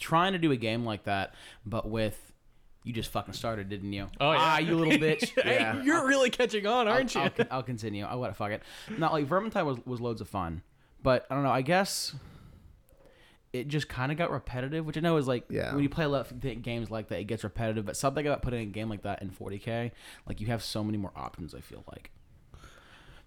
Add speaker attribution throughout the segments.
Speaker 1: trying to do a game like that, but with you just fucking started, didn't you?
Speaker 2: Oh, yeah.
Speaker 1: Ah, you little bitch.
Speaker 2: Hey,
Speaker 1: Yeah.
Speaker 2: you're really catching on, aren't
Speaker 1: I'll,
Speaker 2: you?
Speaker 1: I'll, I'll continue. I want to fuck it. Not like Vermintide was was loads of fun, but I don't know. I guess it just kind of got repetitive, which I know is like
Speaker 3: Yeah.
Speaker 1: when you play a lot of th- games like that, it gets repetitive. But something about putting a game like that in 40k, like you have so many more options. I feel like.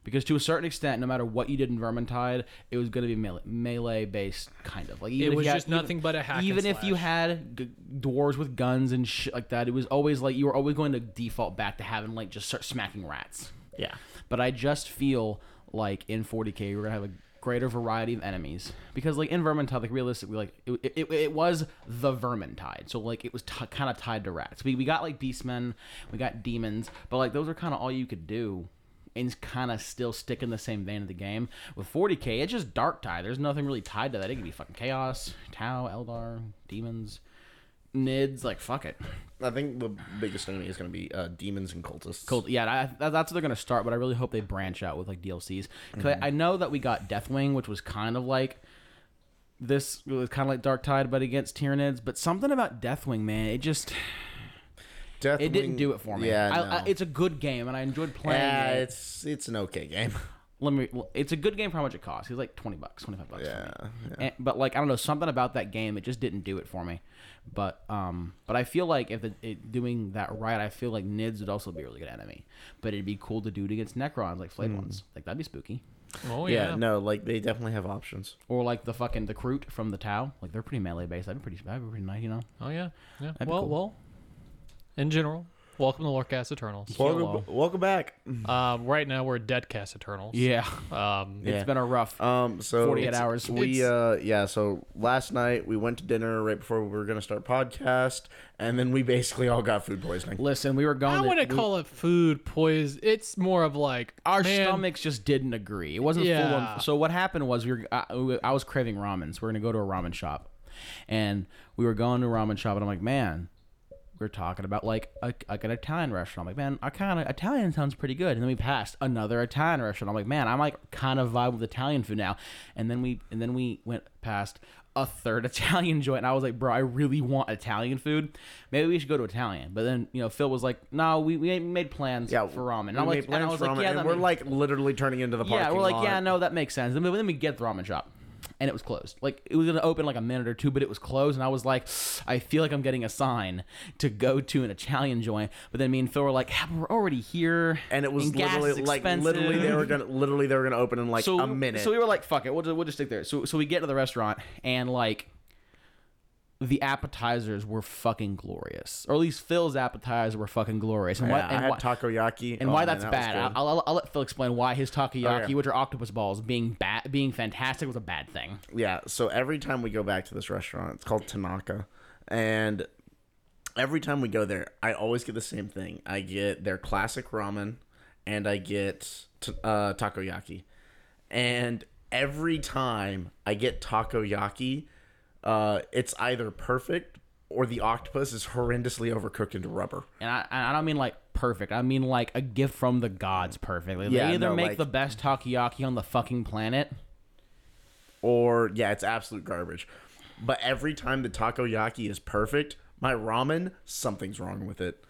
Speaker 1: Because to a certain extent, no matter what you did in Vermintide, it was going to be melee, melee based, kind of like even if
Speaker 2: was
Speaker 1: you had-
Speaker 2: just nothing
Speaker 1: even-
Speaker 2: but a hack and
Speaker 1: Even if you
Speaker 2: slash.
Speaker 1: had g- dwarves with guns and shit like that, it was always like you were always going to default back to having like just start smacking rats.
Speaker 2: Yeah.
Speaker 1: But I just feel like in 40k we're gonna have a greater variety of enemies because like in Vermintide, like realistically, like it, it, it was the Vermintide, so like it was t- kind of tied to rats. We we got like beastmen, we got demons, but like those are kind of all you could do. And kind of still stick in the same vein of the game with 40k. It's just dark tide. There's nothing really tied to that. It could be fucking chaos, Tau, Eldar, demons, Nids. Like fuck it.
Speaker 3: I think the biggest enemy is going to be uh, demons and cultists.
Speaker 1: Cool. Yeah, I, that, that's what they're gonna start. But I really hope they branch out with like DLCs. because
Speaker 3: Mm-hmm.
Speaker 1: I, I know that we got Deathwing, which was kind of like this was kind of like Dark Tide, but against Tyranids. But something about Deathwing, man, it just
Speaker 3: Deathwing,
Speaker 1: it didn't do it for me.
Speaker 3: Yeah,
Speaker 1: I,
Speaker 3: no.
Speaker 1: I, it's a good game, and I enjoyed playing
Speaker 3: Yeah,
Speaker 1: it.
Speaker 3: it's it's an okay game.
Speaker 1: Let me. well, It's a good game for how much it costs. It's like twenty bucks, twenty five bucks.
Speaker 3: Yeah,
Speaker 1: For me. And, but like I don't know something about that game. It just didn't do it for me. But um, but I feel like if it, it doing that right, I feel like Nids would also be a really good enemy. But it'd be cool to do it against Necrons, like flayed ones. Like that'd be spooky.
Speaker 2: Oh
Speaker 3: yeah.
Speaker 2: yeah.
Speaker 3: no, like they definitely have options.
Speaker 1: Or like the fucking the Crute from the Tau. Like they're pretty melee based. That'd be pretty. That'd be pretty nice, you know.
Speaker 2: Oh yeah. Yeah.
Speaker 1: be
Speaker 2: well,
Speaker 1: cool.
Speaker 2: well. In general, welcome to Lorecast Eternals.
Speaker 1: Welcome-
Speaker 3: welcome back.
Speaker 2: Um, right now we're at Deadcast Eternals.
Speaker 1: Yeah.
Speaker 2: Um,
Speaker 1: It's been a rough.
Speaker 3: Um, so
Speaker 1: 48
Speaker 3: it's-
Speaker 1: hours.
Speaker 3: We
Speaker 1: It's-
Speaker 3: uh, yeah. So last night we went to dinner right before we were gonna start podcast, and then we basically all got food poisoning.
Speaker 1: Listen, we were going.
Speaker 2: I
Speaker 1: to-
Speaker 2: wouldn't
Speaker 1: we-
Speaker 2: call it food poison. It's more of like
Speaker 1: our
Speaker 2: man,
Speaker 1: stomachs just didn't agree. It wasn't full
Speaker 2: Yeah.
Speaker 1: on. So what happened was we were, I, I was craving ramen, so we're gonna go to a ramen shop, and we were going to a ramen shop, and I'm like, man, we're talking about like a, like an Italian restaurant. I'm like, man, I kind of Italian sounds pretty good. And then we passed another Italian restaurant. I'm like, man, I'm like kind of vibe with Italian food now. And then we and then we went past a third Italian joint, and I was like, bro, I really want Italian food. Maybe we should go to Italian. But then you know, Phil was like, no, we, we made plans
Speaker 3: Yeah,
Speaker 1: for ramen. And
Speaker 3: we
Speaker 1: I'm
Speaker 3: made
Speaker 1: like, and I
Speaker 3: plans
Speaker 1: was
Speaker 3: for
Speaker 1: like,
Speaker 3: ramen,
Speaker 1: yeah,
Speaker 3: and
Speaker 1: that
Speaker 3: we're
Speaker 1: makes-
Speaker 3: like literally turning into the parking
Speaker 1: yeah, we're like, yeah,
Speaker 3: lot.
Speaker 1: no, that makes sense. Then we, then we get the ramen shop, and it was closed. Like it was gonna open like a minute or two, but it was closed. And I was like, I feel like I'm getting a sign to go to an Italian joint. But then me and Phil were like, yeah, but we're already here,
Speaker 3: And it was
Speaker 1: gas is
Speaker 3: literally like literally they
Speaker 1: expensive."
Speaker 3: were gonna literally they were gonna open in like
Speaker 1: so
Speaker 3: a minute.
Speaker 1: So we were like, fuck it, we'll just, we'll just stick there. So so we get to the restaurant and like. The appetizers were fucking glorious, or at least Phil's appetizers were fucking glorious. And
Speaker 3: yeah,
Speaker 1: why-
Speaker 3: I
Speaker 1: and
Speaker 3: had
Speaker 1: why-
Speaker 3: takoyaki
Speaker 1: and
Speaker 3: Oh,
Speaker 1: why
Speaker 3: man,
Speaker 1: that's
Speaker 3: that was
Speaker 1: bad.
Speaker 3: good.
Speaker 1: I'll, I'll, I'll let Phil explain why his takoyaki,
Speaker 3: Okay.
Speaker 1: which are octopus balls, being bad, being fantastic was a bad thing.
Speaker 3: yeah so every time we go back to this restaurant it's called tanaka and every time we go there i always get the same thing i get their classic ramen and i get t- uh, takoyaki and every time i get takoyaki uh, it's either perfect or the octopus is horrendously overcooked into rubber
Speaker 1: And I, and I don't mean like perfect. I mean like a gift from the gods. Perfectly,
Speaker 3: Yeah,
Speaker 1: they either
Speaker 3: no,
Speaker 1: make
Speaker 3: like-
Speaker 1: the best takoyaki on the fucking planet.
Speaker 3: or yeah it's absolute garbage but every time the takoyaki is perfect my ramen something's wrong with it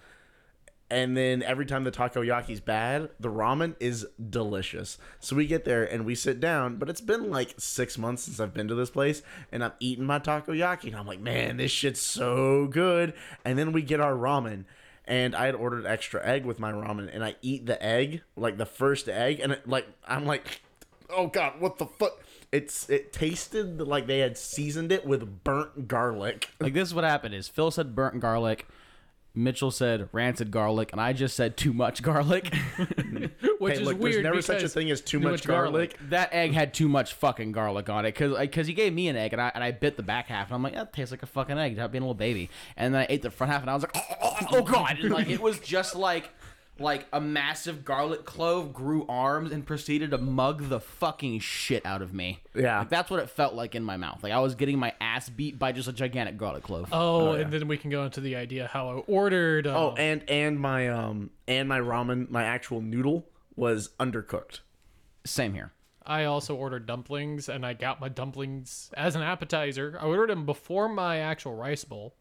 Speaker 3: And then every time the takoyaki's bad, the ramen is delicious. So we get there and we sit down, but it's been like six months since I've been to this place, and I'm eating my takoyaki, and I'm like, man, this shit's so good. And then we get our ramen, and I had ordered extra egg with my ramen, and I eat the egg, like the first egg, and it, like I'm like, oh god, what the fuck? It's it tasted like they had seasoned it with burnt garlic.
Speaker 1: Like this is what happened: is Phil said burnt garlic, Mitchell said rancid garlic, and I just said too much garlic.
Speaker 2: which
Speaker 3: Hey,
Speaker 2: is
Speaker 3: look, there's
Speaker 2: weird.
Speaker 3: never such a
Speaker 2: because
Speaker 3: thing as too much garlic.
Speaker 1: that egg had too much fucking garlic on it because because he gave me an egg and I and I bit the back half and I'm like that tastes like a fucking egg. Stop being a little baby. And then I ate the front half and I was like oh, oh, oh, oh, god, And, like it was just like like a massive garlic clove grew arms and proceeded to mug the fucking shit out of me.
Speaker 3: Yeah.
Speaker 1: Like, that's what it felt like in my mouth. Like I was getting my ass beat by just a gigantic garlic clove.
Speaker 2: Oh, and then we can go into the idea how I ordered. Uh,
Speaker 3: Oh, and and my um and my ramen, my actual noodle was undercooked.
Speaker 1: Same here.
Speaker 2: I also ordered dumplings, and I got my dumplings as an appetizer. I ordered them before my actual rice bowl,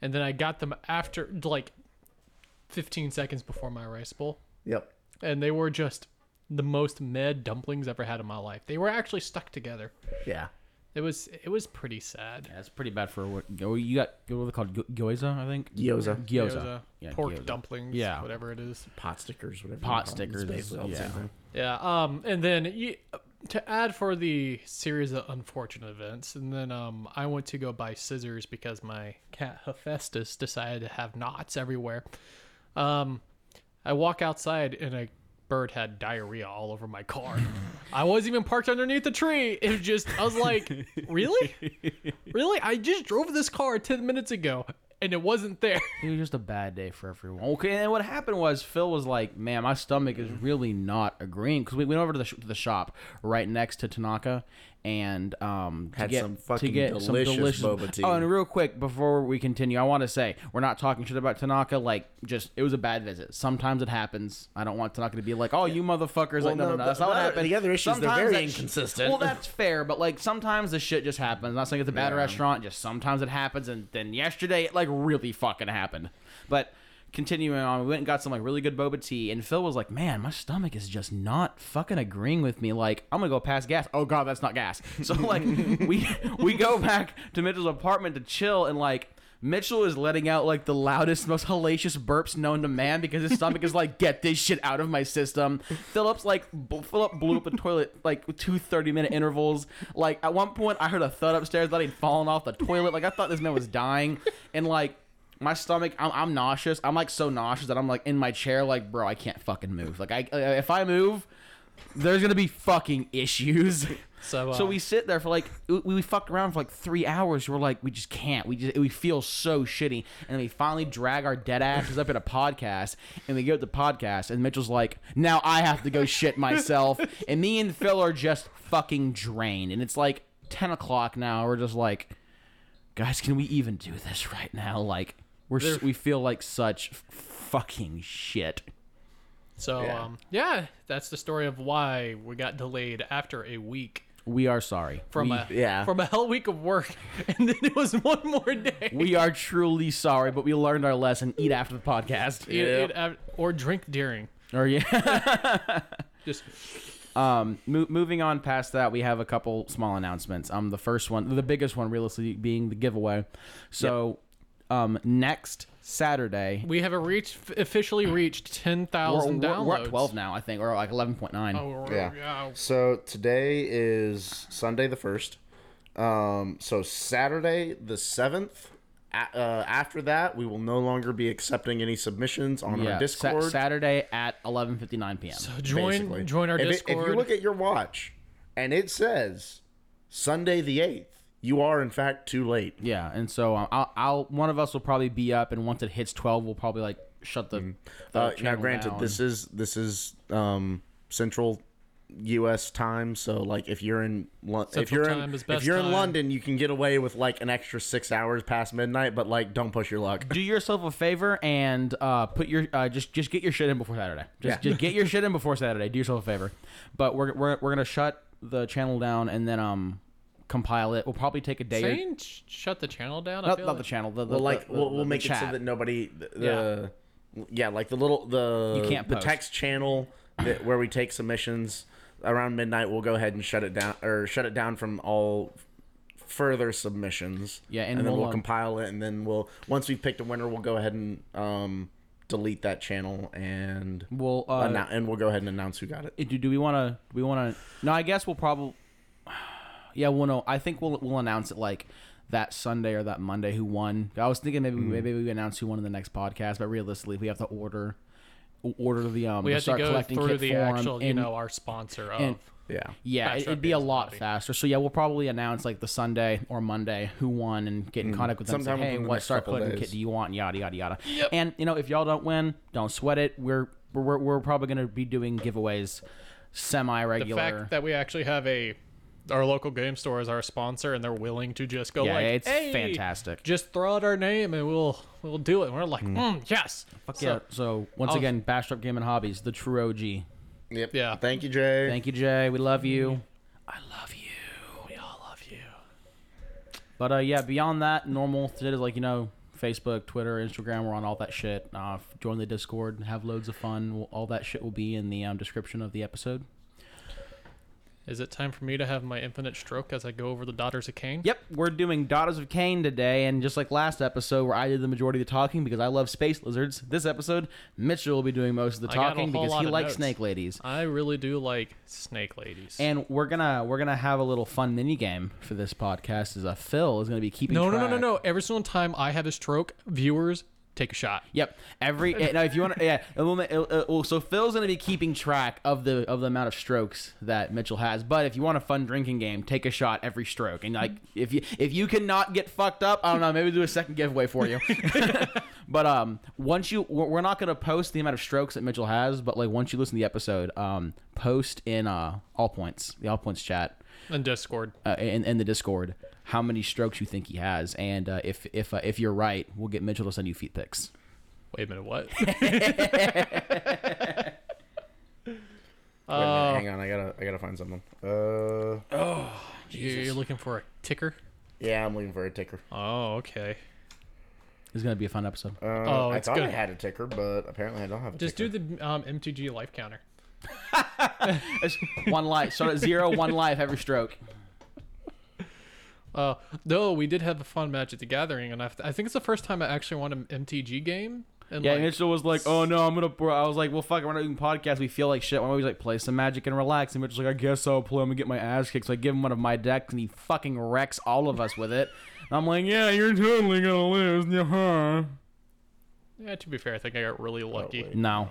Speaker 2: and then I got them after, like, 15 seconds before my rice bowl.
Speaker 3: Yep.
Speaker 2: And they were just the most med dumplings I've ever had in my life. They were actually stuck together.
Speaker 3: Yeah.
Speaker 2: It was it was pretty sad.
Speaker 1: That's pretty bad for what oh, you got. What are they called? Gyo- Gyoza, I think.
Speaker 3: Gyoza.
Speaker 1: Gyoza.
Speaker 2: Gyoza,
Speaker 1: Yeah,
Speaker 2: pork
Speaker 1: gyoza.
Speaker 2: dumplings,
Speaker 1: Yeah.
Speaker 2: whatever it is.
Speaker 3: Pot stickers, whatever.
Speaker 1: Pot
Speaker 3: you call them. It's
Speaker 1: stickers,
Speaker 3: basically all the same
Speaker 1: yeah.
Speaker 3: thing.
Speaker 2: Yeah. Um. And then you, to add for the series of unfortunate events, and then um, I went to go buy scissors because my cat Hephaestus decided to have knots everywhere. Um, I walk outside and a bird had diarrhea all over my car. I wasn't even parked underneath the tree. It was just I was like, really, really? I just drove this car ten minutes ago and it wasn't there.
Speaker 1: It was just a bad day for everyone. Okay, and what happened was Phil was like, "Man, my stomach is really not agreeing." Because we went over to the, sh- to the shop right next to Tanaka, and um, to
Speaker 3: Had
Speaker 1: get,
Speaker 3: some
Speaker 1: to
Speaker 3: fucking
Speaker 1: get some
Speaker 3: delicious
Speaker 1: delicious
Speaker 3: boba tea.
Speaker 1: Oh, and real quick before we continue, I want to say we're not talking shit about Tanaka. Like, just it was a bad visit. Sometimes it happens. I don't want Tanaka to be like, "Oh, you motherfuckers!" like, no, no,
Speaker 3: no,
Speaker 1: no, that's
Speaker 3: the-
Speaker 1: not what
Speaker 3: the-
Speaker 1: happened.
Speaker 3: the other issue is they're
Speaker 1: Sometimes
Speaker 3: very
Speaker 1: that sh-
Speaker 3: inconsistent.
Speaker 1: well, that's fair, but like sometimes the shit just happens. Not saying it's a bad restaurant, just sometimes it happens. And then yesterday, it like really fucking happened. But continuing on, we went and got some like really good boba tea, and Phil was like, "Man, my stomach is just not fucking agreeing with me. Like, I'm gonna go past gas. Oh god, that's not gas." So like we we go back to Mitchell's apartment to chill, and like. Mitchell is letting out like the loudest, most hellacious burps known to man because his stomach is like, get this shit out of my system. Phillips like, bl- Phillip blew up the toilet like with two 30 minute intervals. Like at one point, I heard a thud upstairs that he'd fallen off the toilet. Like I thought this man was dying, and like my stomach, I'm, I'm nauseous. I'm like so nauseous that I'm like in my chair, like bro, I can't fucking move. Like I, uh, if I move, there's gonna be fucking issues.
Speaker 2: So, uh,
Speaker 1: So we sit there for like we, we fucked around for like three hours. We're like, we just can't. We just we feel so shitty, and then we finally drag our dead asses up in a podcast, and we go to the podcast, and Mitchell's like, now I have to go shit myself, and me and Phil are just fucking drained, and it's like ten o'clock now. We're just like, guys, can we even do this right now? Like we're s we feel like such f- fucking shit.
Speaker 2: So
Speaker 3: Yeah.
Speaker 2: um, yeah, that's the story of why we got delayed after a week
Speaker 1: We are sorry
Speaker 2: from
Speaker 1: we,
Speaker 2: a
Speaker 3: yeah.
Speaker 2: from a hell week of work, and then it was one more day.
Speaker 1: we are truly sorry, but we learned our lesson. Eat after the podcast.
Speaker 2: It- it av- or drink during.
Speaker 1: Or yeah.
Speaker 2: Just
Speaker 1: um, mo- moving on past that, we have a couple small announcements. Um, the first one, the biggest one, realistically being the giveaway. So, um, next Saturday,
Speaker 2: we have a reach officially reached ten
Speaker 1: we're,
Speaker 2: thousand
Speaker 1: we're-
Speaker 2: downloads.
Speaker 1: we're at twelve now, I think, or like eleven point nine.
Speaker 2: Oh, we're- yeah.
Speaker 3: So today is Sunday the first. Um, so Saturday the seventh. A- uh, after that, we will no longer be accepting any submissions on
Speaker 1: yeah.
Speaker 3: our
Speaker 1: Sa-
Speaker 3: Discord.
Speaker 1: Saturday at eleven fifty nine p.m.
Speaker 2: So join
Speaker 3: basically.
Speaker 2: join our
Speaker 3: if it-
Speaker 2: Discord.
Speaker 3: if you look at your watch and it says Sunday the eighth, you are in fact too late.
Speaker 1: yeah, and so um, I'll, I'll one of us will probably be up, and once it hits twelve, we'll probably like shut the. the
Speaker 3: Uh, now,
Speaker 1: channel
Speaker 3: granted,
Speaker 1: down.
Speaker 3: this is this is um, Central U.S. time, so like if you're in Lon- if
Speaker 2: Central
Speaker 3: you're
Speaker 2: time
Speaker 3: in
Speaker 2: is
Speaker 3: if
Speaker 2: best
Speaker 3: you're in
Speaker 2: time.
Speaker 3: London, you can get away with like an extra six hours past midnight, but like don't push your luck.
Speaker 1: do yourself a favor and uh, put your uh, just just get your shit in before Saturday. Just
Speaker 3: Yeah.
Speaker 1: just get your shit in before Saturday. Do yourself a favor. But we're we're, we're gonna shut the channel down and then um compile it. We'll probably take a day. Or,
Speaker 2: saying sh- shut the channel down. I
Speaker 1: not,
Speaker 2: feel
Speaker 1: not the
Speaker 2: like-
Speaker 1: channel. The, the,
Speaker 3: Well, like
Speaker 1: the-
Speaker 3: we'll,
Speaker 1: uh, the-
Speaker 3: we'll
Speaker 1: the
Speaker 3: make it so
Speaker 1: chat.
Speaker 3: that nobody the, the yeah. like the little the
Speaker 1: You can't
Speaker 3: the
Speaker 1: post.
Speaker 3: text channel that, where we take submissions around midnight. We'll go ahead and shut it down or shut it down from all further submissions.
Speaker 1: Yeah, and
Speaker 3: then
Speaker 1: we'll,
Speaker 3: we'll,
Speaker 1: um,
Speaker 3: compile it, and then we'll once we've picked a winner, we'll go ahead and um delete that channel and
Speaker 1: we'll uh,
Speaker 3: annou- and we'll go ahead and announce who got it.
Speaker 1: do, do we want to do we want to no i guess we'll probably yeah well no i think we'll we'll announce it like that sunday or that monday who won i was thinking maybe maybe we announce who won in the next podcast but realistically we have to order order the um
Speaker 2: We have to
Speaker 1: start
Speaker 2: go
Speaker 1: collecting
Speaker 2: through
Speaker 1: kit
Speaker 2: the
Speaker 1: form
Speaker 2: actual, you
Speaker 1: and-
Speaker 2: know, our sponsor of.
Speaker 1: and-
Speaker 3: Yeah.
Speaker 1: yeah,
Speaker 2: Fast
Speaker 1: it,
Speaker 2: track
Speaker 1: would be a
Speaker 2: is
Speaker 1: lot
Speaker 2: probably.
Speaker 1: faster. So yeah, we'll probably announce like the Sunday or Monday who won and get in contact with them. and Say,
Speaker 3: Mm. Sometime
Speaker 1: hey,
Speaker 3: within the
Speaker 1: what
Speaker 3: next
Speaker 1: start
Speaker 3: couple
Speaker 1: collecting
Speaker 3: days.
Speaker 1: kit do you want? Yada yada yada. And you know, if y'all don't win, don't sweat it. We're we're, we're probably gonna be doing giveaways semi
Speaker 2: the
Speaker 1: regular.
Speaker 2: fact that we actually have a our local game store is our sponsor and they're willing to just go
Speaker 1: Yeah,
Speaker 2: like
Speaker 1: it's
Speaker 2: "Hey,
Speaker 1: fantastic.
Speaker 2: just throw out our name and we'll we'll do it and we're like mm. yes
Speaker 1: yeah. So once
Speaker 2: I'll-
Speaker 1: again, Bashed Up Game and Hobbies, the true OG.
Speaker 3: Yep.
Speaker 2: Yeah.
Speaker 3: Thank you, Jay.
Speaker 1: Thank you, Jay. We love
Speaker 2: Mm-hmm.
Speaker 1: you. I love you.
Speaker 2: We all love you.
Speaker 1: But uh, yeah, beyond that, normal shit is like you know, Facebook, Twitter, Instagram. We're on all that shit. Uh, f- join the Discord and have loads of fun. We'll, all that shit will be in the um, description of the episode.
Speaker 2: Is it time for me to have my infinite stroke as I go over the daughters of Cain?
Speaker 1: Yep, we're doing Daughters of Cain today, and just like last episode where I did the majority of the talking because I love space lizards, this episode Mitchell will be doing most of the
Speaker 2: I got a
Speaker 1: talking
Speaker 2: whole
Speaker 1: because
Speaker 2: lot
Speaker 1: he
Speaker 2: of
Speaker 1: likes
Speaker 2: notes.
Speaker 1: snake ladies.
Speaker 2: I really do like snake ladies.
Speaker 1: And we're gonna we're gonna have a little fun mini game for this podcast. Is a Phil is gonna be keeping
Speaker 2: no, no, no, no,
Speaker 1: track.
Speaker 2: no. Every single time I had a stroke, viewers take a shot.
Speaker 1: Yep. Every eh, now, if you want, to, yeah. It will, ma- it'll- uh, well, so Phil's gonna be keeping track of the of the amount of strokes that Mitchell has. But if you want a fun drinking game, take a shot every stroke, and like if you if you cannot get fucked up, I don't know, maybe do a second giveaway for you. but um, once you, we're we're not gonna post the amount of strokes that Mitchell has, but like once you listen to the episode, um, post in uh all points, the all points chat
Speaker 2: And Discord.
Speaker 1: uh, in, in the Discord how many strokes you think he has, and uh, if if uh, if you're right, we'll get Mitchell to send you feet pics.
Speaker 2: Wait a minute, what?
Speaker 3: Wait a minute, hang on, I gotta I gotta find something. Uh
Speaker 2: You- You're looking for a ticker?
Speaker 3: yeah, I'm looking for a ticker.
Speaker 2: Oh, okay.
Speaker 1: It's gonna be a fun episode.
Speaker 3: Uh,
Speaker 2: Oh,
Speaker 3: I
Speaker 2: it's
Speaker 3: thought I
Speaker 2: good.
Speaker 3: had a ticker, but apparently I don't have a
Speaker 2: Just
Speaker 3: ticker.
Speaker 2: do the um, MTG life counter.
Speaker 1: It's one life. Start at zero, one life every stroke.
Speaker 2: Uh, though we did have a fun match at the Gathering, and I, I think it's the first time I actually won an MTG game. And
Speaker 1: Yeah,
Speaker 2: like,
Speaker 1: Mitchell was like, "Oh no, I'm gonna." bro." I was like, "Well, fuck, we're not doing podcasts. We feel like shit. Why don't we just, like play some Magic and relax?" And Mitchell's like, "I guess I'll play. I'm gonna get my ass kicked." So I give him one of my decks, and he fucking wrecks all of us with it. And I'm like, "Yeah, you're totally gonna lose." Yeah.
Speaker 2: yeah, to be fair, I think I got really
Speaker 1: Oh,
Speaker 2: lucky.
Speaker 3: wait.
Speaker 1: No,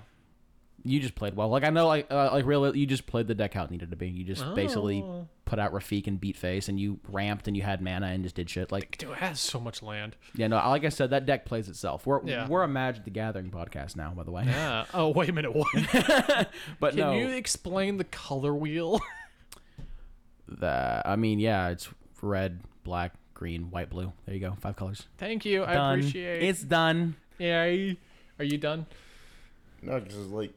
Speaker 1: you just played well. Like I know, like uh, like really, you just played the deck how it needed to be. You just basically
Speaker 2: Oh.
Speaker 1: put out Rafik and beat face, and you ramped and you had mana and just did shit. Like
Speaker 2: Dude, it has so much land.
Speaker 1: Yeah, no, like I said, that deck plays itself. We're
Speaker 2: Yeah.
Speaker 1: we're a Magic the Gathering podcast now, by the way.
Speaker 2: Yeah. Oh, wait a minute, what?
Speaker 1: But
Speaker 2: Can
Speaker 1: no,
Speaker 2: you explain the color wheel?
Speaker 1: the, I mean, yeah, it's red, black, green, white, blue. There you go, five colors.
Speaker 2: Thank you. I
Speaker 1: Done.
Speaker 2: appreciate
Speaker 1: It's done.
Speaker 2: Yeah. I- Are you done?
Speaker 3: No, because like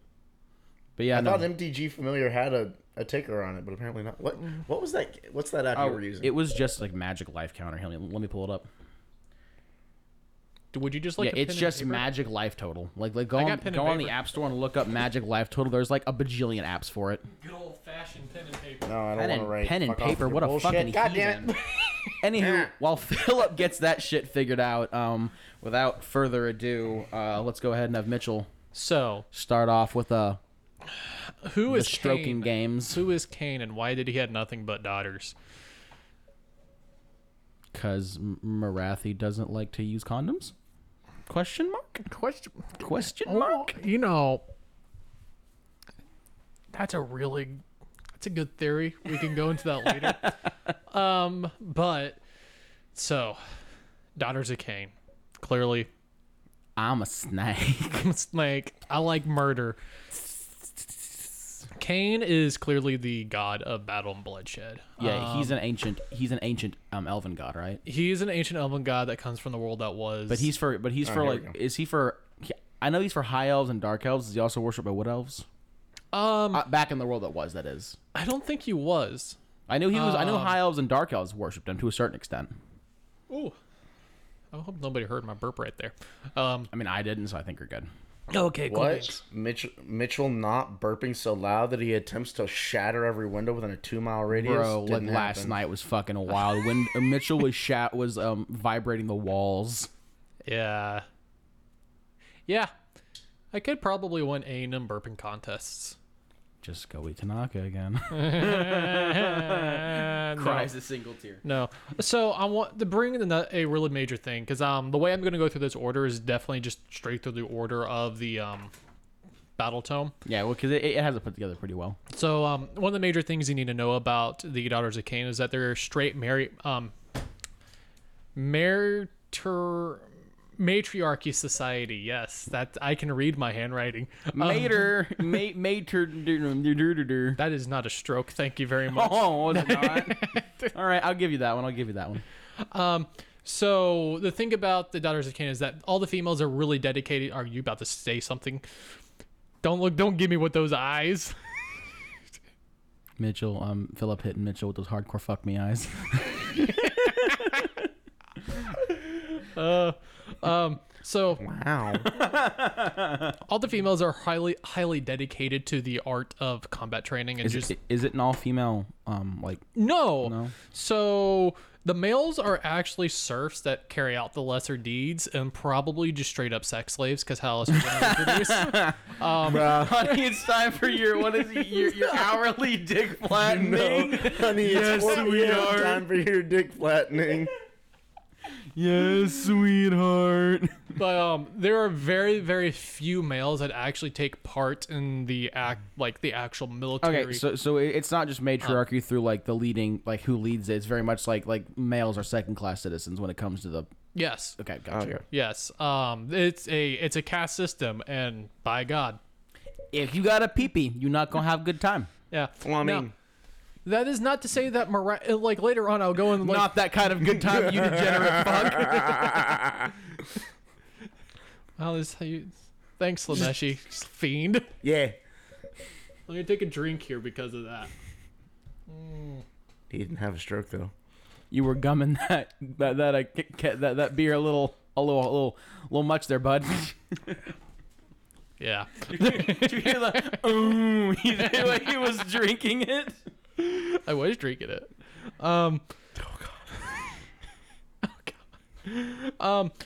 Speaker 1: But yeah,
Speaker 3: I
Speaker 1: no.
Speaker 3: thought MTG Familiar had a, a ticker on it, but apparently not. What
Speaker 2: Mm.
Speaker 3: what was that? What's that app
Speaker 1: Oh,
Speaker 3: you were using?
Speaker 1: it was just like Magic Life Counter. Here, let me- let me pull it up.
Speaker 2: Would you just like? a
Speaker 1: yeah, it's
Speaker 2: pen and
Speaker 1: just
Speaker 2: paper?
Speaker 1: Magic Life Total. Like, like go
Speaker 2: I got
Speaker 1: on,
Speaker 2: pen and
Speaker 1: go on the
Speaker 2: paper.
Speaker 1: App Store and look up Magic Life Total. There's like a bajillion apps for it.
Speaker 2: Good old fashioned pen and paper.
Speaker 3: no, I
Speaker 1: pen
Speaker 3: don't want to
Speaker 1: and-
Speaker 3: write.
Speaker 1: pen and
Speaker 3: Fuck off
Speaker 1: paper,
Speaker 3: with your
Speaker 1: what a
Speaker 3: bullshit.
Speaker 1: fucking
Speaker 3: God damn it.
Speaker 1: Anywho, while Philip gets that shit figured out, um, without further ado, uh, let's go ahead and have Mitchell
Speaker 2: So,
Speaker 1: start off with a
Speaker 2: who
Speaker 1: the
Speaker 2: is
Speaker 1: stroking
Speaker 2: Cain?
Speaker 1: games
Speaker 2: Who is Cain, and why did he have nothing but daughters?
Speaker 1: because Marathi doesn't like to use condoms. Question mark?
Speaker 2: Question
Speaker 1: Question
Speaker 2: Oh,
Speaker 1: mark?
Speaker 2: you know, that's a really that's a good theory. We can go into that later. um, but so, daughters of Cain, clearly,
Speaker 1: I'm a snake.
Speaker 2: it's like I like murder. Cain is clearly the god of battle and bloodshed.
Speaker 1: Yeah,
Speaker 2: Um,
Speaker 1: he's an ancient. He's an ancient um, elven god, right?
Speaker 2: he is an ancient elven god that comes from the world that was.
Speaker 1: But he's for. But he's for
Speaker 3: here
Speaker 1: like.
Speaker 3: we go.
Speaker 1: Is he for? he- I know he's for high elves and dark elves. Is he also worshipped by wood elves?
Speaker 2: um,
Speaker 1: Uh, back in the world that was. That is.
Speaker 2: I don't think he was.
Speaker 1: I know he was. I know
Speaker 3: Um.
Speaker 1: high elves and dark elves worshipped him to a certain extent.
Speaker 2: Ooh, I hope nobody heard my burp right there. Um,
Speaker 1: I mean, I didn't, so I think you're good.
Speaker 2: okay, cool.
Speaker 3: What? Mitch, Mitchell not burping so loud that he attempts to shatter every window within a two mile radius.
Speaker 1: Bro, like
Speaker 3: Didn't
Speaker 1: last
Speaker 3: happen.
Speaker 1: night was fucking wild. When uh, Mitchell was shat was um vibrating the walls.
Speaker 2: Yeah. Yeah. I could probably win A and M burping contests.
Speaker 1: Just go eat Tanaka again.
Speaker 2: Uh, no.
Speaker 1: Cries a single tear.
Speaker 2: No. So I want to bring in a- a really major thing because um the way I'm going to go through this order is definitely just straight through the order of the um battle tome.
Speaker 1: Yeah, well, because it, it has it put together pretty well.
Speaker 2: So um one of the major things you need to know about the Daughters of Cain is that they're straight mari um martyr matriarchy society. Yes, that I can read my handwriting. Um,
Speaker 1: Mater, ma- mater,
Speaker 2: That is not a stroke. Thank you very much.
Speaker 1: oh, was it not? All right, I'll give you that one. I'll give you that one.
Speaker 2: So the thing about the Daughters of Cain is that all the females are really dedicated. Are you about to say something? Don't look. Don't give me with those eyes.
Speaker 1: Mitchell, um, Philip hitting Mitchell with those hardcore fuck me eyes.
Speaker 2: Uh, um, so
Speaker 3: Wow.
Speaker 2: all the females are highly highly dedicated to the art of combat training and
Speaker 1: Is
Speaker 2: just
Speaker 1: it is it an all female um like
Speaker 2: no.
Speaker 1: No?
Speaker 2: So the males are actually serfs that carry out the lesser deeds and probably just straight up sex slaves because how else are you going to reproduce?
Speaker 1: honey? It's time for your what is it, your your hourly dick flattening?
Speaker 3: Honey,
Speaker 1: Yes,
Speaker 3: it's 4 p.m.
Speaker 1: sweetheart.
Speaker 3: time for your dick flattening.
Speaker 1: yes, sweetheart.
Speaker 2: but um, there are very very few males that actually take part in the act like the actual military.
Speaker 1: Okay, so so it- it's not just matriarchy through like the leading like who leads it. It's very much like like males are second class citizens when it comes to the.
Speaker 2: yes,
Speaker 1: Okay, gotcha.
Speaker 3: Oh,
Speaker 2: yes. Um, it's a it's a caste system, and by God,
Speaker 1: If you got a peepee, you're not gonna have a good time.
Speaker 2: yeah.
Speaker 3: Well, I
Speaker 2: Now,
Speaker 3: mean-
Speaker 2: that is not to say that mora- like later on I'll go and like
Speaker 1: not that kind of good time, you degenerate fuck.
Speaker 2: oh this is how you thanks Lameshi fiend.
Speaker 3: Yeah.
Speaker 2: Let me take a drink here because of that.
Speaker 3: He didn't have a stroke, though.
Speaker 1: You were gumming that that that uh, Kit Kat- that, that beer a little a little a little a little much there, bud.
Speaker 2: Yeah.
Speaker 1: Did you hear the ooh? You knew what he was drinking it.
Speaker 2: I was drinking it. Um, oh god. Um.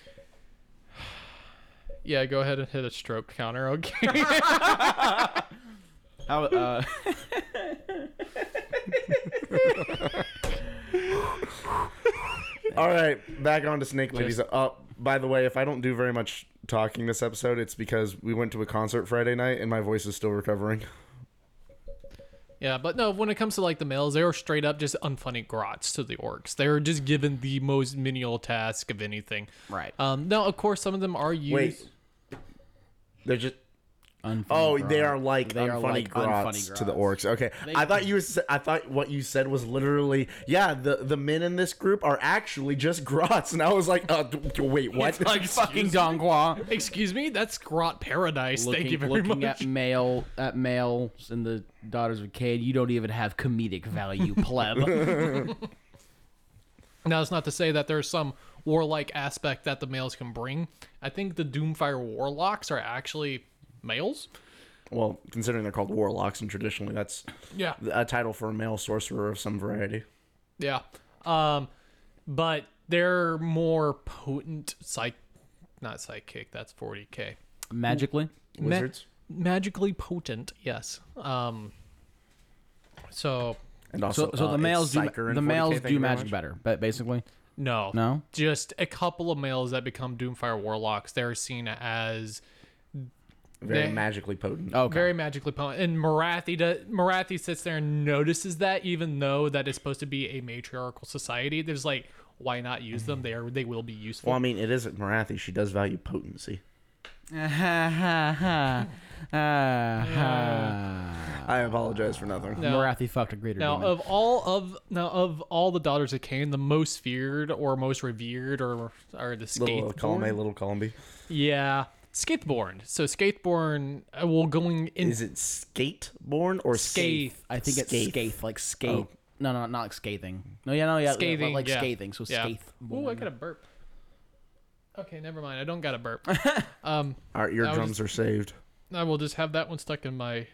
Speaker 2: Yeah, go ahead and hit a stroke counter. Okay.
Speaker 1: How, uh,
Speaker 3: All right, back on to Snake Ladies. Uh, by the way, if I don't do very much talking this episode, it's because we went to a concert Friday night and my voice is still recovering.
Speaker 2: yeah, but no. When it comes to like the males, they are straight up just unfunny grots to the orcs. They are just given the most menial task of anything.
Speaker 1: right.
Speaker 2: Um. Now, of course, some of them are used.
Speaker 3: Wait. They're just
Speaker 1: Unfunny
Speaker 3: Oh, they
Speaker 1: grog.
Speaker 3: are like
Speaker 1: They
Speaker 3: unfunny,
Speaker 1: are like
Speaker 3: grots
Speaker 1: unfunny
Speaker 3: to the
Speaker 1: grots.
Speaker 3: orcs. Okay, I thought you was, I thought what you said was literally yeah. The the men in this group are actually just grots, and I was like, uh, d- d- wait, what?
Speaker 1: It's like fucking Donghua.
Speaker 2: Excuse me. That's grot paradise.
Speaker 1: looking,
Speaker 2: Thank you very
Speaker 1: looking
Speaker 2: much.
Speaker 1: at male at males and the daughters of Cain, you don't even have comedic value, pleb.
Speaker 2: Now, it's not to say that there's some warlike aspect that the males can bring. I think the Doomfire warlocks are actually males.
Speaker 3: well, considering they're called warlocks, and traditionally that's
Speaker 2: Yeah.
Speaker 3: a title for a male sorcerer of some variety.
Speaker 2: Yeah. Um, but they're more potent psych, not psychic. That's 40k.
Speaker 1: Magically,
Speaker 2: Ma-
Speaker 3: Wizards
Speaker 2: magically potent. Yes. Um. So
Speaker 3: and
Speaker 1: so
Speaker 3: also
Speaker 1: so
Speaker 3: uh,
Speaker 1: the
Speaker 3: it's
Speaker 1: males do
Speaker 3: Psyker in
Speaker 1: the
Speaker 3: 40K,
Speaker 1: males
Speaker 3: thank
Speaker 1: do
Speaker 3: you very
Speaker 1: magic
Speaker 3: much.
Speaker 1: better, but basically,
Speaker 2: no,
Speaker 1: No?
Speaker 2: just a couple of males that become Doomfire warlocks. They're seen as
Speaker 3: Very
Speaker 2: They-
Speaker 3: magically potent.
Speaker 1: okay.
Speaker 2: Very magically potent. And Marathi does, Marathi sits there and notices that, even though that is supposed to be a matriarchal society, there's like, why not use them? They are they will be useful.
Speaker 3: Well, I mean, it isn't Marathi. She does value potency. I apologize for nothing.
Speaker 2: No.
Speaker 1: Marathi fucked a greater
Speaker 2: now
Speaker 1: demon.
Speaker 2: of all of now of all the daughters of Cain, the most feared or most revered or are the
Speaker 3: Little
Speaker 2: Skateborn.
Speaker 3: Column little Column B.
Speaker 2: Yeah. Skateborn. So Skateborn uh, well going in
Speaker 3: Is it Skateborn or
Speaker 2: Scathe.
Speaker 3: Safe?
Speaker 1: I think it's
Speaker 3: Scathe.
Speaker 1: scathe, like skate. No, no, not like scathing. No, yeah, no, yeah,
Speaker 2: scathing.
Speaker 1: like
Speaker 2: yeah.
Speaker 1: scathing. So
Speaker 2: yeah.
Speaker 1: scathe.
Speaker 2: Ooh, I got a burp. Okay, never mind. I don't got a burp.
Speaker 3: Our eardrums are saved.
Speaker 2: I will just have that one stuck in my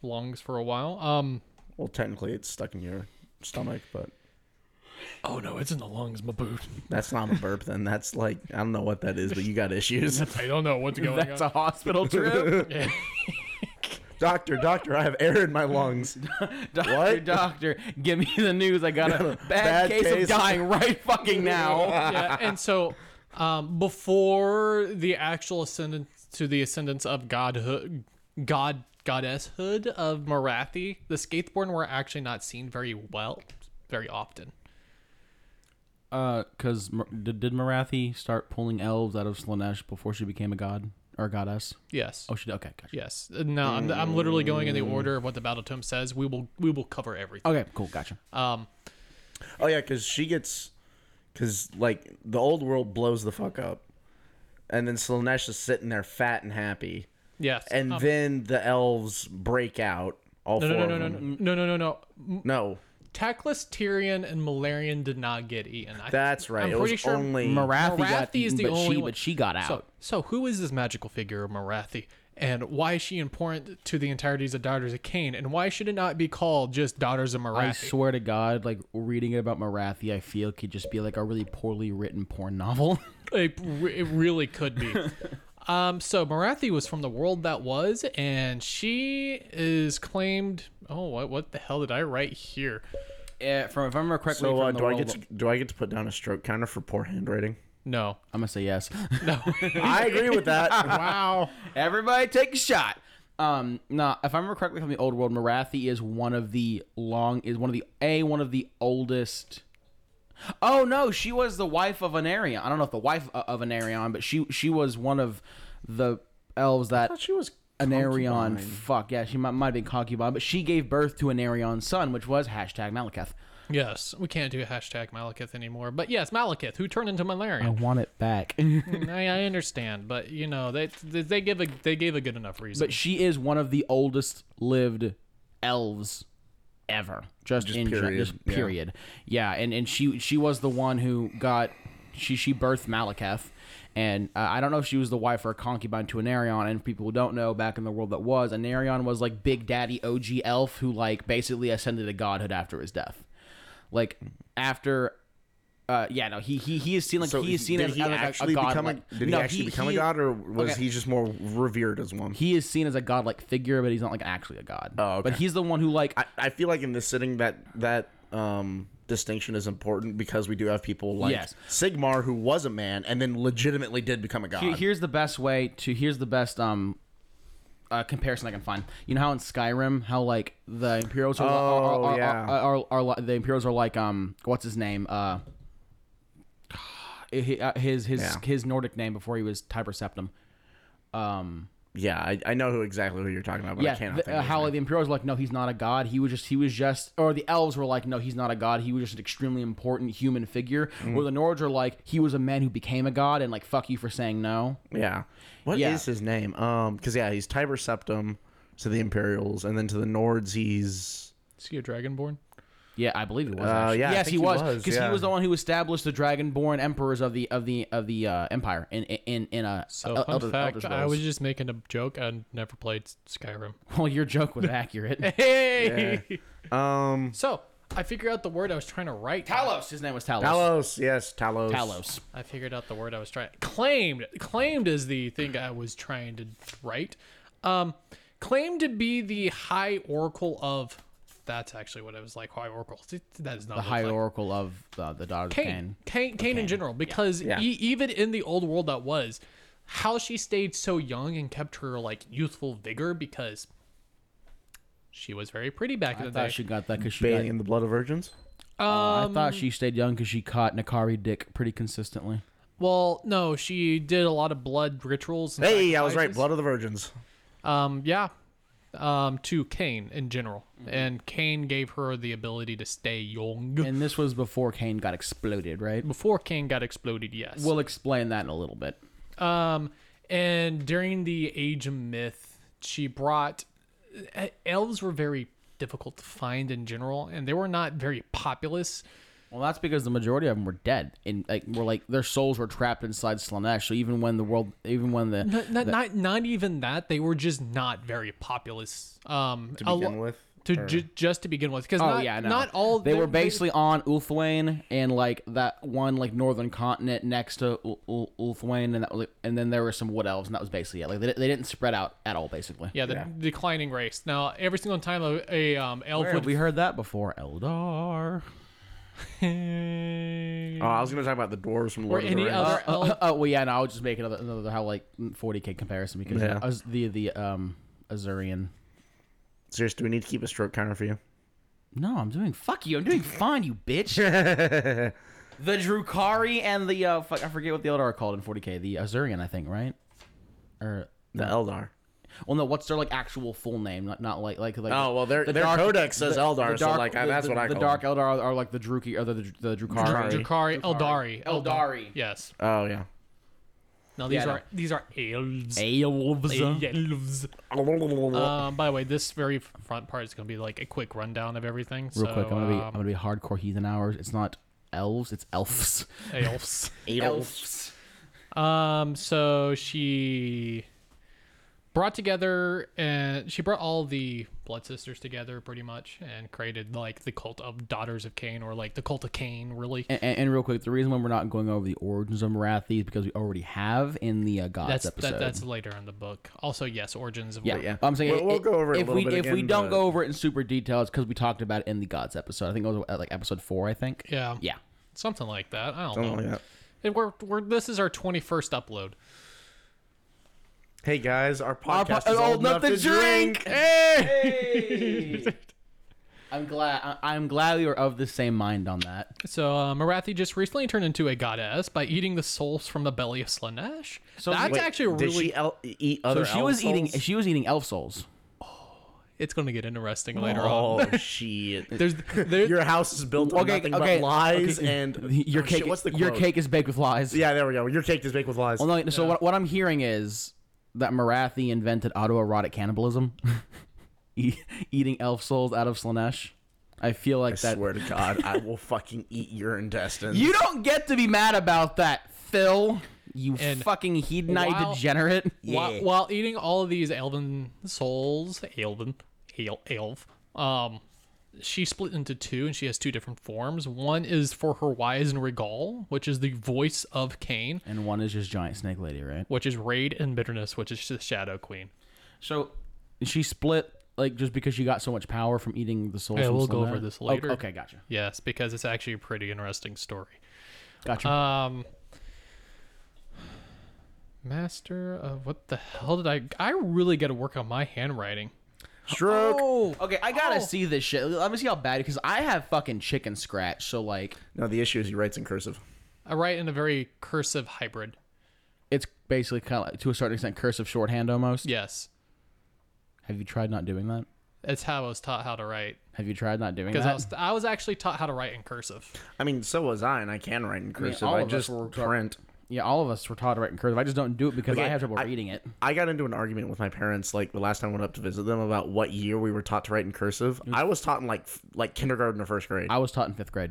Speaker 2: lungs for a while. Um.
Speaker 3: Well, technically, it's stuck in your stomach, but
Speaker 2: Oh no, it's in the lungs, my boot.
Speaker 3: that's not a burp. Then that's like I don't know what that is, but you got issues.
Speaker 2: I don't know what's going
Speaker 1: That's
Speaker 2: on.
Speaker 1: a hospital trip.
Speaker 3: doctor, doctor, I have air in my lungs.
Speaker 1: doctor,
Speaker 3: What?
Speaker 1: doctor, give me the news. I got a bad, case,
Speaker 3: case.
Speaker 1: of dying right fucking now.
Speaker 2: yeah, and so um, before the actual ascendance to the ascendance of godhood, god goddesshood of Marathi, the Skateborn were actually not seen very well, very often.
Speaker 1: Uh, because did, did Marathi start pulling elves out of Slanesh before she became a god or goddess?
Speaker 2: Yes.
Speaker 1: Oh, she did. Okay, gotcha.
Speaker 2: Yes. No, I'm, I'm literally going in the order of what the battle tome says. We will we will cover everything.
Speaker 1: Okay, cool, gotcha.
Speaker 2: Um,
Speaker 3: Oh yeah, because she gets, because like the old world blows the fuck up, and then Slanesh is sitting there fat and happy,
Speaker 2: yes.
Speaker 3: and
Speaker 2: Um,
Speaker 3: then the elves break out All
Speaker 2: No,
Speaker 3: four
Speaker 2: no, no,
Speaker 3: of
Speaker 2: no, no,
Speaker 3: them.
Speaker 2: no, no, no, no, no. M-
Speaker 3: No,
Speaker 2: Tackless Tyrion and Malarian did not get eaten. I,
Speaker 3: that's right.
Speaker 2: I'm
Speaker 3: it
Speaker 2: pretty
Speaker 3: was
Speaker 2: sure
Speaker 3: only
Speaker 1: Marathi, got,
Speaker 2: Marathi is the
Speaker 1: but
Speaker 2: only
Speaker 1: she,
Speaker 2: one-
Speaker 1: but she got out.
Speaker 2: So, so who is this magical figure of Marathi, and why is she important to the entireties of Daughters of Cain, and why should it not be called just Daughters of
Speaker 1: I
Speaker 2: Marathi?
Speaker 1: swear to God, like reading about Marathi, I feel could just be like a really poorly written porn novel.
Speaker 2: It, re- it really could be. um, so Marathi was from the world that was, and she is claimed. Oh, what what the hell did I write here?
Speaker 1: yeah, from if I remember correctly,
Speaker 3: So
Speaker 1: from
Speaker 3: uh,
Speaker 1: the
Speaker 3: do I
Speaker 1: world-
Speaker 3: get to, do I get to put down a stroke counter for poor handwriting?
Speaker 2: No,
Speaker 1: I'm gonna say yes.
Speaker 2: no.
Speaker 3: I agree with that.
Speaker 2: wow.
Speaker 1: Everybody take a shot. Um, nah, if I remember correctly from the old world, Marathi is one of the long is one of the a one of the oldest. Oh no, she was the wife of Anarion. I don't know if the wife o- of Anarion, but she she was one of the elves that
Speaker 3: she was
Speaker 1: Anarion. Fuck yeah, she might might have been concubine, but she gave birth to Anarion's son, which was hashtag Malekith.
Speaker 2: Yes, we can't do hashtag Malekith anymore. But yes, Malekith, who turned into Malarian.
Speaker 1: want it back.
Speaker 2: I, I understand, but you know they they they give a they gave a good enough reason.
Speaker 1: but she is one of the oldest lived elves ever. Just, in gen-
Speaker 3: period,
Speaker 1: just
Speaker 3: yeah.
Speaker 1: period. Yeah. and and she she was the one who got she she birthed Malekith. And uh, I don't know if she was the wife or a concubine to Anarion. And people who don't know, back in the world that was, Anarion was like Big Daddy OG elf who like basically ascended to godhood after his death. Like after, uh, yeah, no, he he he is seen like
Speaker 3: So
Speaker 1: he is seen
Speaker 3: did
Speaker 1: as,
Speaker 3: he
Speaker 1: as, like,
Speaker 3: actually
Speaker 1: a god.
Speaker 3: become a,
Speaker 1: like-
Speaker 3: did
Speaker 1: no,
Speaker 3: he actually become a god, or was he just more revered as one?
Speaker 1: he is seen as a godlike figure, but he's not like actually a god.
Speaker 3: Oh, okay.
Speaker 1: But he's the one who like
Speaker 3: I, I feel like in this sitting that that um, distinction is important because we do have people like
Speaker 1: Yes.
Speaker 3: Sigmar who was a man and then legitimately did become a god.
Speaker 1: he- here's the best way to here's the best um uh, comparison I can find. You know how in Skyrim, how like the Imperials are are,
Speaker 3: Oh,
Speaker 1: are,
Speaker 3: yeah.
Speaker 1: are, are, are, li- the Imperials are like um what's his name uh. he- uh, His his
Speaker 3: Yeah.
Speaker 1: his Nordic name before he was Tiber Septim. Um,
Speaker 3: yeah, I, I know who exactly who you're talking about, but I
Speaker 1: yeah,
Speaker 3: cannot
Speaker 1: the-
Speaker 3: think
Speaker 1: uh,
Speaker 3: of his
Speaker 1: how
Speaker 3: name.
Speaker 1: like, the Imperials were like, no, he's not a god. He was just, he was just, or the elves were like, no, he's not a god. He was just an extremely important human figure.
Speaker 3: Mm-hmm.
Speaker 1: Where the Nords are like, he was a man who became a god, and like, fuck you for saying no.
Speaker 3: Yeah. what is
Speaker 1: Yeah.
Speaker 3: his name? Um, because yeah, he's Tiber Septum to the Imperials, and then to the Nords, he's
Speaker 2: is he a Dragonborn?
Speaker 1: Yeah, I believe it was.
Speaker 3: Uh,
Speaker 1: actually.
Speaker 3: yeah, I
Speaker 1: yes,
Speaker 3: think
Speaker 1: he
Speaker 3: he
Speaker 1: was,
Speaker 3: was,
Speaker 1: because
Speaker 3: yeah.
Speaker 1: he was the one who established the Dragonborn emperors of the of the of the uh, empire in in in uh, a.
Speaker 2: So fun fact, I was just making a joke. I never played Skyrim.
Speaker 1: well, your joke was accurate.
Speaker 2: Hey.
Speaker 3: um
Speaker 2: So I figured out the word I was trying to write.
Speaker 1: Talos, his name was Talos.
Speaker 3: Talos. Yes, Talos.
Speaker 1: Talos.
Speaker 2: I figured out the word I was trying. Claimed. Claimed is the thing I was trying to write. Um, claimed to be the High Oracle of. That's actually what I was like. High Oracle. That is not
Speaker 1: The high
Speaker 2: like.
Speaker 1: oracle of uh, the daughters of Cain.
Speaker 2: Kane. Kane, Kane in general, because
Speaker 3: Yeah.
Speaker 2: E- even in the old world that was, how she stayed so young and kept her like youthful vigor because she was very pretty back
Speaker 1: I
Speaker 2: in the day.
Speaker 1: thought she got that because she got
Speaker 3: Bathing in the blood of virgins.
Speaker 1: I thought she stayed young because she caught Nakari dick pretty consistently.
Speaker 2: well, no, she did a lot of blood rituals. And
Speaker 3: Hey, I was right.
Speaker 2: sacrifices.
Speaker 3: Blood of the virgins.
Speaker 2: Um, yeah, um, to Kane in general, and Kane gave her the ability to stay young.
Speaker 1: And this was before Kane got exploded, right?
Speaker 2: Before Kane got exploded, yes.
Speaker 1: We'll explain that in a little bit.
Speaker 2: Um, and during the Age of Myth, she brought e, elves were very difficult to find in general, and they were not very populous.
Speaker 1: Well, that's because the majority of them were dead, and like were like their souls were trapped inside Slanesh. So even when the world, even when the
Speaker 2: Not not, not, not even that; they were just not very populous. Um,
Speaker 3: To
Speaker 2: a
Speaker 3: begin
Speaker 2: lo-
Speaker 3: with,
Speaker 2: to
Speaker 3: or-
Speaker 2: ju- just to begin with, because
Speaker 1: oh
Speaker 2: not,
Speaker 1: yeah, no.
Speaker 2: not all
Speaker 1: they were basically on Ulthwain and like that one like northern continent next to U- U- Ulthwain, and that was, like, and then there were some wood elves, and that was basically it. Like they, they didn't spread out at all, basically.
Speaker 2: yeah, the declining race. Now, every single time a, a um, elf
Speaker 1: Where
Speaker 2: would
Speaker 1: have we heard that before, Eldar?
Speaker 3: Oh, I was gonna talk about the dwarves from Lord of
Speaker 2: any
Speaker 3: the Rings.
Speaker 2: other-
Speaker 1: Uh, uh, uh, well, yeah, no, I was just making another, another how like 40k comparison because
Speaker 3: Yeah.
Speaker 1: Az- the the um Azurian.
Speaker 3: Serious? Do we need to keep a stroke counter for you?
Speaker 1: No, I'm doing fuck you. I'm doing fine, you bitch. the Drukari and the uh, fuck, I forget what the Eldar are called in 40k. The Azurian, I think, right? Or
Speaker 3: The Eldar.
Speaker 1: well, no, what's their like actual full name? Not not like like like.
Speaker 3: Oh well, their
Speaker 1: the
Speaker 3: their
Speaker 1: dark-
Speaker 3: codex says
Speaker 1: the-
Speaker 3: Eldar,
Speaker 1: the
Speaker 3: so
Speaker 1: dark-
Speaker 3: like I,
Speaker 1: the-
Speaker 3: that's
Speaker 1: the,
Speaker 3: what I
Speaker 1: the
Speaker 3: call.
Speaker 1: dark
Speaker 3: them.
Speaker 1: Eldar are, are like the Druki or the the Drukari.
Speaker 3: Drukari.
Speaker 2: Drukari, Eldari,
Speaker 1: Eldari.
Speaker 2: Yes.
Speaker 3: Oh yeah.
Speaker 2: No, these
Speaker 1: Yeah, no.
Speaker 2: are these are elves.
Speaker 1: Elves.
Speaker 2: Elves.
Speaker 3: Oh,
Speaker 2: Um, by the way, this very front part is gonna be like a quick rundown of everything.
Speaker 1: Real
Speaker 2: so,
Speaker 1: quick, I'm gonna be I'm
Speaker 2: um,
Speaker 1: gonna be hardcore heathen hours. It's not elves, it's elves.
Speaker 2: elves. Um, so she brought together and she brought all the blood sisters together pretty much and created like the cult of daughters of Cain or like the cult of Cain really.
Speaker 1: And, and, and real quick, the reason why we're not going over the origins of Marathi is because we already have in the uh, gods
Speaker 2: That's
Speaker 1: episode.
Speaker 2: that, that's later in the book. Also, yes, origins of
Speaker 1: yeah,
Speaker 2: War-
Speaker 1: yeah. I'm saying
Speaker 3: We'll- we'll
Speaker 1: i-
Speaker 3: go over it a
Speaker 1: if
Speaker 3: little
Speaker 1: we
Speaker 3: bit
Speaker 1: if we
Speaker 3: again,
Speaker 1: don't
Speaker 3: but-
Speaker 1: go over it in super detail, it's because we talked about it in the gods episode. I think it was uh, like episode four. I think.
Speaker 2: yeah,
Speaker 1: Yeah.
Speaker 2: something like that. I don't
Speaker 3: Something
Speaker 2: know.
Speaker 3: like that.
Speaker 2: And we're, we're this is our twenty first upload.
Speaker 3: Hey guys, our
Speaker 1: Our
Speaker 3: podcast
Speaker 1: po-
Speaker 3: is old enough to drink.
Speaker 1: Hey. I'm glad. I, I'm glad we were of the same mind on that.
Speaker 2: So uh, Marathi just recently turned into a goddess by eating the souls from the belly of Slanesh. So that's
Speaker 3: Wait,
Speaker 2: actually a
Speaker 3: did
Speaker 2: really.
Speaker 3: she el- eat
Speaker 1: So
Speaker 3: other
Speaker 1: she was
Speaker 3: elf
Speaker 1: eating.
Speaker 3: souls?
Speaker 1: She was eating elf souls.
Speaker 2: It's going to get interesting later on.
Speaker 3: Oh shit!
Speaker 2: There's there,
Speaker 3: Your house is built on
Speaker 1: Okay,
Speaker 3: nothing
Speaker 1: okay,
Speaker 3: but lies
Speaker 1: okay.
Speaker 3: and
Speaker 1: Your
Speaker 3: oh,
Speaker 1: cake.
Speaker 3: Shit, what's the
Speaker 1: your
Speaker 3: quote?
Speaker 1: cake is baked with lies.
Speaker 3: Yeah, there we go. Your cake is baked with lies.
Speaker 1: Well, no, so what, what I'm hearing is that Marathi invented autoerotic cannibalism, e- eating elf souls out of Slanesh. I feel like
Speaker 3: I
Speaker 1: that.
Speaker 3: swear to God, I will fucking eat your intestines.
Speaker 1: You don't get to be mad about that, Phil. You
Speaker 2: And
Speaker 1: fucking hedonite
Speaker 2: while-
Speaker 1: degenerate.
Speaker 2: while, while eating all of these elven souls, elven, el, elf, um, she split into two, and she has two different forms. One is for her wise and regal, which is the voice of Cain,
Speaker 1: And one is just giant snake lady, right?
Speaker 2: which is raid and bitterness, which is the shadow queen.
Speaker 1: So she split like just because she got so much power from eating the souls.
Speaker 2: Yeah,
Speaker 1: from
Speaker 2: we'll go
Speaker 1: Slanesh?
Speaker 2: over this
Speaker 1: Oh,
Speaker 2: later.
Speaker 1: okay, gotcha,
Speaker 2: Yes, because it's actually a pretty interesting story.
Speaker 1: gotcha.
Speaker 2: Um, master of what the hell did I? I really got to work on my handwriting.
Speaker 3: Stroke.
Speaker 1: okay, I gotta
Speaker 2: Oh.
Speaker 1: see this shit. Let me see how bad because I have fucking chicken scratch. So like,
Speaker 3: No, the issue is he writes in cursive.
Speaker 2: I write in a very cursive hybrid.
Speaker 1: it's basically kind of like, to a certain extent cursive shorthand almost.
Speaker 2: Yes.
Speaker 1: Have you tried not doing that?
Speaker 2: That's how I was taught how to write.
Speaker 1: Have you tried not doing that?
Speaker 2: Because I was, I was actually taught how to write in cursive.
Speaker 3: I mean, so was I, and I can write in cursive.
Speaker 1: all
Speaker 3: I,
Speaker 1: of us
Speaker 3: just
Speaker 1: were taught-
Speaker 3: print.
Speaker 1: yeah, all of us were taught to write in cursive. I just don't do it because I
Speaker 3: Okay,
Speaker 1: have trouble
Speaker 3: I-
Speaker 1: reading it.
Speaker 3: I got into an argument with my parents like the last time I went up to visit them about what year we were taught to write in cursive.
Speaker 2: Mm.
Speaker 3: I was taught in like f- like kindergarten or first grade.
Speaker 1: I was taught in fifth grade.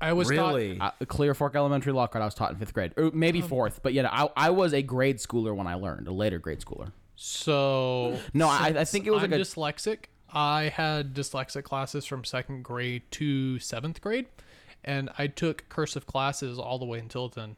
Speaker 2: I was
Speaker 3: really?
Speaker 1: Uh, Clear Fork Elementary Lockhart. I was taught in fifth grade, or maybe
Speaker 2: Oh.
Speaker 1: fourth. But yeah, I, I was a grade schooler when I learned, a later grade schooler.
Speaker 2: taught. So.
Speaker 1: No, I- I
Speaker 2: since
Speaker 1: think it was
Speaker 2: I'm
Speaker 1: like a-
Speaker 2: dyslexic. I had dyslexic classes from second grade to seventh grade, and I took cursive classes all the way until then.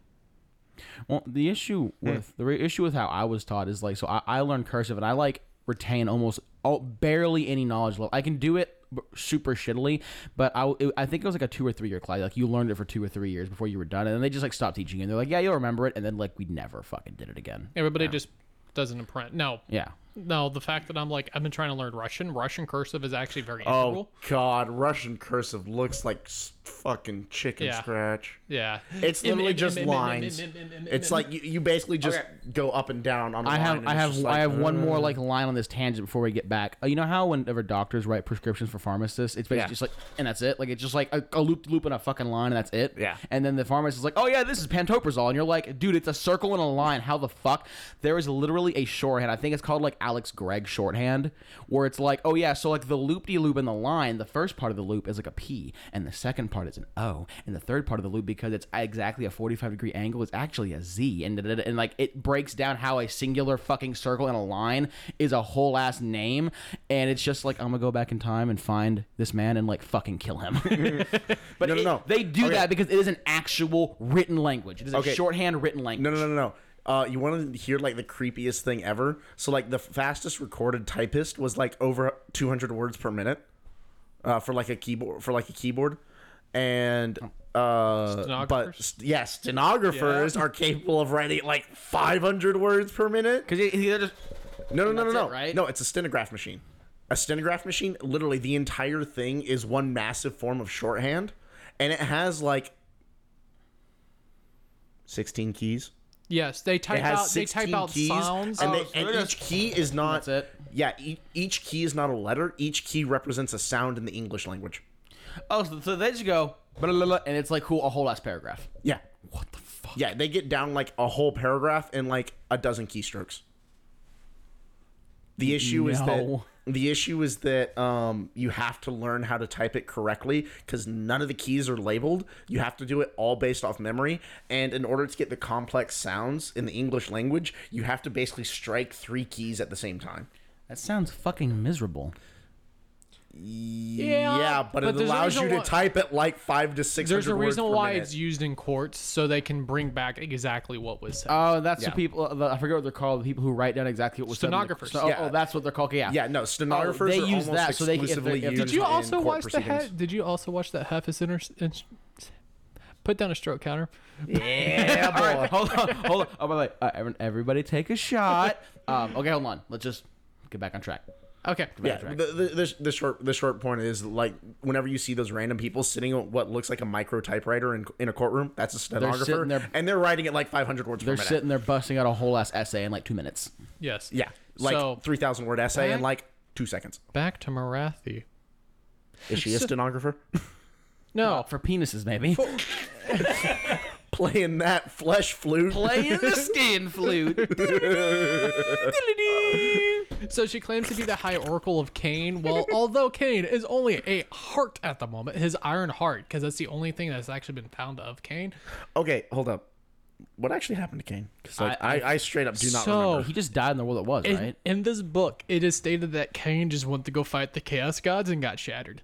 Speaker 1: Well, the issue
Speaker 3: Hmm.
Speaker 1: with the re- issue with how I was taught is like so I, I learned cursive and I like retain almost all, barely any knowledge level. I can do it b- super shittily, but I w- it- I think it was like a two or three year class. Like you learned it for two or three years before you were done, and then they just like stopped teaching you. And they're like, yeah, you'll remember it, and then like we never fucking did it again.
Speaker 2: Everybody just doesn't imprint. No,
Speaker 1: Yeah.
Speaker 2: no. The fact that I'm like I've been trying to learn Russian. Russian cursive is actually very
Speaker 3: oh
Speaker 2: integral.
Speaker 3: God, Russian cursive looks like s- fucking chicken
Speaker 2: Yeah.
Speaker 3: scratch.
Speaker 2: Yeah,
Speaker 3: It's literally just lines. It's like you, you basically just go up and down on. a
Speaker 1: I
Speaker 3: line
Speaker 1: have
Speaker 3: and
Speaker 1: I
Speaker 3: it's
Speaker 1: have
Speaker 3: just like,
Speaker 1: I have one
Speaker 3: uh,
Speaker 1: more like line on this tangent before we get back. Uh, You know how whenever doctors write prescriptions for pharmacists, it's basically
Speaker 3: Yeah.
Speaker 1: just like and that's it. Like it's just like a, a loop loop and a fucking line and that's it.
Speaker 3: Yeah.
Speaker 1: And then the pharmacist is like, oh yeah, this is pantoprazole, and you're like, dude, it's a circle and a line. How the fuck? There is literally a shorthand. I think it's called like Alex Gregg shorthand, where it's like, oh yeah, so like the loop de loop and the line, the first part of the loop is like a P, and the second part is an O, and the third part of the loop because it's exactly a 45 degree angle is actually a Z, and da- da- da- and like it breaks down how a singular fucking circle and a line is a whole ass name, and it's just like I'm gonna go back in time and find this man and like fucking kill him. But
Speaker 3: No, no,
Speaker 1: it-
Speaker 3: no.
Speaker 1: they do
Speaker 3: Okay.
Speaker 1: that because it is an actual written language. It is
Speaker 3: Okay.
Speaker 1: a shorthand written language.
Speaker 3: No, no, no, no, no. Uh, you want to hear like the creepiest thing ever? So like the fastest recorded typist was like over 200 words per minute uh, for like a keyboard for like a keyboard, and uh, but
Speaker 2: Stenographers?
Speaker 3: st- yeah, stenographers
Speaker 2: Yeah.
Speaker 3: are capable of writing like 500 words per minute.
Speaker 1: Because they're just
Speaker 3: No, no, no, no,
Speaker 1: that's
Speaker 3: no.
Speaker 1: it, right?
Speaker 3: No, it's a stenograph machine. A stenograph machine, literally, the entire thing is one massive form of shorthand, and it has like 16 keys.
Speaker 2: yes, they type
Speaker 3: It has
Speaker 2: out they
Speaker 3: 16
Speaker 2: type out
Speaker 3: keys,
Speaker 2: sounds.
Speaker 3: and,
Speaker 1: Oh,
Speaker 3: they-
Speaker 1: so
Speaker 3: and
Speaker 1: they're
Speaker 3: each key is not.
Speaker 1: That's it.
Speaker 3: Yeah, e- each key is not a letter. Each key represents a sound in the English language.
Speaker 1: oh, so, so they just go blah, blah, blah, and it's like cool a whole last paragraph.
Speaker 3: Yeah,
Speaker 1: What the fuck?
Speaker 3: Yeah, they get down like a whole paragraph in like a dozen keystrokes. The issue is that
Speaker 1: No.
Speaker 3: the issue is that um, you have to learn how to type it correctly because none of the keys are labeled. You have to do it all based off memory, and in order to get the complex sounds in the English language, you have to basically strike three keys at the same time.
Speaker 1: That sounds fucking miserable.
Speaker 3: Yeah, but,
Speaker 2: but
Speaker 3: it
Speaker 2: there's a
Speaker 3: allows you
Speaker 2: reason
Speaker 3: to
Speaker 2: why-
Speaker 3: type it like five to six.
Speaker 2: There's a reason
Speaker 3: words per
Speaker 2: why
Speaker 3: minute.
Speaker 2: it's used in courts so they can bring back exactly what was
Speaker 3: Uh,
Speaker 2: said.
Speaker 1: Oh, that's
Speaker 3: Yeah.
Speaker 1: the people. The, I forget what they're called. The people who write down exactly what was said in the-
Speaker 2: Stenographers.
Speaker 1: so- oh,
Speaker 3: Yeah.
Speaker 1: oh, that's what they're called. Okay, yeah.
Speaker 3: Yeah, no, stenographers
Speaker 1: they
Speaker 3: are
Speaker 1: use
Speaker 3: almost
Speaker 1: that so they can- if they-
Speaker 3: exclusively
Speaker 1: if they-
Speaker 3: used
Speaker 2: Did you
Speaker 3: in
Speaker 2: also
Speaker 3: court
Speaker 2: watch the
Speaker 3: proceedings.
Speaker 2: he- Did you also watch that Hefis inter- in- put down a stroke counter?
Speaker 1: Yeah, boy. hold on, hold on. Oh, by the way, uh, everyone- everybody take a shot. Um, okay, hold on. Let's just get back on track.
Speaker 2: Okay.
Speaker 3: Yeah, the, the, the, the short the short point is like whenever you see those random people sitting at what looks like a micro typewriter in, in a courtroom, that's a stenographer,
Speaker 1: sitting there-
Speaker 3: and they're writing it like 500 words per
Speaker 1: They're
Speaker 3: minute.
Speaker 1: sitting there busting out a whole ass essay in like two minutes.
Speaker 2: Yes.
Speaker 3: yeah, like
Speaker 2: So-
Speaker 3: 3,000 word essay in
Speaker 2: Back-
Speaker 3: like two seconds.
Speaker 2: Back to Marathi.
Speaker 3: Is she a stenographer?
Speaker 2: No.
Speaker 1: Oh, For penises, maybe.
Speaker 3: Playing that flesh flute.
Speaker 1: Playing the skin flute.
Speaker 2: So she claims to be the High Oracle of Cain. Well, although Cain is only a heart at the moment, his iron heart, because that's the only thing that's actually been found of Cain.
Speaker 3: okay, hold up. What actually happened to Kane? Because like, I, I, straight up do not
Speaker 2: So-
Speaker 3: remember.
Speaker 1: Oh, he just died in the world it was,
Speaker 2: In,
Speaker 1: right?
Speaker 2: in this book, it is stated that Cain just went to go fight the Chaos Gods and got shattered.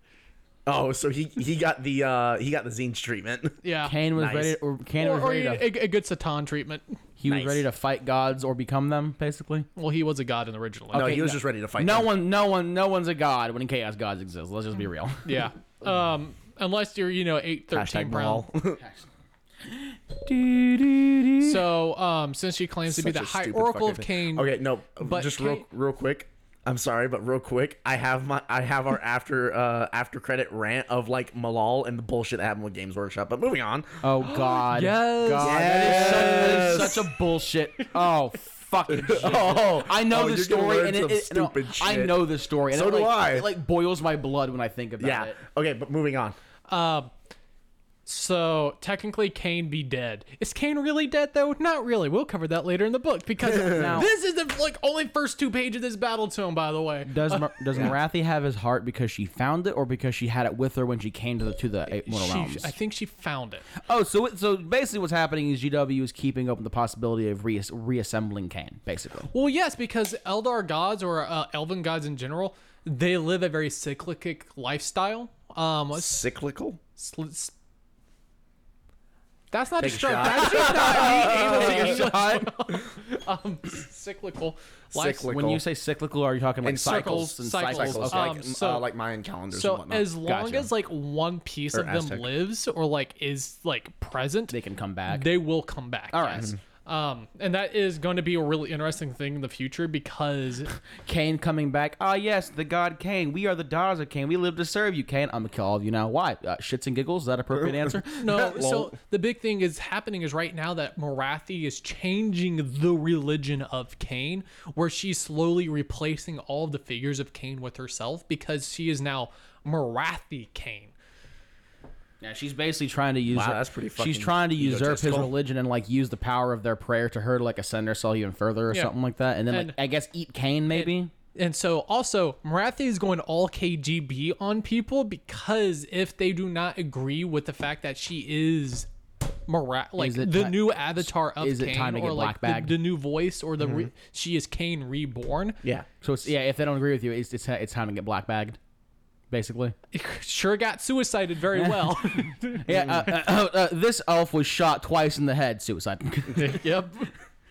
Speaker 3: Oh, so he he got the uh he got the zines treatment.
Speaker 2: Yeah.
Speaker 1: Cain was
Speaker 3: Nice.
Speaker 1: ready. Or Cain
Speaker 2: or,
Speaker 1: was
Speaker 2: or
Speaker 1: ready to.
Speaker 2: a, a good Satan treatment.
Speaker 1: he
Speaker 3: Nice.
Speaker 1: was ready to fight gods or become them, basically.
Speaker 2: Well, he was a god in the original.
Speaker 3: No,
Speaker 1: Okay,
Speaker 3: he
Speaker 1: no.
Speaker 3: was just ready to fight.
Speaker 1: No
Speaker 3: them.
Speaker 1: one, no one, no one's a god when chaos gods exist. Let's just be real.
Speaker 2: Yeah. Um, unless you're, you know, eight thirteen
Speaker 3: Hashtag
Speaker 2: brown.
Speaker 3: Maul.
Speaker 2: So, um, since she claims to be the
Speaker 3: Such a
Speaker 2: High
Speaker 3: stupid
Speaker 2: Oracle
Speaker 3: fucking
Speaker 2: of
Speaker 3: thing.
Speaker 2: Cain,
Speaker 3: Okay, no,
Speaker 2: But
Speaker 3: just
Speaker 2: Cain-
Speaker 3: real, real quick. I'm sorry, but real quick, I have my I have our after uh after credit rant of like Malal and the bullshit that happened with Games Workshop. But moving on,
Speaker 1: Oh God!
Speaker 2: Yes.
Speaker 1: God, That, is such, that is such a bullshit. Oh fucking shit!
Speaker 3: Oh.
Speaker 1: I know
Speaker 3: Oh,
Speaker 1: this
Speaker 3: you're gonna
Speaker 1: story,
Speaker 3: learn
Speaker 1: and it,
Speaker 3: some
Speaker 1: it- no,
Speaker 3: stupid
Speaker 1: I
Speaker 3: shit.
Speaker 1: know this story, and
Speaker 3: So
Speaker 1: it,
Speaker 3: do
Speaker 1: like,
Speaker 3: I.
Speaker 1: It like boils my blood when I think about
Speaker 3: yeah,
Speaker 1: it.
Speaker 3: okay, but moving on.
Speaker 2: Um, so technically, Kane be dead. Is Kane really dead though? Not really. We'll cover that later in the book because
Speaker 1: Now-
Speaker 2: this is the like only first two pages of this battle tome, by the way.
Speaker 1: Does Mar- does Marathi have his heart because she found it, or because she had it with her when she came to the to the eight mortal
Speaker 2: She-
Speaker 1: realms?
Speaker 2: I think she found it.
Speaker 1: oh, so it- so basically, what's happening is GW is keeping open the possibility of reas- reassembling Kane, basically.
Speaker 2: Well, yes, because Eldar gods or uh, Elven gods in general, they live a very cyclic lifestyle. Um, s-
Speaker 3: Cyclical.
Speaker 2: s- that's not
Speaker 3: a
Speaker 2: a stroke.
Speaker 3: shot.
Speaker 2: That's just not me able to English. um, cyclical. life-
Speaker 3: Cyclical.
Speaker 1: When you say cyclical, are you talking like
Speaker 3: And
Speaker 1: cycles,
Speaker 3: circles,
Speaker 1: and
Speaker 2: cycles,
Speaker 1: cycles?
Speaker 3: Cycles
Speaker 1: Okay.
Speaker 2: um,
Speaker 3: like
Speaker 2: so-
Speaker 3: uh, like Mayan calendars. and
Speaker 2: So
Speaker 3: whatnot.
Speaker 2: as long
Speaker 1: Gotcha.
Speaker 2: as like one piece of them
Speaker 3: Aztec.
Speaker 2: lives or like is like present,
Speaker 1: they
Speaker 2: they,
Speaker 1: can come back.
Speaker 2: will come back.
Speaker 1: All right.
Speaker 2: yes. Um, and that is going to be a really interesting thing in the future because
Speaker 1: Cain coming back. Ah, yes, the god Cain. We are the daughters of Cain. We live to serve you, Cain. I'm gonna kill all of you now. Why? Uh, shits and giggles. Is that appropriate answer?
Speaker 2: no.
Speaker 1: Lol.
Speaker 2: so the big thing is happening is right now that Marathi is changing the religion of Cain, where she's slowly replacing all of the figures of Cain with herself because she is now Marathi Cain.
Speaker 1: yeah, she's basically trying to use.
Speaker 3: Wow, that's pretty fucking
Speaker 1: She's trying to usurp his
Speaker 3: egotistical.
Speaker 1: religion and like use the power of their prayer to her to like ascend herself even further or
Speaker 2: Yeah.
Speaker 1: something like that. And then
Speaker 2: And-
Speaker 1: like I guess eat Cain maybe.
Speaker 2: And so also Marathi is going all KGB on people because if they do not agree with the fact that she is Mara- like
Speaker 1: Is it
Speaker 2: the
Speaker 1: ti-
Speaker 2: new avatar of
Speaker 1: is it
Speaker 2: Kane
Speaker 1: time to
Speaker 2: or
Speaker 1: get
Speaker 2: like
Speaker 1: blackbagged?
Speaker 2: the, the new voice or the re- she is Kane reborn.
Speaker 3: yeah,
Speaker 1: so it's yeah. If they don't agree with you, it's it's, it's time to get black bagged. Basically,
Speaker 2: Sure got suicided very well.
Speaker 1: yeah. Uh, uh, uh, this elf was shot twice in the head, suicide,
Speaker 2: yep.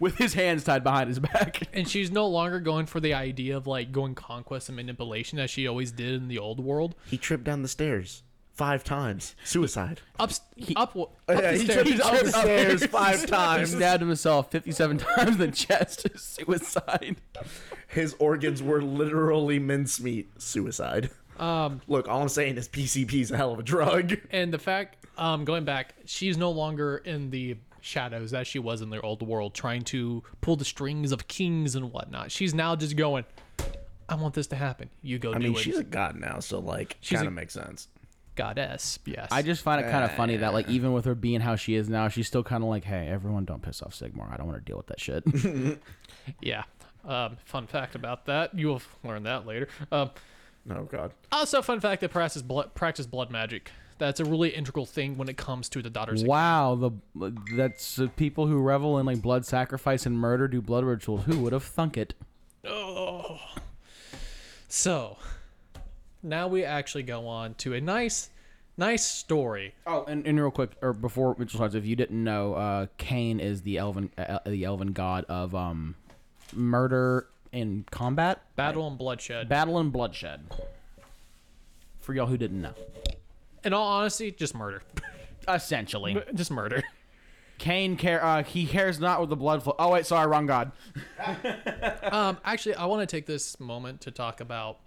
Speaker 1: with his hands tied behind his back.
Speaker 2: And she's no longer going for the idea of like going conquest and manipulation as she always did in the old world.
Speaker 3: he tripped down the stairs five times. Suicide.
Speaker 2: Up up, up
Speaker 3: yeah,
Speaker 2: the
Speaker 3: he
Speaker 2: stairs.
Speaker 3: tripped down the stairs five
Speaker 1: He
Speaker 3: times.
Speaker 1: stabbed himself 57 times in the chest. Suicide.
Speaker 3: His organs were literally mincemeat. Suicide. Um, look, all I'm saying is PCP is a hell of a drug.
Speaker 2: And the fact, um, going back, she's no longer in the shadows as she was in the old world, trying to pull the strings of kings and whatnot. She's now just going, I want this to happen. You go
Speaker 3: I
Speaker 2: do
Speaker 3: mean,
Speaker 2: it.
Speaker 3: she's a god now, so like, kind of makes sense.
Speaker 2: goddess. Yes.
Speaker 1: I just find it kind of funny that like even with her being how she is now, she's still kind of like, hey, everyone, don't piss off Sigmar. I don't want to deal with that shit.
Speaker 2: yeah. Um, fun fact about that. You will learn that later. Um,
Speaker 3: Oh God.
Speaker 2: also, fun fact that practice blood, practice blood magic. That's a really integral thing when it comes to the daughters.
Speaker 1: wow, the that's uh, people who revel in like blood sacrifice and murder do blood rituals. Who would have thunk it?
Speaker 2: Oh. So, now we actually go on to a nice, nice story.
Speaker 1: Oh, and, and real quick, or before Mitchell starts, if you didn't know, uh, Cain is the elven uh, the elven god of um, murder and combat,
Speaker 2: Battle and bloodshed.
Speaker 1: battle and bloodshed. For y'all who didn't know,
Speaker 2: In all honesty, just murder.
Speaker 1: essentially,
Speaker 2: just murder.
Speaker 1: Cain care uh, he cares not with the blood flow. Oh wait, sorry, wrong god.
Speaker 2: Um, actually, I want to take this moment to talk about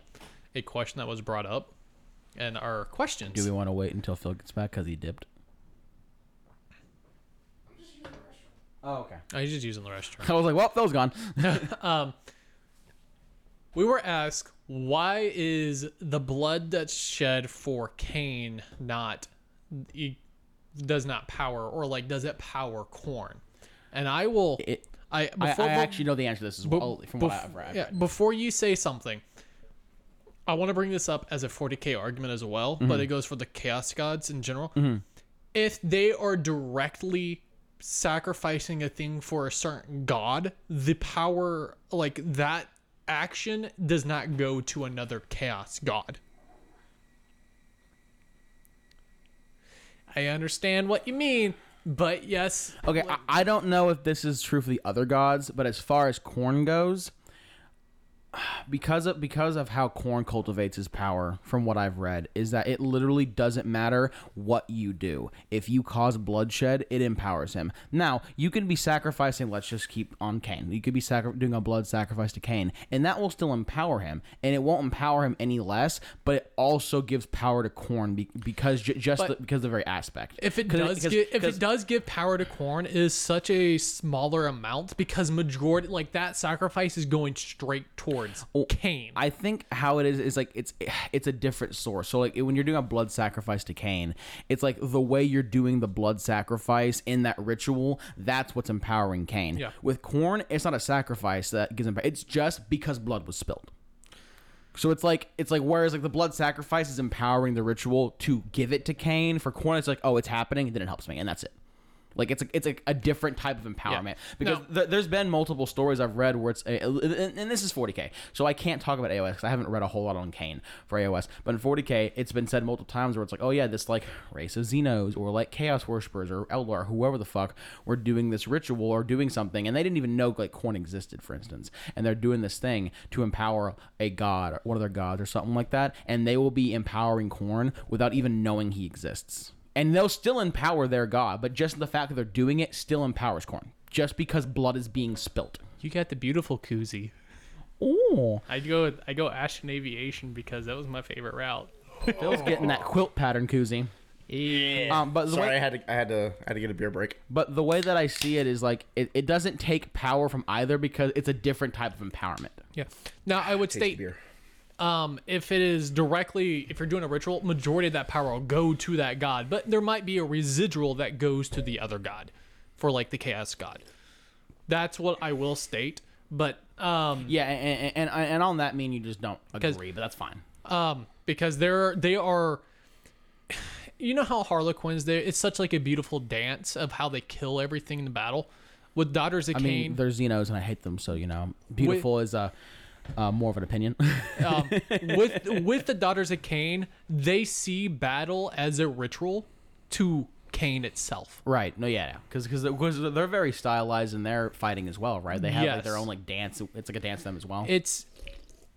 Speaker 2: a question that was brought up and our questions.
Speaker 1: Do we want to wait until Phil gets back because he dipped? Oh okay.
Speaker 2: I was just using the restroom.
Speaker 1: I was like, well, Phil's gone.
Speaker 2: We were asked, why is the blood that's shed for Cain not it does not power or like does it power corn? And I will
Speaker 1: It-
Speaker 2: I
Speaker 1: I,
Speaker 2: before
Speaker 1: I
Speaker 2: but-
Speaker 1: actually know the answer to this as
Speaker 2: but-
Speaker 1: well from what
Speaker 2: bef-
Speaker 1: I've read.
Speaker 2: yeah, before you say something, I want to bring this up as a 40k argument as well,
Speaker 1: Mm-hmm.
Speaker 2: but it goes for the chaos gods in general. If they are directly sacrificing a thing for a certain god, the power like that action does not go to another chaos god. I understand what you mean, but yes,
Speaker 1: Okay, I, I don't know if this is true for the other gods, but as far as corn goes, because of because of how corn cultivates his power, from what I've read, is that it literally doesn't matter what you do. If you cause bloodshed, it empowers him. Now you can be sacrificing. Let's just keep on Cain. You could be sacri- doing a blood sacrifice to Cain, and that will still empower him, and it won't empower him any less. But it also gives power to corn be- because j- just
Speaker 2: But-
Speaker 1: the, because of the very aspect.
Speaker 2: If it
Speaker 1: 'Cause
Speaker 2: does
Speaker 1: because-
Speaker 2: give, if
Speaker 1: because-
Speaker 2: it does give power to corn, it is such a smaller amount because majority like that sacrifice is going straight towards Cain.
Speaker 1: I think how it is is like it's it's a different source. So like when you're doing a blood sacrifice to Cain, it's like the way you're doing the blood sacrifice in that ritual. That's what's empowering Cain.
Speaker 2: Yeah.
Speaker 1: With corn, it's not a sacrifice that gives him. It's just because blood was spilled. So it's like it's like whereas like the blood sacrifice is empowering the ritual to give it to Cain. For corn, it's like oh it's happening, then it helps me, and that's it. Like it's a, it's a, a different type of empowerment because th- there's been multiple stories I've read where it's a, and, and this is 40k, so I can't talk about AOS because I haven't read a whole lot on Kane for AOS. But in 40k, it's been said multiple times where it's like, oh yeah, this like race of Xenos or like Chaos Worshippers or Eldar, whoever the fuck, were doing this ritual or doing something, and they didn't even know like corn existed, for instance, and they're doing this thing to empower a god, or one of their gods, or something like that, and they will be empowering corn without even knowing he exists and they'll still empower their god, but just the fact that they're doing it still empowers corn, just because blood is being spilt.
Speaker 2: you got the beautiful koozie.
Speaker 1: Ooh,
Speaker 2: I go I go Ashton Aviation because that was my favorite route.
Speaker 1: Phil's getting that quilt pattern koozie.
Speaker 2: Yeah.
Speaker 1: Um, but the
Speaker 3: Sorry, I
Speaker 1: way,
Speaker 3: had to. I had to. I had to get a beer break.
Speaker 1: but the way that I see it is like it, it doesn't take power from either because it's a different type of empowerment.
Speaker 2: Yeah. Now I would
Speaker 3: Tasty
Speaker 2: state
Speaker 3: beer.
Speaker 2: um if it is directly if you're doing a ritual, majority of that power will go to that god, but there might be a residual that goes to the other god for like the chaos god. That's what I will state, but um
Speaker 1: Yeah, and and, and, and on that mean you just don't
Speaker 2: 'Cause-
Speaker 1: agree, but that's fine.
Speaker 2: um, because they're they are. You know how Harlequins they it's such like a beautiful dance of how they kill everything in the battle. With Daughters of
Speaker 1: I mean,
Speaker 2: Cain,
Speaker 1: they're Xenos and I hate them, so you know, beautiful is uh, uh, more of an opinion.
Speaker 2: um, with with the Daughters of Cain, they see battle as a ritual to Cain itself.
Speaker 1: Right. No. Yeah. Because because they're very stylized in their fighting as well, right? They have like their
Speaker 2: Yes.
Speaker 1: own like dance. It's like a dance to them as well.
Speaker 2: It's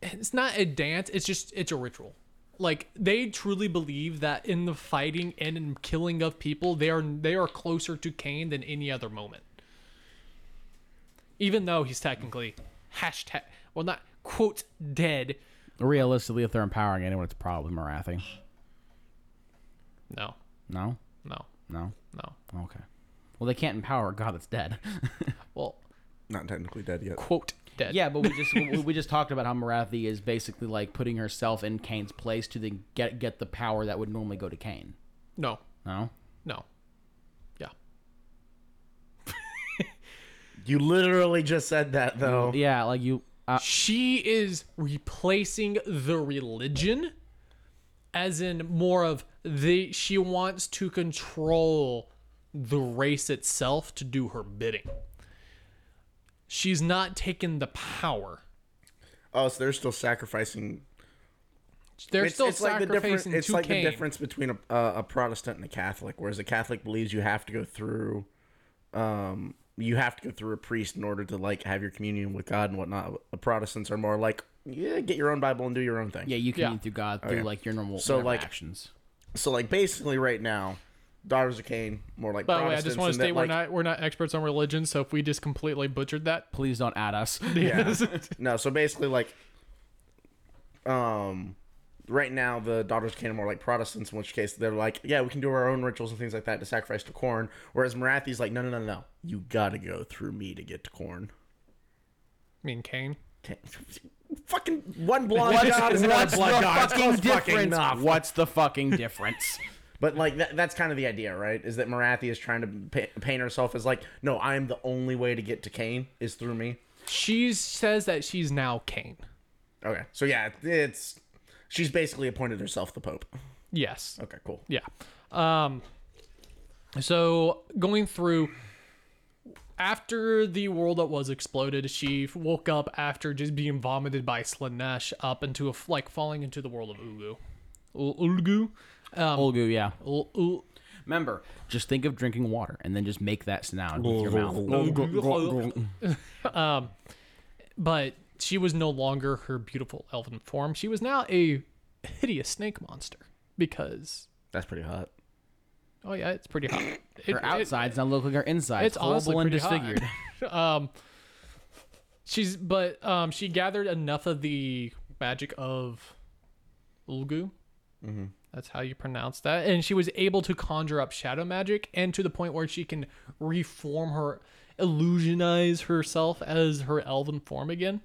Speaker 2: it's not a dance. It's just it's a ritual. Like they truly believe that in the fighting and in killing of people, they are they are closer to Cain than any other moment. Even though he's technically hashtag well not quote dead.
Speaker 1: Realistically, if they're empowering anyone, it's probably Marathi.
Speaker 2: No,
Speaker 1: No.
Speaker 2: no,
Speaker 1: No.
Speaker 2: no.
Speaker 1: Okay. Well, they can't empower a god that's dead.
Speaker 2: Well,
Speaker 3: Not technically dead yet.
Speaker 2: quote dead.
Speaker 1: Yeah, but we just we, we just talked about how Marathi is basically like putting herself in Kane's place to then get get the power that would normally go to Kane.
Speaker 2: No.
Speaker 1: No,
Speaker 2: No. Yeah.
Speaker 3: You literally just said that though.
Speaker 1: yeah, like you. Uh,
Speaker 2: She is replacing the religion as in more of the she wants to control the race itself to do her bidding. She's not taking the power.
Speaker 3: Oh, so they're still sacrificing.
Speaker 2: They're
Speaker 3: It's,
Speaker 2: still
Speaker 3: it's like the
Speaker 2: sacrificing
Speaker 3: difference. It's
Speaker 2: to
Speaker 3: like
Speaker 2: Cain.
Speaker 3: the difference between a, uh, a Protestant and a Catholic. Whereas a Catholic believes you have to go through, um, you have to go through a priest in order to like have your communion with God and whatnot. The Protestants are more like, yeah, get your own Bible and do your own thing.
Speaker 1: yeah, you
Speaker 2: Yeah.
Speaker 1: can lead through God through like your normal
Speaker 3: Oh, So,
Speaker 1: whatever
Speaker 3: like-
Speaker 1: actions.
Speaker 3: So like basically right now, daughters of Cain more like.
Speaker 2: By the way, I just want to state
Speaker 3: say
Speaker 2: we're not we're not experts on religion, so if we just completely butchered that,
Speaker 1: Please don't add us.
Speaker 3: Yeah. no, so basically, like, um, right now the daughters of Cain are more like Protestants, in which case they're like, yeah, we can do our own rituals and things like that to sacrifice to corn. Whereas Marathi's like, no, no, no, no, you gotta go through me to get to corn.
Speaker 2: I mean Cain.
Speaker 3: Ca- fucking one blonde
Speaker 1: What's,
Speaker 3: god is not
Speaker 1: what's the
Speaker 3: a blood god. It's
Speaker 1: fucking
Speaker 3: close fucking
Speaker 1: difference?
Speaker 3: enough.
Speaker 1: what's the fucking difference?
Speaker 3: But like that, that's kind of the idea, right? Is that Marathi is trying to pa- paint herself as like, no, I am the only way to get to Cain is through me.
Speaker 2: She says that she's now Cain.
Speaker 3: Okay, so yeah, it's she's basically appointed herself the pope.
Speaker 2: Yes.
Speaker 3: Okay, cool.
Speaker 2: Yeah. Um so going through after the world that was exploded, she woke up after just being vomited by Slanesh up into a f- like falling into the world of Ulgu. Ul- Ulgu.
Speaker 1: Olgu, yeah.
Speaker 2: Ul- Ul-
Speaker 1: Remember, just think of drinking water and then just make that sound with your mouth.
Speaker 2: but she was no longer her beautiful elven form. She was now a hideous snake monster because
Speaker 3: That's pretty hot.
Speaker 2: oh yeah, it's pretty hot. It-
Speaker 1: Her
Speaker 2: it-
Speaker 1: outsides now look like her insides.
Speaker 2: it's honestly
Speaker 1: horrible and
Speaker 2: pretty hot.
Speaker 1: disfigured.
Speaker 2: um she's but um she gathered enough of the magic of ulgu
Speaker 3: Mm-hmm.
Speaker 2: that's how you pronounce that and she was able to conjure up shadow magic and to the point where she can reform her illusionize herself as her elven form again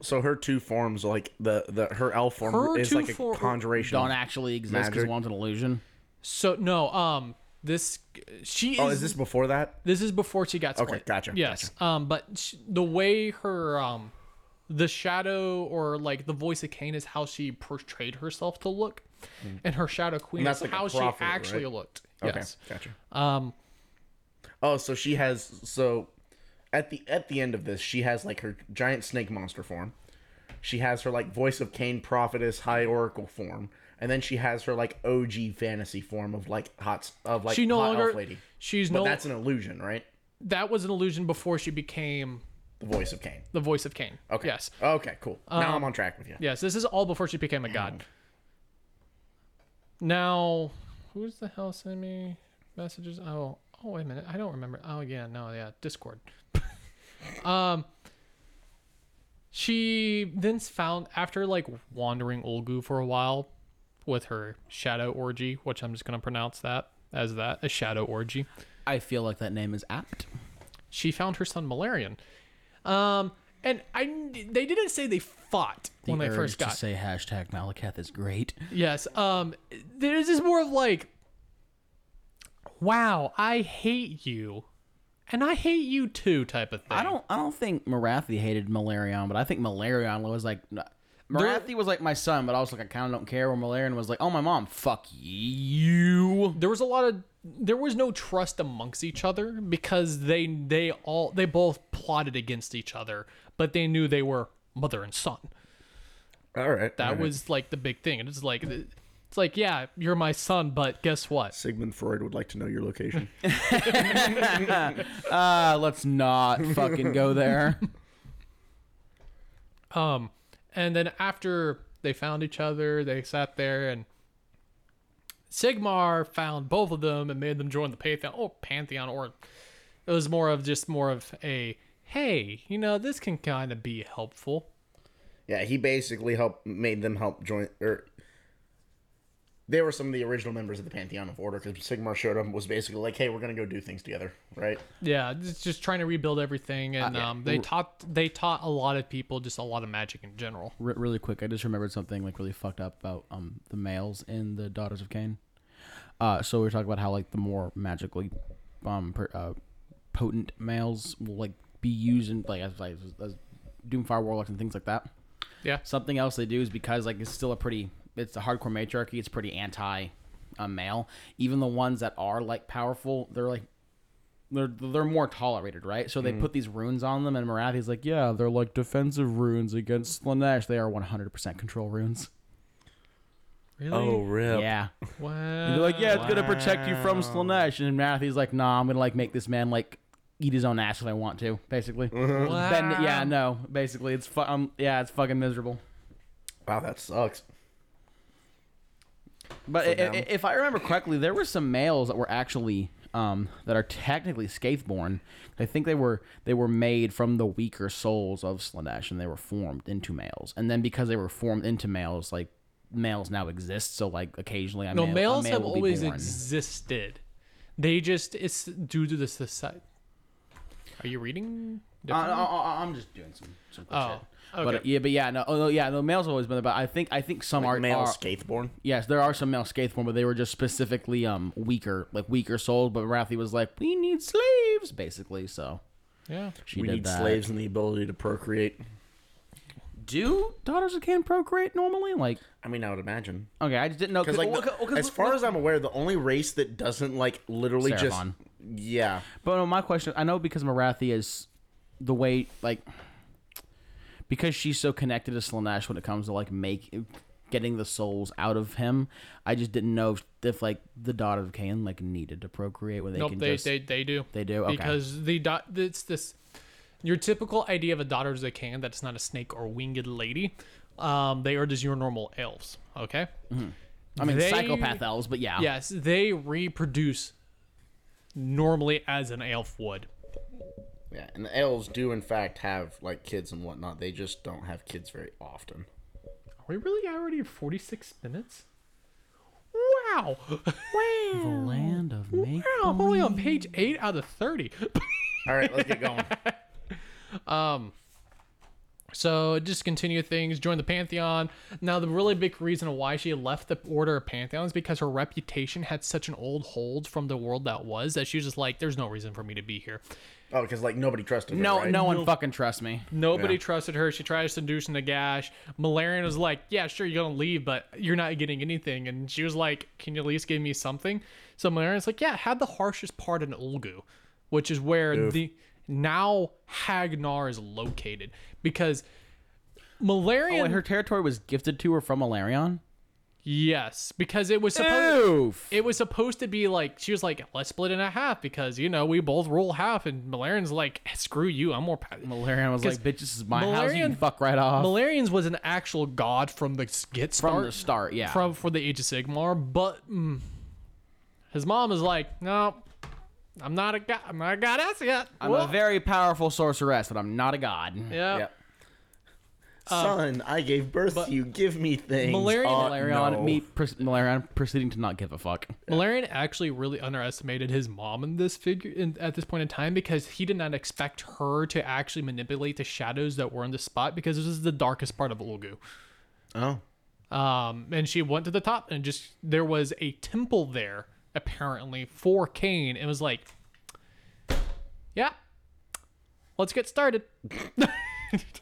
Speaker 3: So her two forms, like the the her elf form,
Speaker 2: Her
Speaker 3: is
Speaker 2: two
Speaker 3: like a
Speaker 2: form-
Speaker 3: conjuration.
Speaker 1: Don't actually exist because
Speaker 3: Magic.
Speaker 1: one's an illusion.
Speaker 2: so no um this she is,
Speaker 3: oh, is this before that?
Speaker 2: This is before she got split.
Speaker 3: gotcha,
Speaker 2: Yes, um, but sh the way her um, the shadow or like the voice of Cain is how she portrayed herself to look, and her shadow queen
Speaker 3: Hmm. And that's like
Speaker 2: is
Speaker 3: a
Speaker 2: how
Speaker 3: prophet,
Speaker 2: she actually
Speaker 3: right?
Speaker 2: looked.
Speaker 3: Okay,
Speaker 2: Yes.
Speaker 3: gotcha.
Speaker 2: Um,
Speaker 3: Oh, so she has so at the at the end of this, she has like her giant snake monster form. She has her like voice of Cain prophetess high oracle form, and then she has her like OG fantasy form of like hot s- of like
Speaker 2: she no
Speaker 3: hot
Speaker 2: longer.
Speaker 3: elf lady.
Speaker 2: She's
Speaker 3: But
Speaker 2: no.
Speaker 3: that's an illusion, right?
Speaker 2: that was an illusion before she became
Speaker 3: The voice of Cain.
Speaker 2: the voice of Cain.
Speaker 3: Okay.
Speaker 2: Yes.
Speaker 3: Okay. Cool.
Speaker 2: Um,
Speaker 3: now I'm on track with you.
Speaker 2: Yes. This is all before she became
Speaker 1: Mm.
Speaker 2: a god. Now, who's the hell sending me messages? Oh, oh, wait a minute. I don't remember. Oh, yeah, no, yeah, Discord. um, she then found after like wandering Olgu for a while with her shadow orgy, which I'm just gonna pronounce that as that a shadow orgy.
Speaker 1: I feel like that name is apt.
Speaker 2: She found her son Malarian. Um, and I they didn't say they fought when they
Speaker 1: urge
Speaker 2: first got
Speaker 1: to say hashtag Malakath is great.
Speaker 2: Yes. Um. There's just more of like, wow, I hate you, and I hate you too, type of thing.
Speaker 1: I don't. I don't think Marathi hated Malarion, but I think Malarion was like. n- Marathi was like my son, but I was like, I kind of don't care. Where Malarion was like, oh my mom, fuck you.
Speaker 2: There was a lot of there was no trust amongst each other because they they all they both plotted against each other, but they knew they were mother and son.
Speaker 3: All right.
Speaker 2: That was like the big thing, and it's like it's like yeah, you're my son, but guess what?
Speaker 3: Sigmund Freud would like to know your location.
Speaker 1: Uh, let's not fucking go there.
Speaker 2: Um, and then after they found each other, they sat there and Sigmar found both of them and made them join the Pantheon or Pantheon or it was more of just more of a hey, you know, this can kind of be helpful.
Speaker 3: Yeah, he basically helped made them help join or They were some of the original members of the Pantheon of Order because Sigmar showed up and was basically like, "Hey, we're gonna go do things together, right?"
Speaker 2: Yeah, it's just trying to rebuild everything, and
Speaker 1: Uh,
Speaker 2: um, they taught they taught a lot of people just a lot of magic in general.
Speaker 1: Re- really quick, I just remembered something like really fucked up about um the males in the Daughters of Cain. Uh, so we were talking about how like the more magically, um, per, uh, potent males will like be used in like as, as, as Doomfire warlocks and things like that.
Speaker 2: Yeah,
Speaker 1: Something else they do is because like it's still a pretty it's a hardcore matriarchy. It's pretty anti uh, male. Even the ones that are like powerful, they're like they're they're more tolerated, right? So they put these runes on them, and Marathi's like, yeah, they're like defensive runes against Slanesh. They are one hundred percent control runes. Oh,
Speaker 2: really.
Speaker 4: rip.
Speaker 1: Yeah,
Speaker 2: wow.
Speaker 1: and they're like, yeah, it's gonna protect you from Slanesh. And Marathi's like, nah, I'm gonna like make this man like eat his own ass if I want to, basically.
Speaker 2: Wow.
Speaker 1: Then yeah, no, basically it's fu- um, yeah, it's fucking miserable.
Speaker 3: Wow, that sucks.
Speaker 1: But i-
Speaker 3: them.
Speaker 1: i- if I remember correctly, there were some males that were actually um, that are technically Skaithborn. I think they were they were made from the weaker souls of Slanesh, and they were formed into males. And then because they were formed into males, like males now exist. So like occasionally, I
Speaker 2: No,
Speaker 1: male, a
Speaker 2: males
Speaker 1: male
Speaker 2: have
Speaker 1: will be
Speaker 2: always
Speaker 1: born.
Speaker 2: existed. They just it's due to the society. Are you reading?
Speaker 1: I,
Speaker 2: different?
Speaker 1: am uh, just doing some some quick
Speaker 2: Oh,
Speaker 1: shit. But
Speaker 2: okay.
Speaker 1: uh, yeah, but yeah, no, oh, no, yeah, the males have always been there. But I think I think some are
Speaker 3: Male
Speaker 1: are-
Speaker 3: Skaithborn.
Speaker 1: Yes, there are some male Skaithborn, but they were just specifically um weaker, like weaker souls. But Rathi was like, "We need slaves," basically. So
Speaker 2: yeah.
Speaker 1: she
Speaker 3: we
Speaker 1: did
Speaker 3: need
Speaker 1: that.
Speaker 3: slaves and the ability to procreate.
Speaker 1: Do daughters that can procreate normally? Like,
Speaker 3: I mean, I would imagine
Speaker 1: okay, I just didn't know.
Speaker 3: because like
Speaker 1: well,
Speaker 3: the-
Speaker 1: 'cause- 'cause-
Speaker 3: as far as I'm aware, the only race that doesn't like literally
Speaker 1: Seraphon.
Speaker 3: just yeah,
Speaker 1: but no, my question, I know because Marathi is the way like because she's so connected to Slanesh when it comes to like make getting the souls out of him. I just didn't know if, if like the daughter of Cain like needed to procreate when they
Speaker 2: nope.
Speaker 1: can
Speaker 2: They,
Speaker 1: just
Speaker 2: they they do.
Speaker 1: they do? Okay.
Speaker 2: because the dot it's this your typical idea of a daughter of Zakan that's not a snake or winged lady. Um, they are just your normal elves. Okay.
Speaker 1: Mm-hmm. I mean
Speaker 2: they-
Speaker 1: psychopath elves, but yeah,
Speaker 2: Yes, they reproduce normally as an elf would.
Speaker 3: yeah. And the elves do in fact have like kids and whatnot. They just don't have kids very often.
Speaker 2: Are we really already at 46 minutes? Wow. Wow.
Speaker 1: the land of make.
Speaker 2: I'm only on page 8 out of 30.
Speaker 3: All right, let's get going.
Speaker 2: So just continue things, join the Pantheon. Now, the really big reason why she left the Order of Pantheon is because her reputation had such an old hold from the world that was that she was just like, there's no reason for me to be here.
Speaker 3: Oh, because like nobody trusted. her,
Speaker 1: No,
Speaker 3: right?
Speaker 1: no one fucking trusts me.
Speaker 2: Nobody trusted her. She tried to seduce Nagash. Malarian was like, yeah, sure, you're going to leave, but you're not getting anything. And she was like, can you at least give me something? So Malarian's like, yeah, had the harshest part in Ulgu, which is where the now Hagnar is located because Malarian.
Speaker 1: Oh, and her territory was gifted to her from Malarion.
Speaker 2: Yes, because it was supposed
Speaker 1: Oof.
Speaker 2: it was supposed to be like she was like let's split in a half because you know we both rule half and Malarian's like screw you I'm more pa-
Speaker 1: Malarion was like,
Speaker 2: Because
Speaker 1: "Bitch, this is my house. You
Speaker 2: Malarion-
Speaker 1: can fuck right off
Speaker 2: Malarian's was an actual god from the s- get
Speaker 1: Uh, from
Speaker 2: start
Speaker 1: the start." Yeah.
Speaker 2: from for the Age of Sigmar, but mm, his mom is like no I'm not a god I'm not a goddess yet
Speaker 1: I'm a very powerful sorceress, but I'm not a god.
Speaker 2: yeah
Speaker 3: Yep.
Speaker 1: uh,
Speaker 3: Son, I gave birth to you. Give me things.
Speaker 2: Malarian-
Speaker 3: Uh,
Speaker 1: Malarion,
Speaker 3: no.
Speaker 1: me, pres- Malarion proceeding to not give a fuck.
Speaker 2: Malarian actually really underestimated his mom in this figure in, at this point in time because he did not expect her to actually manipulate the shadows that were in the spot because this is the darkest part of Ulgu.
Speaker 3: Oh,
Speaker 2: Um, and she went to the top and just there was a temple there apparently for Cain and was like, yeah, let's get started.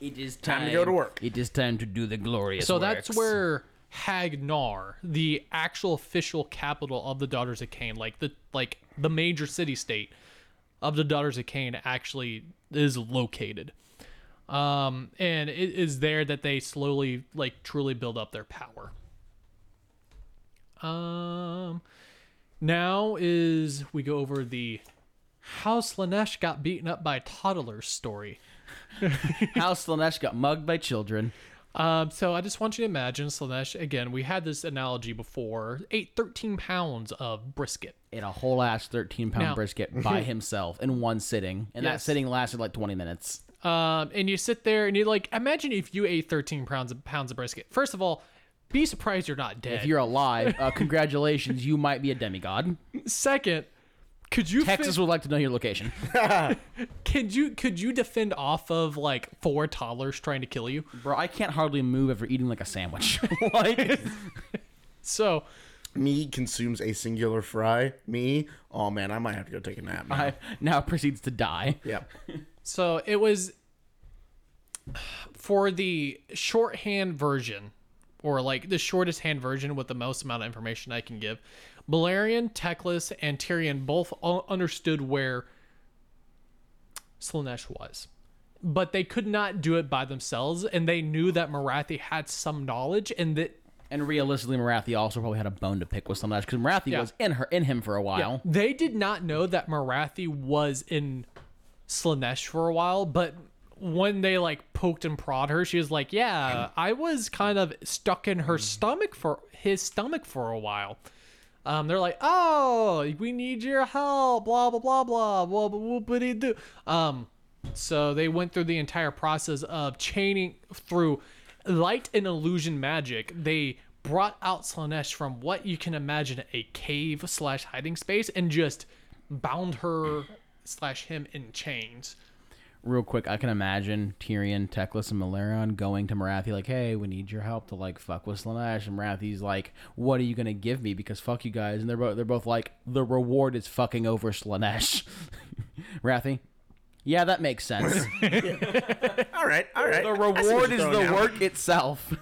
Speaker 1: It is
Speaker 3: time to go to work.
Speaker 1: It is time to do the glorious.
Speaker 2: So that's where Hagnar, the actual official capital of the Daughters of Cain, like the like the major city state of the Daughters of Cain, actually is located. Um, and it is there that they slowly like truly build up their power. Um, now is we go over the how Slanesh got beaten up by toddlers story.
Speaker 1: House Slanesh got mugged by children.
Speaker 2: Um, so I just want you to imagine, Slanesh, again, we had this analogy before, ate 13 pounds of brisket.
Speaker 1: Ate a whole ass thirteen pound
Speaker 2: Now-
Speaker 1: brisket by himself in one sitting, and that
Speaker 2: Yes.
Speaker 1: sitting lasted like twenty minutes.
Speaker 2: Um, and you sit there and you like, imagine if you ate 13 pounds of, pounds of brisket. First of all, be surprised you're not dead.
Speaker 1: If you're alive, uh, congratulations, you might be a demigod.
Speaker 2: Second, could you fi-
Speaker 1: Texas would like to know your location.
Speaker 2: could you could you defend off of like four toddlers trying to kill you?
Speaker 1: Bro, I can't hardly move after eating like a sandwich. like,
Speaker 2: So
Speaker 3: Me consumes a singular fry. Me, oh man, I might have to go take a nap. Now.
Speaker 1: I now proceeds to die.
Speaker 3: yep.
Speaker 2: so it was for the shorthand version or like the shortest hand version with the most amount of information I can give. Balerion, Teclis, and Tyrion both u- understood where Slanesh was. But they could not do it by themselves, and they knew that Marathi had some knowledge and that
Speaker 1: And realistically, Marathi also probably had a bone to pick with some of that because Marathi was in her in him for a while.
Speaker 2: They did not know that Marathi was in Slanesh for a while, but when they like poked and prod her, she was like, "Yeah, I was kind of stuck in her stomach for his stomach for a while." Um, they're like, "Oh, we need your help." Blah blah blah blah blah blah. blah do. Um, so they went through the entire process of chaining through light and illusion magic. They brought out Slanesh from what you can imagine a cave slash hiding space and just bound her slash him in chains.
Speaker 1: Real quick, I can imagine Tyrion, Teclis, and Malerion going to Marathi like, "Hey, we need your help to like fuck with Slanesh." And Marathi's like, "What are you gonna give me? Because fuck you guys." And they're both they're both like, "The reward is fucking over Slanesh." Marathi, yeah, that makes sense.
Speaker 3: All right, all right.
Speaker 1: the
Speaker 3: I
Speaker 1: reward
Speaker 3: see what you're
Speaker 1: is the
Speaker 3: throwing down.
Speaker 1: work itself.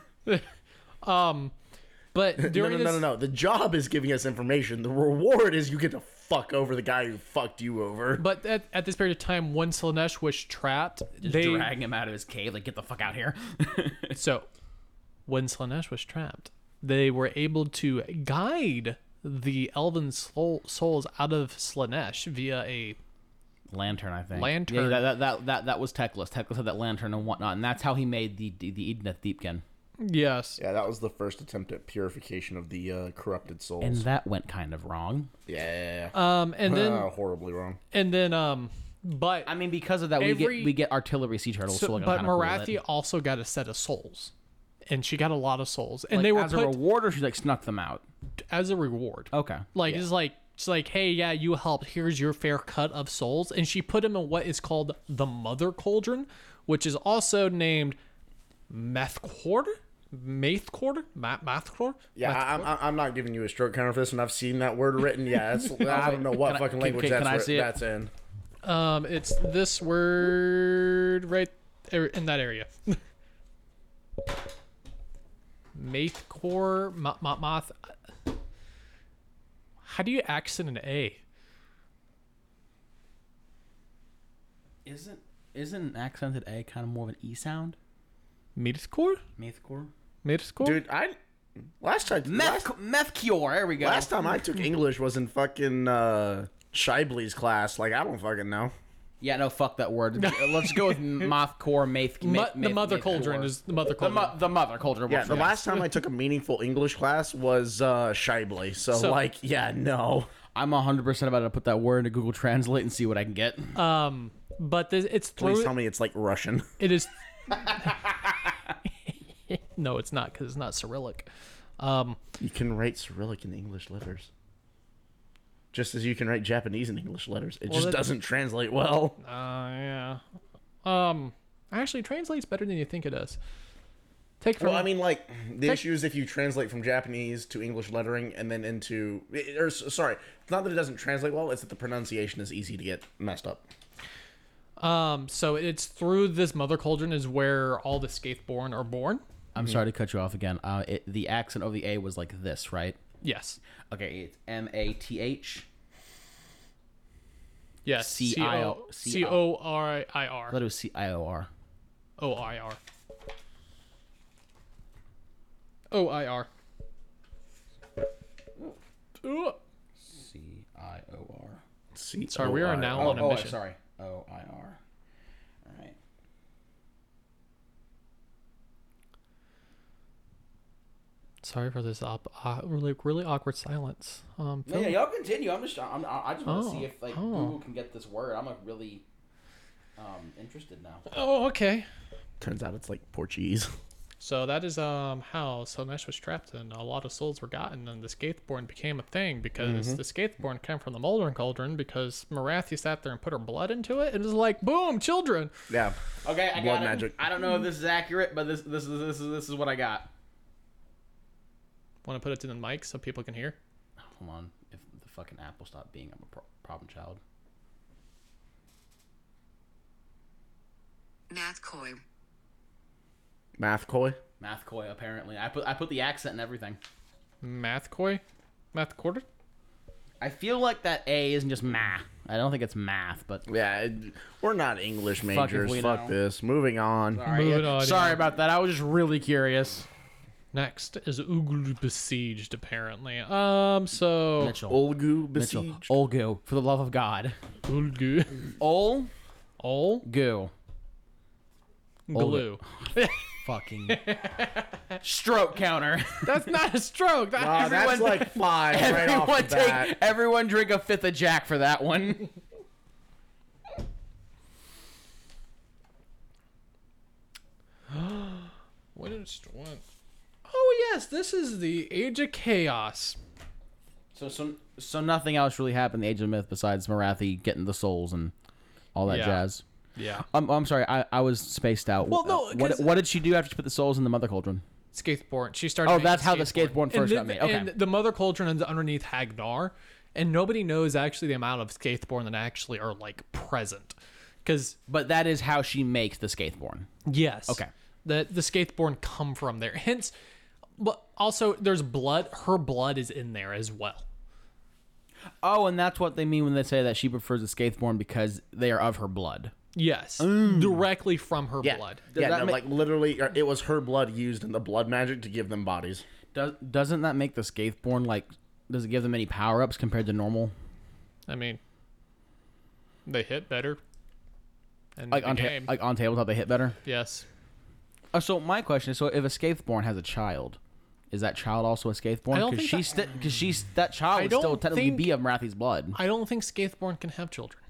Speaker 2: But
Speaker 3: No,
Speaker 2: during
Speaker 3: no,
Speaker 2: this,
Speaker 3: no, no, no. The job is giving us information. The reward is you get to fuck over the guy who fucked you over.
Speaker 2: but at, at this period of time, when Slanesh was trapped, they
Speaker 1: Dragging him out of his cave, like, get the fuck out here.
Speaker 2: So, when Slanesh was trapped, they were able to guide the elven soul, souls out of Slanesh via a.
Speaker 1: lantern, I think.
Speaker 2: Lantern.
Speaker 1: Yeah, that, that, that, that, that was Teclis. Teclis had that lantern and whatnot, and that's how he made the the, the Edeneth Deepkin.
Speaker 2: Yes.
Speaker 3: Yeah, that was the first attempt at purification of the uh, corrupted souls.
Speaker 1: And that went kind of wrong.
Speaker 3: yeah,
Speaker 2: Um, and then
Speaker 3: Uh, horribly wrong.
Speaker 2: and then um, but
Speaker 1: I mean, because of that, we
Speaker 2: Every-
Speaker 1: get we get artillery sea turtles.
Speaker 2: so-
Speaker 1: so, like,
Speaker 2: but
Speaker 1: I'm kinda cool with
Speaker 2: Marathi
Speaker 1: it.
Speaker 2: also got a set of souls, and she got a lot of souls, and
Speaker 1: Like,
Speaker 2: they were
Speaker 1: as
Speaker 2: put
Speaker 1: a Oh, reward, or she like snuck them out.
Speaker 2: as a reward.
Speaker 1: Okay.
Speaker 2: Like it's like it's like, hey, yeah, you helped. Here's your fair cut of souls, and she put him in what is called the Mother Cauldron, which is also named Meth Quarter, Math Quarter, Ma- Math Quarter.
Speaker 3: Yeah, I, I'm- I'm, I'm not giving you a stroke counter for this, and I've seen that word written. Yeah, that's, I don't know what
Speaker 1: Can I-
Speaker 3: fucking
Speaker 1: can-
Speaker 3: language
Speaker 1: can-
Speaker 3: that's,
Speaker 1: can I
Speaker 3: writ-
Speaker 1: see it?
Speaker 3: that's in.
Speaker 2: Um, it's this word right there in that area. Math Core, ma- ma- Moth. How do you accent an A?
Speaker 1: Isn't isn't an accented A kind of more of an E sound?
Speaker 2: Mathcore?
Speaker 1: Methcore.
Speaker 2: Mathcore?
Speaker 3: Dude, I last time last,
Speaker 1: Meth methcore. There we go.
Speaker 3: last time I took English was in fucking uh, Shibley's class. Like I don't fucking know.
Speaker 1: yeah, no, fuck that word. Let's go with mothcore, maith,
Speaker 2: Mu-
Speaker 1: maith,
Speaker 2: the mother cauldron is the mother
Speaker 1: the,
Speaker 2: cauldron.
Speaker 1: mo- the mother cauldron.
Speaker 3: Yeah,
Speaker 1: works
Speaker 3: the
Speaker 1: for me.
Speaker 3: last time I took a meaningful English class was uh, Shibley. So,
Speaker 2: So-
Speaker 3: like, yeah, no.
Speaker 1: I'm 100 percent about to put that word into Google Translate and see what I can get.
Speaker 2: Um, but th- it's
Speaker 3: Please
Speaker 2: through.
Speaker 3: tell me it's like Russian.
Speaker 2: it is. no, it's not because it's not Cyrillic. Um,
Speaker 3: You can write Cyrillic in English letters. Just as you can write Japanese in English letters. It just
Speaker 2: that-
Speaker 3: doesn't translate well.
Speaker 2: uh, yeah. Um, actually, it translates better than you think it does. Take it from
Speaker 3: Well, I mean, like, the issue is if you translate from Japanese to English lettering and then into. it- Or, s- sorry, it's not that it doesn't translate well, it's that the pronunciation is easy to get messed up.
Speaker 2: um. So it's through this mother cauldron is where all the Skaithborn are born.
Speaker 1: I'm sorry to cut you off again. Uh, it, the accent of the A was like this, right?
Speaker 2: Yes.
Speaker 1: Okay, it's M A T H.
Speaker 2: Yes.
Speaker 1: C I O-
Speaker 2: C O R I R
Speaker 1: Let it was C I O R.
Speaker 2: O I R O I R. Ooh.
Speaker 1: C I O R.
Speaker 2: Sorry, we are now
Speaker 1: Oh,
Speaker 2: on a
Speaker 1: oh,
Speaker 2: mission.
Speaker 1: sorry. O I R. All right.
Speaker 2: Sorry for this op- uh, really really awkward silence. Um,
Speaker 1: No, yeah, y'all continue. I'm just, I'm, I I just want to
Speaker 2: Oh,
Speaker 1: see if like
Speaker 2: oh.
Speaker 1: Google can get this word. I'm like really um, interested now.
Speaker 2: oh, okay.
Speaker 3: Turns out it's like Portuguese.
Speaker 2: So that is um how Slanesh was trapped and a lot of souls were gotten and the Skaithborn became a thing because the Skaithborn came from the Moldering Cauldron because Marathi sat there and put her blood into it and it was like boom children.
Speaker 3: Yeah.
Speaker 1: Okay, I
Speaker 3: Blood
Speaker 1: got it.
Speaker 3: magic.
Speaker 1: I don't know if this is accurate, but this this is this is this is what I got.
Speaker 2: Want to put it to the mic so people can hear?
Speaker 1: Oh, Hold on, if the fucking apple stopped being, I'm a pro- problem child.
Speaker 4: Math Coy.
Speaker 3: Math coy.
Speaker 1: Math coy, apparently. I put I put the accent and everything.
Speaker 2: Math Mathcoy, math quarter.
Speaker 1: I feel like that A isn't just math. I don't think it's math, but
Speaker 3: Yeah, it- we're not English
Speaker 1: Fuck if
Speaker 3: majors.
Speaker 1: we
Speaker 3: Fuck
Speaker 1: know.
Speaker 3: this. Moving on.
Speaker 1: sorry.
Speaker 2: Moving on,
Speaker 1: sorry
Speaker 2: yeah.
Speaker 1: about that. I was just really curious.
Speaker 2: Next is Uglu besieged apparently. Um so
Speaker 1: Mitchell, Mitchell, Oh,
Speaker 3: Olgu besieged.
Speaker 1: Olgu, for the love of God,
Speaker 2: Ulgu
Speaker 1: Olgu,
Speaker 2: all glue.
Speaker 1: fucking stroke counter.
Speaker 2: That's not a stroke. That,
Speaker 3: Ah, that's
Speaker 1: Everyone-
Speaker 3: like five right
Speaker 1: everyone
Speaker 3: off the
Speaker 1: take
Speaker 3: bat.
Speaker 1: everyone drink a fifth of Jack for that one.
Speaker 2: What is what? Oh yes, this is the Age of Chaos.
Speaker 1: So so so nothing else really happened in the Age of Myth besides Marathi getting the souls and all that
Speaker 2: Yeah.
Speaker 1: jazz.
Speaker 2: Yeah.
Speaker 1: I'm, I'm sorry, I, I was spaced out.
Speaker 2: Well, no,
Speaker 1: Uh, what,
Speaker 2: 'cause-
Speaker 1: what did she do after she put the souls in the mother cauldron?
Speaker 2: Skateboard. She started.
Speaker 1: Oh,
Speaker 2: making
Speaker 1: that's how the skateboard first
Speaker 2: and
Speaker 1: got made. Okay.
Speaker 2: And the mother cauldron is underneath Hagnar, and nobody knows actually the amount of skateboard that actually are like present, because
Speaker 1: But that is how she makes the Skaithborn.
Speaker 2: Yes.
Speaker 1: Okay.
Speaker 2: That the Skaithborn come from there. Hence, but also there's blood. Her blood is in there as well.
Speaker 1: Oh, and that's what they mean when they say that she prefers the Skaithborn because they are of her blood.
Speaker 2: Yes.
Speaker 1: Mm.
Speaker 2: Directly from her
Speaker 3: Yeah,
Speaker 2: blood.
Speaker 1: Does
Speaker 3: yeah
Speaker 1: that
Speaker 3: no,
Speaker 1: ma-
Speaker 3: like literally, uh, it was her blood used in the blood magic to give them bodies.
Speaker 1: Does, doesn't that make the Skaithborn like? Does it give them any power ups compared to normal?
Speaker 2: I mean, they hit better. And
Speaker 1: Like
Speaker 2: the
Speaker 1: on ta-
Speaker 2: game.
Speaker 1: like on tabletop, they hit better.
Speaker 2: yes.
Speaker 1: Uh, so my question is: so if a Skaithborn has a child, is that child also a
Speaker 2: I
Speaker 1: Skaithborn?
Speaker 2: don't
Speaker 1: Because
Speaker 2: think
Speaker 1: she's because she's that child
Speaker 2: I
Speaker 1: would still
Speaker 2: don't
Speaker 1: technically
Speaker 2: think-
Speaker 1: be of Marathi's blood.
Speaker 2: I don't think Skaithborn can have children.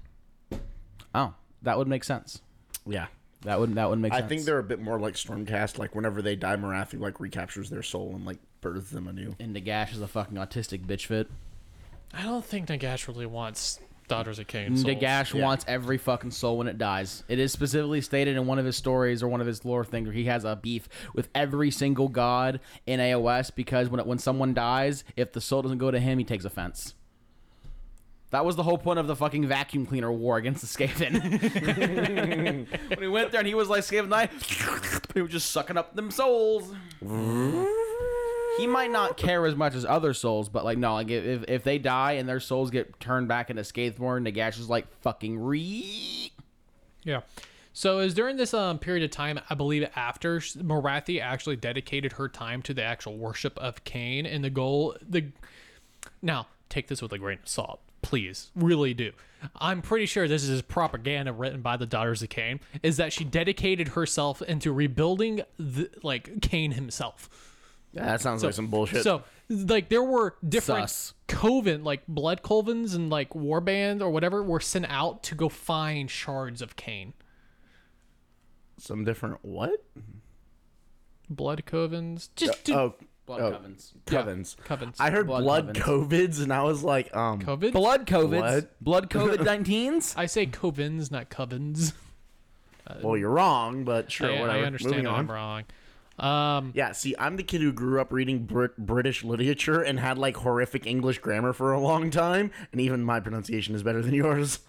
Speaker 1: Oh, that would make sense.
Speaker 3: Yeah.
Speaker 1: That would that would make
Speaker 3: I
Speaker 1: sense.
Speaker 3: think they're a bit more like Stormcast. Like whenever they die, Marathi like recaptures their soul and like births them anew.
Speaker 1: and Nagash is a fucking autistic bitch fit.
Speaker 2: I don't think Nagash really wants daughters of Cain. souls.
Speaker 1: Nagash
Speaker 3: Yeah.
Speaker 1: wants every fucking soul when it dies. It is specifically stated in one of his stories or one of his lore things where he has a beef with every single god in AOS because when it, when someone dies, if the soul doesn't go to him, he takes offense. That was the whole point of the fucking vacuum cleaner war against the Skaven. when he went there and he was like Skaven Knight, he was just sucking up them souls. He might not care as much as other souls, but like no, like if if- if they die and their souls get turned back into Skaithborn, Nagash is like fucking re.
Speaker 2: Yeah. So it was during this um, period of time, I believe after sh- Marathi actually dedicated her time to the actual worship of Cain and the goal. The now take this with a grain of salt, please, really do. I'm pretty sure this is propaganda written by the Daughters of Cain. Is that she dedicated herself into rebuilding the like Cain himself?
Speaker 3: Yeah, that sounds like some bullshit.
Speaker 2: So, like, there were different
Speaker 1: Sus.
Speaker 2: coven, like blood covens and like warband or whatever, were sent out to go find shards of Cain.
Speaker 3: some different what?
Speaker 2: blood covens. Just do
Speaker 3: Oh,
Speaker 1: Blood
Speaker 3: oh,
Speaker 1: covens.
Speaker 3: covens.
Speaker 2: covens.
Speaker 3: I heard
Speaker 1: Blood
Speaker 3: blood,
Speaker 1: covens.
Speaker 3: covids, and I was like, um,
Speaker 2: Coven?
Speaker 1: Blood covids.
Speaker 3: What?
Speaker 1: Blood covid 19s.
Speaker 2: I say covens, not covens.
Speaker 3: well, you're wrong, but sure,
Speaker 2: I,
Speaker 3: whatever.
Speaker 2: I understand
Speaker 3: Moving
Speaker 2: that
Speaker 3: on.
Speaker 2: I'm wrong. Um,
Speaker 3: Yeah, see, I'm the kid who grew up reading Brit- British literature and had like horrific English grammar for a long time, and even my pronunciation is better than yours.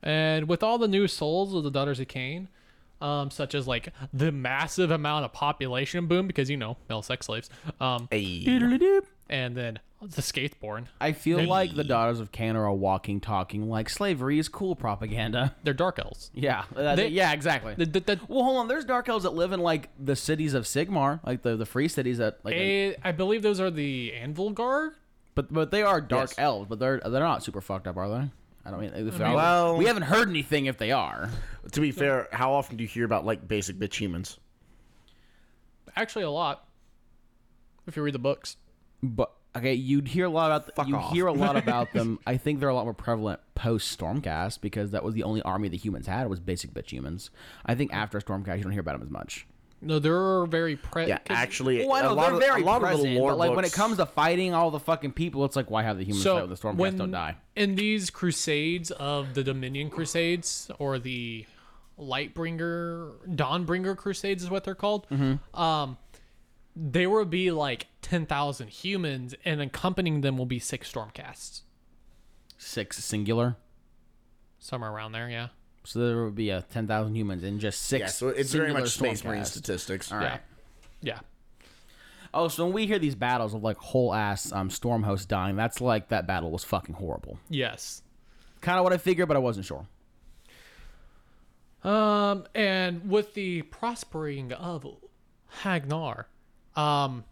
Speaker 2: and with all the new souls of the Daughters of Cain, um, such as like the massive amount of population boom because you know male sex slaves, um,
Speaker 3: Hey.
Speaker 2: and then the skateboard.
Speaker 1: I feel like the daughters of Cain are a walking, talking like slavery is cool propaganda.
Speaker 2: They're dark elves.
Speaker 1: Yeah, that-
Speaker 2: They-
Speaker 1: yeah, exactly.
Speaker 2: The, the, the,
Speaker 1: well, hold on. There's dark elves that live in like the cities of Sigmar, like the the free cities that like.
Speaker 2: eh, I believe those are the Anvil Guard.
Speaker 1: but but they are dark
Speaker 3: Yes.
Speaker 1: elves, but they're they're not super fucked up, are they? I don't mean. If they're-
Speaker 3: Well-
Speaker 1: we haven't heard anything if they are.
Speaker 3: To be fair, how often do you hear about like basic bitch humans?
Speaker 2: Actually, a lot. If you read the books,
Speaker 1: But okay, you'd hear a lot about you
Speaker 3: off.
Speaker 1: hear a lot about them. I think they're a lot more prevalent post Stormcast because that was the only army the humans had was basic bitch humans. I think after Stormcast, you don't hear about them as much.
Speaker 2: No, they're very pre.
Speaker 3: Yeah,
Speaker 2: 'cause-
Speaker 3: actually,
Speaker 1: Well, I
Speaker 3: a
Speaker 1: know,
Speaker 3: lot
Speaker 1: they're
Speaker 3: of,
Speaker 1: very
Speaker 3: a lot
Speaker 1: present,
Speaker 3: of the lore
Speaker 1: but like
Speaker 3: books,
Speaker 1: when it comes to fighting all the fucking people, it's like why have the humans
Speaker 2: so
Speaker 1: fight when the Stormcast
Speaker 2: when
Speaker 1: don't die?
Speaker 2: in these crusades of the Dominion Crusades or the Lightbringer Dawnbringer Crusades is what they're called.
Speaker 1: Mm-hmm.
Speaker 2: Um, there will be like ten thousand humans, and accompanying them will be six Stormcasts,
Speaker 1: Six singular,
Speaker 2: somewhere around there. Yeah.
Speaker 1: so there would be uh, ten thousand humans and just six.
Speaker 3: yeah, so it's very
Speaker 1: singular
Speaker 3: much space
Speaker 1: Stormcast.
Speaker 3: marine statistics.
Speaker 1: All right.
Speaker 2: Yeah.
Speaker 1: Oh, so when we hear these battles of like whole ass um, Stormhost dying, that's like that battle was fucking horrible.
Speaker 2: Yes.
Speaker 1: Kind of what I figured, but I wasn't sure.
Speaker 2: Um, and with the prospering of Hagnar, um,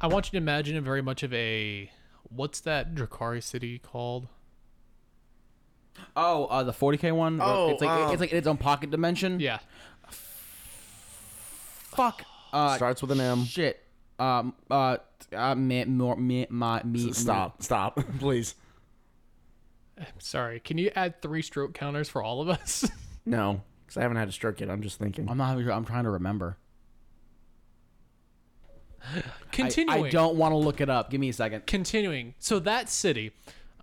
Speaker 2: I want you to imagine it very much of a what's that Drakari city called?
Speaker 1: Oh, uh, the 40k one. where
Speaker 3: Oh,
Speaker 1: it's like
Speaker 3: um,
Speaker 1: it's like in its own pocket dimension.
Speaker 2: Yeah,
Speaker 1: Fuck. Uh,
Speaker 3: Starts with an M.
Speaker 1: Shit. Um. Uh. t- Uh. Me, more, me, my, me,
Speaker 3: Stop, stop, please.
Speaker 2: I'm sorry. Can you add three stroke counters for all of us?
Speaker 3: No, Um, because I haven't had a stroke yet. I'm just thinking.
Speaker 1: I'm not. even sure- I'm trying to remember. I-
Speaker 2: Continuing.
Speaker 1: I don't want to look it up. Give me a second.
Speaker 2: continuing so that city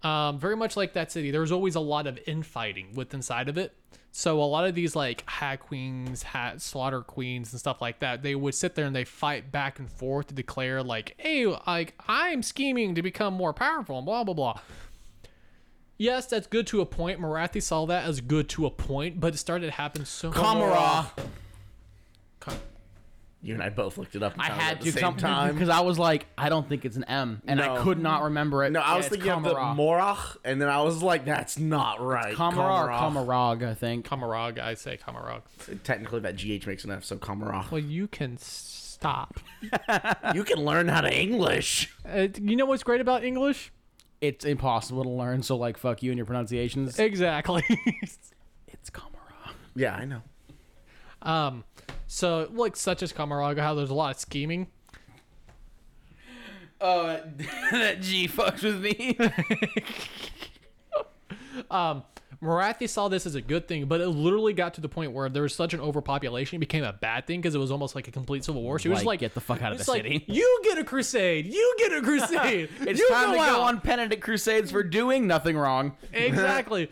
Speaker 2: um, very much like that city there's always a lot of infighting with inside of it so a lot of these like hat queens hat slaughter queens and stuff like that they would sit there and they fight back and forth to declare like hey like i'm scheming to become more powerful and blah blah blah yes that's good to a point marathi saw that as good to a point but it started to happen so
Speaker 1: Kamara.
Speaker 3: You and I both looked it up. and
Speaker 1: I
Speaker 3: found it
Speaker 1: had
Speaker 3: at
Speaker 1: to
Speaker 3: the same
Speaker 1: come
Speaker 3: time.
Speaker 1: because I was like, I don't think it's an M, and I
Speaker 3: No.
Speaker 1: could not remember it.
Speaker 3: No, I
Speaker 1: Yeah,
Speaker 3: was
Speaker 1: it's
Speaker 3: thinking of the
Speaker 1: Kamara.
Speaker 3: Morach, and then I was like, that's not right.
Speaker 1: Kamara or
Speaker 3: Komarach.
Speaker 1: Kamarag, I think.
Speaker 2: kamarag i say kamarag
Speaker 3: Technically, that GH makes an F, so Kamarach.
Speaker 2: well you can stop
Speaker 3: you can learn how to English.
Speaker 2: uh, you know what's great about english
Speaker 1: It's impossible to learn, so like, fuck you and your pronunciations.
Speaker 2: Exactly.
Speaker 1: It's Kamara.
Speaker 3: Yeah, I know.
Speaker 2: um, so like such as Kamaraga, how there's a lot of scheming.
Speaker 1: Uh, that G fucks with me.
Speaker 2: Marathi saw this as a good thing, but it literally got to the point where there was such an overpopulation, it became a bad thing because it was almost like a complete civil war. She was
Speaker 1: Like,
Speaker 2: like,
Speaker 1: "Get the fuck out of
Speaker 2: it's
Speaker 1: the
Speaker 2: like,
Speaker 1: city."
Speaker 2: You get a crusade. You get a crusade.
Speaker 1: It's
Speaker 2: you
Speaker 1: time to
Speaker 2: out.
Speaker 1: go on penitent crusades for doing nothing wrong.
Speaker 2: exactly."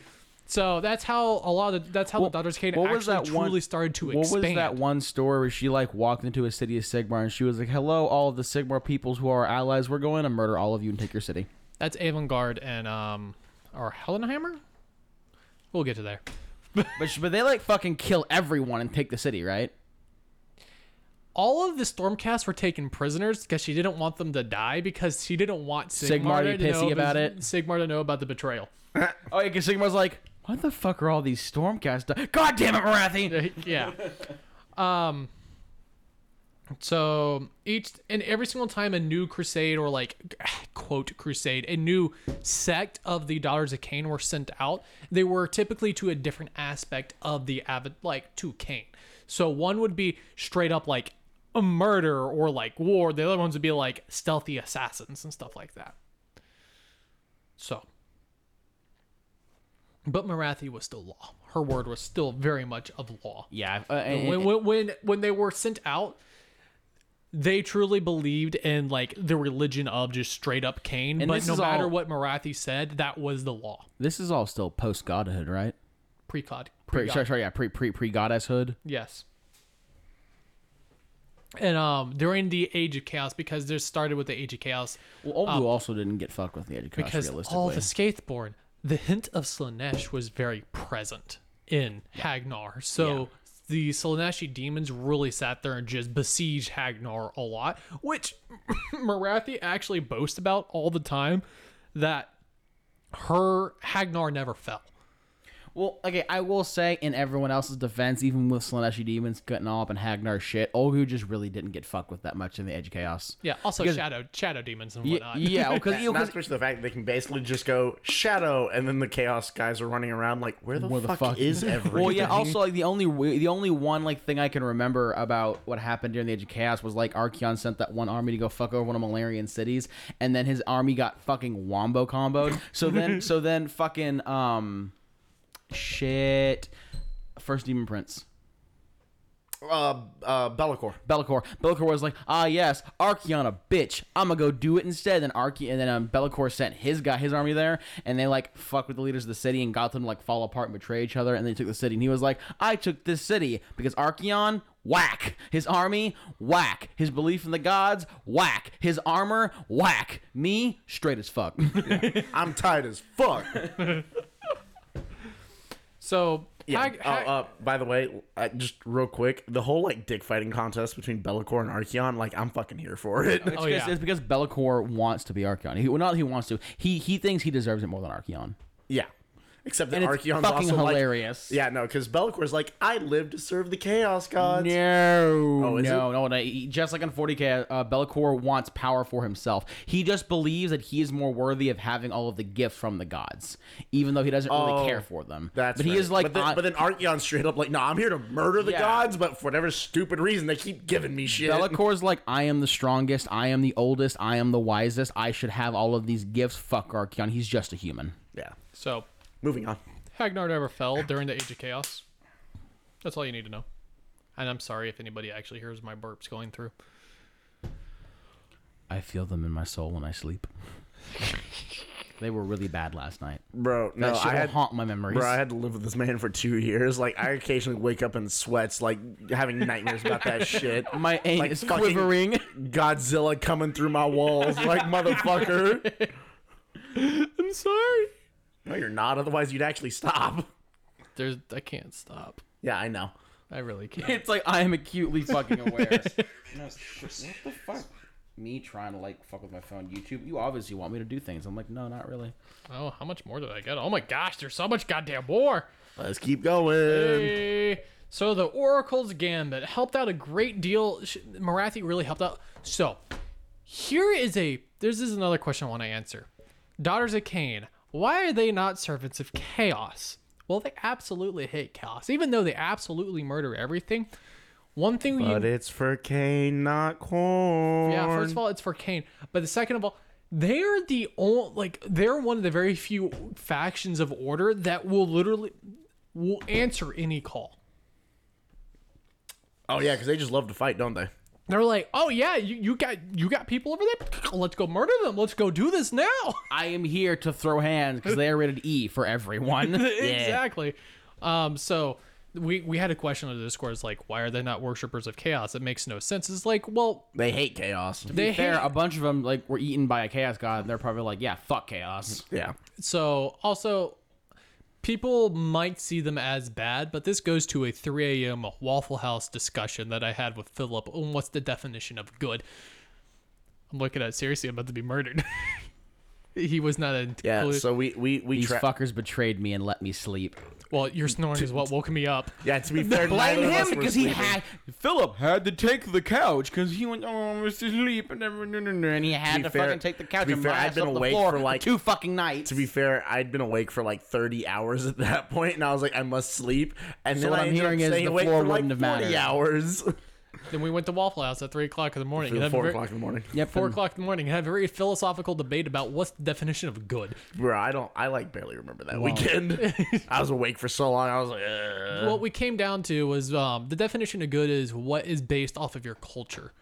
Speaker 2: So that's how a lot of the, that's how the Daughters of Cain
Speaker 1: what
Speaker 2: actually
Speaker 1: was that one-
Speaker 2: truly started to
Speaker 1: What
Speaker 2: expand.
Speaker 1: was that one story where she like walked into a city of Sigmar and she was like, "Hello, all of the Sigmar peoples who are our allies. We're going to murder all of you and take your city."
Speaker 2: That's Avangard and um or Hellenheimer. We'll get to there.
Speaker 1: But she, but they like fucking kill everyone and take the city, right?
Speaker 2: all of the Stormcast were taken prisoners because she didn't want them to die because she didn't want Sigmar,
Speaker 1: Sigmar to
Speaker 2: to,
Speaker 1: be pissy
Speaker 2: know
Speaker 1: about it.
Speaker 2: Sigmar to know about the betrayal.
Speaker 1: Oh, yeah, because Sigmar's like, "What the fuck are all these Stormcast? Di- God damn it, Marathi!"
Speaker 2: yeah. Um. So each and every single time a new crusade or like quote crusade, a new sect of the Daughters of Cain were sent out. They were typically to a different aspect of the avid like to Cain. So one would be straight up like a murder or like war. The other ones would be like stealthy assassins and stuff like that. So but Marathi was still law. Her word was still very much of law
Speaker 1: Yeah, uh, and-
Speaker 2: when, when when when they were sent out they truly believed in like the religion of just straight up Cain,
Speaker 1: And
Speaker 2: but
Speaker 1: this
Speaker 2: no
Speaker 1: is
Speaker 2: matter
Speaker 1: all-
Speaker 2: what Marathi said, that was the law.
Speaker 1: this is all still post godhood, right?
Speaker 2: Pre cod.
Speaker 1: Pre, sorry, sorry, yeah, pre pre pre goddesshood.
Speaker 2: Yes. And um during the Age of Chaos, because this started with the Age of Chaos,
Speaker 1: Well, Olu also didn't get fucked with the Edge
Speaker 2: because
Speaker 1: realistically.
Speaker 2: all the Skaithborn, the hint of Slanesh was very present in Hagnar. So the Slaneshi demons really sat there and just besieged Hagnar a lot, which Marathi actually boasts about all the time that her Hagnar never fell.
Speaker 1: Well, okay, I will say in everyone else's defense, even with Slaneshi demons getting all up in Hagnar's shit, Olgu just really didn't get fucked with that much in the Edge of Chaos.
Speaker 2: Yeah, also shadow shadow demons and
Speaker 1: Yeah,
Speaker 2: whatnot.
Speaker 1: yeah, because
Speaker 3: Not to mention the fact that they can basically just go shadow, and then the chaos guys are running around like, where the,
Speaker 1: Where the
Speaker 3: fuck,
Speaker 1: fuck-
Speaker 3: is everyone?
Speaker 1: well, yeah. Also, like the only w- the only one like thing I can remember about what happened during the Age of Chaos was like Archeon sent that one army to go fuck over one of Malarian cities, and then his army got fucking wombo comboed. So then, so then, fucking um, shit, first demon prince.
Speaker 3: Uh, uh, Bellicor.
Speaker 1: Bellicor. Bellicor was like, ah, yes, Archeon, a bitch. I'm gonna go do it instead. Then Arche, and then um, Bellicor sent his guy, his army there, and they like fucked with the leaders of the city and got them to, like fall apart and betray each other. And they took the city, and he was like, I took this city because Archeon, whack. His army, whack. His belief in the gods, whack. His armor, whack. Me, straight as fuck.
Speaker 3: I'm tight as fuck.
Speaker 2: So
Speaker 3: Yeah.
Speaker 2: Hag-
Speaker 3: oh,
Speaker 2: Hag-
Speaker 3: uh, by the way, uh, just real quick, the whole like dick fighting contest between Bellicor and Archeon, like I'm fucking here for it.
Speaker 2: oh
Speaker 1: It's-
Speaker 2: yeah.
Speaker 1: It's because Bellicor wants to be Archeon. He, well, not he wants to. He he thinks he deserves it more than Archeon.
Speaker 3: yeah. Except that
Speaker 1: And it's
Speaker 3: Archeon's
Speaker 1: fucking
Speaker 3: also like-
Speaker 1: hilarious.
Speaker 3: yeah, no, because Bellicor's like, I live to serve the Chaos Gods.
Speaker 1: No,
Speaker 3: Oh, is
Speaker 1: no, no, no. He- Just like in 40k, uh, Bellicor wants power for himself. He just believes that he is more worthy of having all of the gift from the gods, even though he doesn't
Speaker 3: Oh,
Speaker 1: really care for them.
Speaker 3: That's
Speaker 1: but he
Speaker 3: right.
Speaker 1: is like,
Speaker 3: but then,
Speaker 1: uh,
Speaker 3: but then Archeon's straight up like, no, I'm here to murder the
Speaker 1: Yeah.
Speaker 3: gods, but for whatever stupid reason, they keep giving me shit.
Speaker 1: Bellicor's like, I am the strongest, I am the oldest, I am the wisest. I should have all of these gifts. Fuck Archeon. He's just a human.
Speaker 3: yeah.
Speaker 2: so
Speaker 3: Moving on.
Speaker 2: Hagnar never fell during the Age of Chaos. That's all you need to know. And I'm sorry if anybody actually hears my burps going through.
Speaker 1: I feel them in my soul when I sleep. they were really bad last night.
Speaker 3: Bro, no,
Speaker 1: That shit
Speaker 3: I
Speaker 1: will
Speaker 3: had,
Speaker 1: haunt my memories.
Speaker 3: bro, I had to live with this man for two years. Like, I occasionally wake up in sweats, like having nightmares about that shit.
Speaker 1: my aim
Speaker 3: like
Speaker 1: is
Speaker 3: fucking-
Speaker 1: quivering.
Speaker 3: Godzilla coming through my walls, like motherfucker.
Speaker 2: I'm sorry.
Speaker 3: No, you're not. Otherwise, you'd actually stop.
Speaker 2: There's I can't stop.
Speaker 3: Yeah, I know.
Speaker 2: I really can't.
Speaker 1: It's like I am acutely fucking aware. what the fuck? Me trying to like fuck with my phone, YouTube. You obviously want me to do things. I'm like, no, not really.
Speaker 2: oh, how much more did I get? Oh my gosh, there's so much goddamn more.
Speaker 3: Let's keep going.
Speaker 2: Hey. So the Oracle's Gambit helped out a great deal. Sh- Marathi really helped out. So here is a this is another question I want to answer. Daughters of Cain, why are they not servants of chaos? Well, they absolutely hate chaos, even though they absolutely murder everything. One thing you
Speaker 3: But it's for cane, not corn.
Speaker 2: yeah, first of all, it's for Kane. But the second of all, they're the only like they're one of the very few factions of order that will literally will answer any call.
Speaker 3: Oh yeah, because they just love to fight, don't they?
Speaker 2: They're like, oh yeah, you, you got you got people over there. Let's go murder them. Let's go do this now.
Speaker 1: I am here to throw hands because they are rated E for everyone.
Speaker 2: exactly. Um, so we we had a question on the Discord. It's like, why are they not worshippers of chaos? It makes no sense. It's like, well,
Speaker 3: They hate chaos.
Speaker 2: they
Speaker 1: They fair,
Speaker 2: hate
Speaker 1: a bunch of them like were eaten by a chaos god, and they're probably like, yeah, fuck chaos.
Speaker 3: yeah.
Speaker 2: So also, people might see them as bad, but this goes to a 3 a.m. Waffle House discussion that I had with Philip on what's the definition of good. I'm looking at seriously, I'm about to be murdered. he was not a
Speaker 3: Yeah. So we we we
Speaker 1: These
Speaker 3: tra-
Speaker 1: fuckers betrayed me and let me sleep.
Speaker 2: well. Your snoring is what woke me up.
Speaker 3: Yeah. To be fair,
Speaker 1: Blame
Speaker 3: neither of
Speaker 1: him
Speaker 3: us were
Speaker 1: because he
Speaker 3: sleeping.
Speaker 1: had Philip had to take the couch because he went oh I'm sleep and everything," and he had
Speaker 3: be
Speaker 1: to,
Speaker 3: fair-
Speaker 1: fucking take the couch
Speaker 3: to be
Speaker 1: and
Speaker 3: fair,
Speaker 1: my
Speaker 3: I'd
Speaker 1: ass
Speaker 3: been
Speaker 1: up the
Speaker 3: awake
Speaker 1: floor
Speaker 3: for, like-
Speaker 1: two fucking nights.
Speaker 3: To be fair, I'd been awake for like 30 hours at that point, and I was like, I must sleep. And then
Speaker 1: what
Speaker 3: I
Speaker 1: I'm
Speaker 3: ended up
Speaker 1: hearing is
Speaker 3: staying
Speaker 1: the
Speaker 3: awake
Speaker 1: floor
Speaker 3: for like
Speaker 1: wouldn't have
Speaker 3: 40
Speaker 1: mattered.
Speaker 3: hours.
Speaker 2: Then we went to Waffle House at three o'clock in the morning. and had a
Speaker 3: Four
Speaker 2: very-
Speaker 3: o'clock in the morning.
Speaker 1: Yep,
Speaker 2: Four
Speaker 1: and-
Speaker 2: o'clock in the morning. and Had a very philosophical debate about what's the definition of good.
Speaker 3: Bro, I don't. I like barely remember that weekend. I was awake for so long. I was like, Ugh.
Speaker 2: What we came down to was um, the definition of good is what is based off of your culture.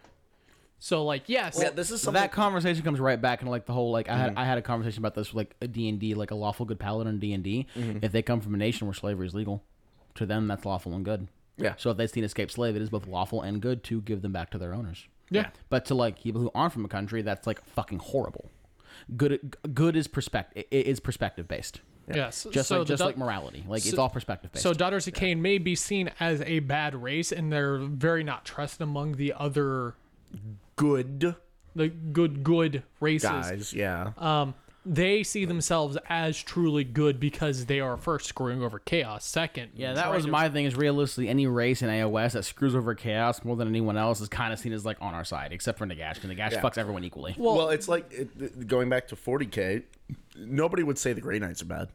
Speaker 2: So like yes,
Speaker 3: yeah, this is
Speaker 1: So
Speaker 3: something. Mm-hmm.
Speaker 1: that conversation comes right back and like the whole like I had I had a conversation about this with, like D and D like a lawful good paladin D and D
Speaker 3: Mm-hmm.
Speaker 1: if they come from a nation where slavery is legal to them that's lawful and good
Speaker 3: Yeah.
Speaker 1: so if they see an escaped slave it is both lawful and good to give them back to their owners
Speaker 2: Yeah.
Speaker 1: but to like people who aren't from a country that's like fucking horrible good good is perspective is perspective based
Speaker 2: Yes.
Speaker 1: just
Speaker 2: so
Speaker 1: like
Speaker 2: the
Speaker 1: just
Speaker 2: dau-
Speaker 1: like morality like it's
Speaker 2: so-
Speaker 1: all perspective based
Speaker 2: So daughters of Cain may be seen as a bad race, and they're very not trusted among the other
Speaker 3: good
Speaker 2: the good good races.
Speaker 3: guys. Yeah.
Speaker 1: Uh,
Speaker 2: Um, they see themselves as truly good because they are first screwing over chaos. Second,
Speaker 1: Yeah, that was my thing. Is realistically, any race in AOS that screws over chaos more than anyone else is kind of seen as like on our side, except for Nagash, because Nagash fucks everyone equally.
Speaker 3: Well, it's like it, going back to 40k. Nobody would say the Grey Knights are bad.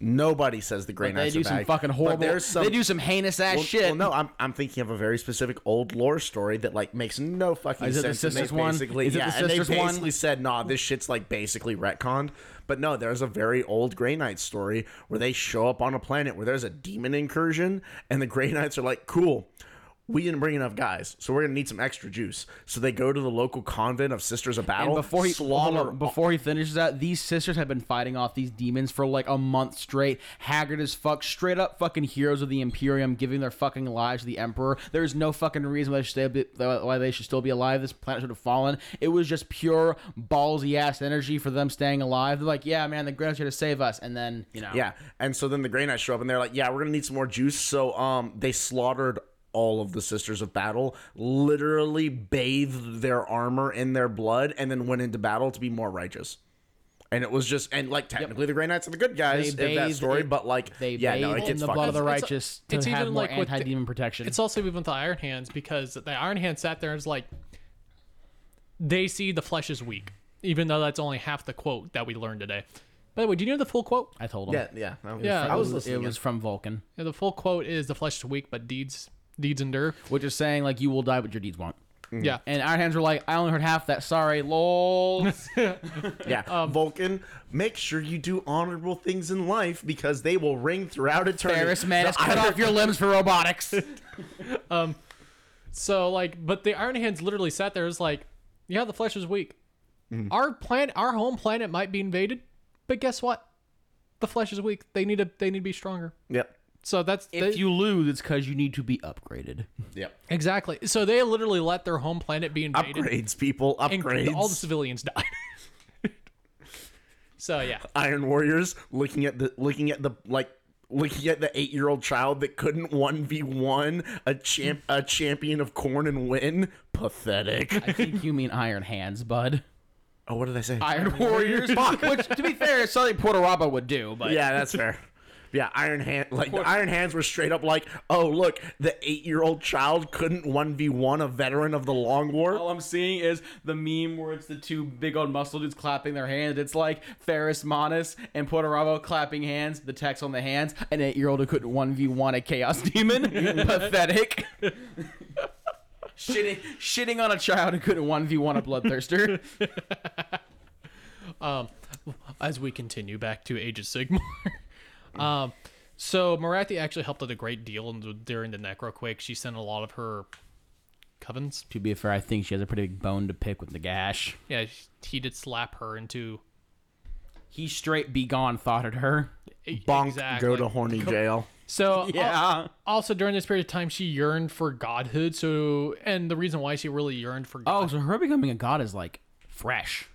Speaker 3: Nobody says the Grey
Speaker 1: they
Speaker 3: Knights
Speaker 1: do
Speaker 3: are bad.
Speaker 1: some fucking
Speaker 3: But
Speaker 1: horrible.
Speaker 3: there's some-
Speaker 1: they do some heinous ass
Speaker 3: well,
Speaker 1: shit.
Speaker 3: Well, no, I'm, I'm thinking of a very specific old lore story that like makes no fucking
Speaker 1: Is it the
Speaker 3: sense. and they
Speaker 1: sisters one?
Speaker 3: basically-
Speaker 1: Is it
Speaker 3: yeah,
Speaker 1: the
Speaker 3: and they
Speaker 1: sisters one?
Speaker 3: basically said, "Nah, this shit's like basically retconned." But no, there's a very old Grey Knight story where they show up on a planet where there's a demon incursion, and the Grey Knights are like, "Cool." we didn't bring enough guys, so we're gonna need some extra juice. So they go to the local convent of Sisters of Battle.
Speaker 1: And before he hold
Speaker 3: Oh, slaughter,
Speaker 1: on, before he finishes that, these sisters have been fighting off these demons for like a month straight, haggard as fuck, straight up fucking heroes of the Imperium, giving their fucking lives to the Emperor. There is no fucking reason why they should still be, why they should still be alive. This planet should have fallen. It was just pure ballsy ass energy for them staying alive. They're like, yeah, man, the Grand here to save us, and then you know,
Speaker 3: yeah, and so then the Grey Knights show up, and they're like, "Yeah, we're gonna need some more juice." So um, they slaughtered all of the Sisters of Battle, literally bathed their armor in their blood, and then went into battle to be more righteous. And it was just, and like technically, the Grey Knights are the good guys
Speaker 1: They
Speaker 3: in that
Speaker 1: bathe
Speaker 3: story,
Speaker 1: in-
Speaker 3: but like,
Speaker 1: they
Speaker 3: yeah, no,
Speaker 1: bathe
Speaker 3: it gets
Speaker 1: in the
Speaker 3: fucking
Speaker 1: blood of the
Speaker 2: It's-
Speaker 1: righteous
Speaker 2: it's
Speaker 1: to have
Speaker 2: even
Speaker 1: more
Speaker 2: like with the-
Speaker 1: anti-demon protection.
Speaker 2: It's also even with the Iron Hands because the Iron Hand sat there and was like, they see the flesh is weak, even though that's only half the quote that we learned today. By the way, do you know the full quote?
Speaker 1: I told him.
Speaker 3: Yeah, yeah, I was,
Speaker 2: Yeah,
Speaker 3: I was
Speaker 1: It was-
Speaker 3: listening.
Speaker 1: It was from Vulcan,
Speaker 2: Yeah, the full quote is the flesh is weak, but deeds deeds endure.
Speaker 1: which is saying like you will die, but your deeds won't.
Speaker 2: Yeah.
Speaker 1: And Iron Hands were like, I only heard half that. Sorry, lol.
Speaker 3: Yeah,
Speaker 1: Um,
Speaker 3: Vulcan, make sure you do honorable things in life because they will ring throughout eternity.
Speaker 1: Ferris Manus,
Speaker 3: The
Speaker 1: cut
Speaker 3: Iron-
Speaker 1: off your limbs for robotics.
Speaker 2: So like, but the Iron Hands literally sat there and was like, yeah, the flesh is weak. Our planet, our home planet, might be invaded, but guess what? The flesh is weak. They need to they need to be stronger.
Speaker 3: Yep,
Speaker 2: So that's they-
Speaker 1: if you lose, it's because you need to be upgraded.
Speaker 3: yep.
Speaker 2: exactly. So they literally let their home planet be invaded.
Speaker 3: Upgrades, people.
Speaker 2: and
Speaker 3: Upgrades.
Speaker 2: all the civilians died. so yeah,
Speaker 3: Iron Warriors looking at the looking at the like looking at the eight year old child that couldn't one v one a champ a champion of corn and win. Pathetic.
Speaker 1: I think you mean Iron Hands, bud.
Speaker 3: Oh, what did I say?
Speaker 1: Iron Warriors. Fuck. Which, to be fair, is something Puerto Rabo would do, but
Speaker 3: yeah, that's fair. Yeah, Iron Hand like the Iron Hands were straight up like, oh look, the eight year old child couldn't one v one a veteran of the Long War.
Speaker 1: All I'm seeing is the meme where it's the two big old muscle dudes clapping their hands. It's like Ferris Manis and Puerto Rabo clapping hands, the text on the hands, an eight year old who couldn't 1v1 a chaos demon. Pathetic. shitting, shitting on a child who couldn't 1v1 a bloodthirster.
Speaker 2: as we continue back to Age of Sigmar. um, so Marathi actually helped out a great deal in- during the Necroquake. She sent a lot of her covens.
Speaker 1: to be fair, I think she has a pretty big bone to pick with the gash.
Speaker 2: Yeah, he did slap her into
Speaker 1: He straight be gone thought at her.
Speaker 2: e-
Speaker 3: Bonk,
Speaker 2: exactly.
Speaker 3: go to horny jail.
Speaker 2: So
Speaker 1: Oh,
Speaker 2: al- also during this period of time, she yearned for godhood. So and the reason why she really yearned for god.
Speaker 1: Oh, so her becoming a god is like fresh.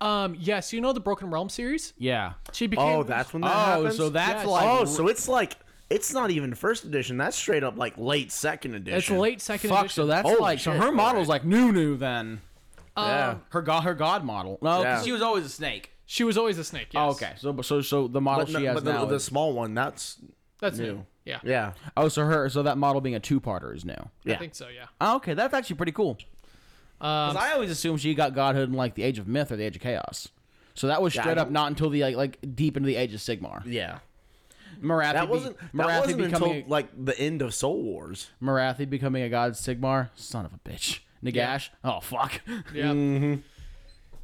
Speaker 2: Um, yes, you know the Broken Realm series.
Speaker 1: Yeah.
Speaker 2: She became.
Speaker 3: Oh, that's when that
Speaker 1: Oh,
Speaker 3: happens.
Speaker 1: so that's
Speaker 2: Yes.
Speaker 1: like
Speaker 3: oh, so it's like it's not even first edition. That's straight up like late second edition.
Speaker 2: it's late second
Speaker 1: fuck.
Speaker 2: edition.
Speaker 1: So that's
Speaker 3: Holy
Speaker 1: like so
Speaker 3: shit.
Speaker 1: her model's like new new then.
Speaker 3: Yeah.
Speaker 1: Her god her god model. No,
Speaker 3: Yeah.
Speaker 1: because she was always a snake.
Speaker 2: She was always a snake. Yes.
Speaker 1: Oh, okay. So so so the model
Speaker 3: but
Speaker 1: she
Speaker 3: no-
Speaker 1: has
Speaker 3: but
Speaker 1: now.
Speaker 3: the, the
Speaker 1: is-
Speaker 3: small one, that's
Speaker 2: That's
Speaker 3: new.
Speaker 2: new. Yeah.
Speaker 3: Yeah.
Speaker 1: oh, so her so that model being a two parter is new.
Speaker 2: I
Speaker 3: Yeah.
Speaker 2: think so. Yeah.
Speaker 1: Oh, okay, that's actually pretty cool.
Speaker 3: Um,
Speaker 1: Because I always assumed she got godhood in like the Age of Myth or the Age of Chaos. So that was
Speaker 3: Yeah, I
Speaker 1: straight up
Speaker 3: don't-
Speaker 1: not until the like, like deep into the Age of Sigmar.
Speaker 3: Yeah.
Speaker 1: Marathi,
Speaker 3: That wasn't
Speaker 1: be,
Speaker 3: that
Speaker 1: Marathi
Speaker 3: wasn't until
Speaker 1: becoming
Speaker 3: like the end of Soul Wars.
Speaker 1: Marathi becoming a god Sigmar, son of a bitch. Nagash, oh fuck.
Speaker 2: Yeah.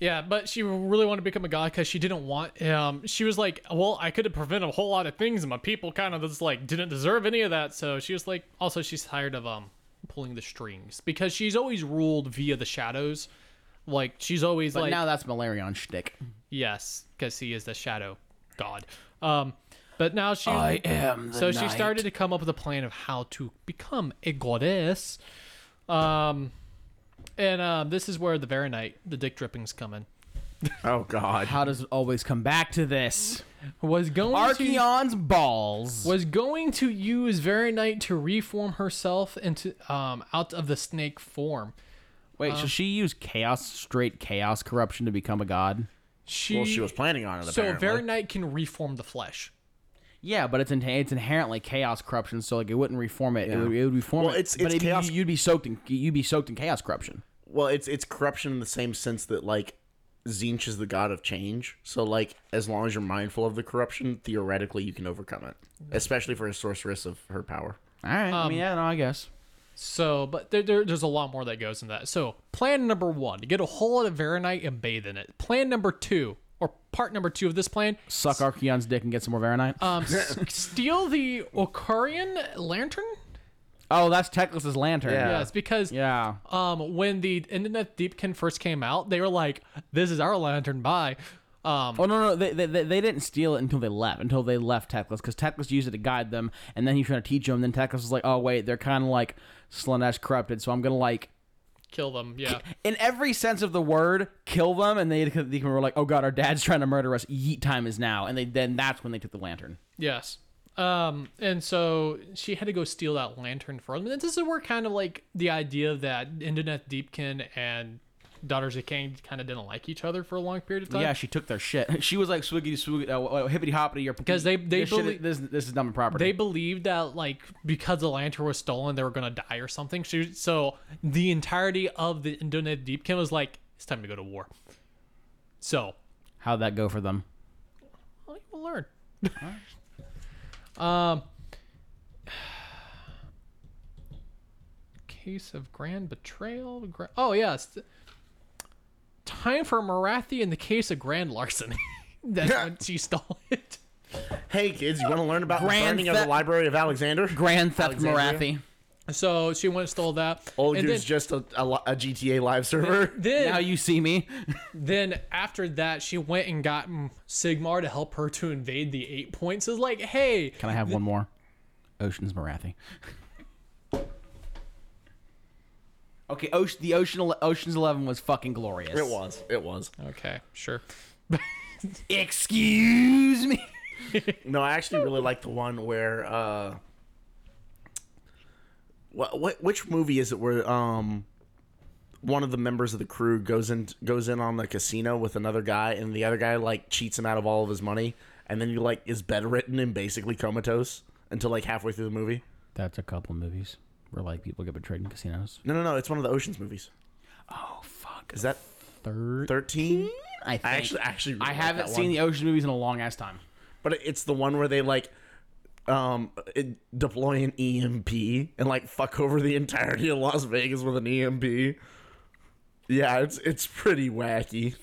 Speaker 2: Yeah, but she really wanted to become a god because she didn't want. Um, she was like, "Well, I could have prevented a whole lot of things, and my people kind of just like didn't deserve any of that." So she was like, also she's tired of um pulling the strings because she's always ruled via the shadows. Like she's always
Speaker 1: But
Speaker 2: like,
Speaker 1: now that's Malarion shtick.
Speaker 2: yes, because he is the shadow god. Um, but now she
Speaker 1: am.
Speaker 2: so she started to come up with a plan of how to become a goddess. Um, and um, this is where the Veronite, the dick drippings, come in.
Speaker 3: Oh God.
Speaker 1: How does it always come back to this?
Speaker 2: Was going to
Speaker 1: Archeon's balls.
Speaker 2: was going to use Veronite to reform herself into um out of the snake form.
Speaker 1: Wait, so she used chaos, straight chaos corruption to become a god?
Speaker 2: She,
Speaker 3: well, she was planning on it.
Speaker 2: so
Speaker 3: apparently.
Speaker 2: Veronite can reform the flesh.
Speaker 1: Yeah, but it's in, it's inherently chaos corruption, so like it wouldn't reform it. It, would, it would reform
Speaker 3: Well,
Speaker 1: it.
Speaker 3: it's-
Speaker 1: but
Speaker 3: it's
Speaker 1: it'd be-
Speaker 3: chaos-
Speaker 1: You'd be soaked in you'd be soaked in chaos corruption.
Speaker 3: Well, it's it's corruption in the same sense that like Zinch is the god of change. So like as long as you're mindful of the corruption, theoretically you can overcome it. Especially for a sorceress of her power.
Speaker 1: All right. I mean, yeah, no, I guess.
Speaker 2: So, but there, there, there's a lot more that goes in that. So, plan number one: get a whole lot of Veronite and bathe in it. Plan number two, or part number two of this plan,
Speaker 1: Suck Uh, Archeon's dick and get some more Varanite.
Speaker 2: Um, s- steal the Okarian lantern?
Speaker 1: Oh, that's Teclis's lantern.
Speaker 3: Yeah.
Speaker 2: Yeah, it's because
Speaker 1: Yeah.
Speaker 2: um when the Internet Deepkin first came out, they were like, "This is our lantern." Bye. Um,
Speaker 1: Oh no no they, they they didn't steal it until they left until they left Teclis because Teclis used it to guide them and then he was trying to teach them. Then Teclis was like, oh wait, they're kind of like Slanesh corrupted, so I'm gonna like
Speaker 2: kill them. Yeah,
Speaker 1: in every sense of the word kill them. And they they were like, oh god, our dad's trying to murder us. Yeet time is now. And they then that's when they took the lantern.
Speaker 2: Yes. Um, and so she had to go steal that lantern for him. And this is where kind of like the idea that Internet Deepkin and Daughters of Cain kind of didn't like each other for a long period of time.
Speaker 1: Yeah, she took their shit. She was like swiggy swiggy uh, hippity hoppity or because
Speaker 2: they- they
Speaker 1: this, shit
Speaker 2: belie-
Speaker 1: is- this this is dumb property.
Speaker 2: They believed that like because the lantern was stolen, they were gonna die or something. She, so the entirety of the Internet Deepkin was like, it's time to go to war. So
Speaker 1: How'd that go for them?
Speaker 2: Well, you will learn. um, case of grand betrayal. Gra- oh yes, th- time for Marathi in the case of grand larceny. That's when she stole it.
Speaker 3: Hey kids, you want to learn about
Speaker 1: Grand
Speaker 3: the burning of
Speaker 1: theft-
Speaker 3: the Library of Alexander?
Speaker 1: Grand Theft
Speaker 3: Alexandria?
Speaker 1: Marathi.
Speaker 2: So she went and stole that.
Speaker 3: Old
Speaker 2: and
Speaker 3: is
Speaker 2: then,
Speaker 3: Oh, just a, a, li- a GTA live server.
Speaker 2: then,
Speaker 1: Now you see me.
Speaker 2: then after that, she went and got mm, Sigmar to help her to invade the eight points. Is like, hey,
Speaker 1: Can I have one more? Ocean's Marathi. Okay, Ocean, the Ocean Ele- Ocean's Eleven was fucking glorious.
Speaker 3: It was. It was.
Speaker 2: okay, sure.
Speaker 1: Excuse me.
Speaker 3: No, I actually really like the one where uh what what which movie is it where um one of the members of the crew goes in goes in on the casino with another guy and the other guy like cheats him out of all of his money and then he like is bedridden and basically comatose until like halfway through the movie.
Speaker 1: That's a couple movies where like people get betrayed in casinos.
Speaker 3: No, no, no, it's one of the Ocean's movies.
Speaker 1: Oh fuck.
Speaker 3: Is that
Speaker 1: Third.
Speaker 3: 13?
Speaker 1: I think.
Speaker 3: I actually actually really
Speaker 1: I
Speaker 3: like
Speaker 1: haven't
Speaker 3: that
Speaker 1: seen
Speaker 3: one.
Speaker 1: the Ocean movies in a long ass time.
Speaker 3: But it's the one where they like um it- deploy an EMP and like fuck over the entirety of Las Vegas with an EMP. Yeah, it's it's pretty wacky.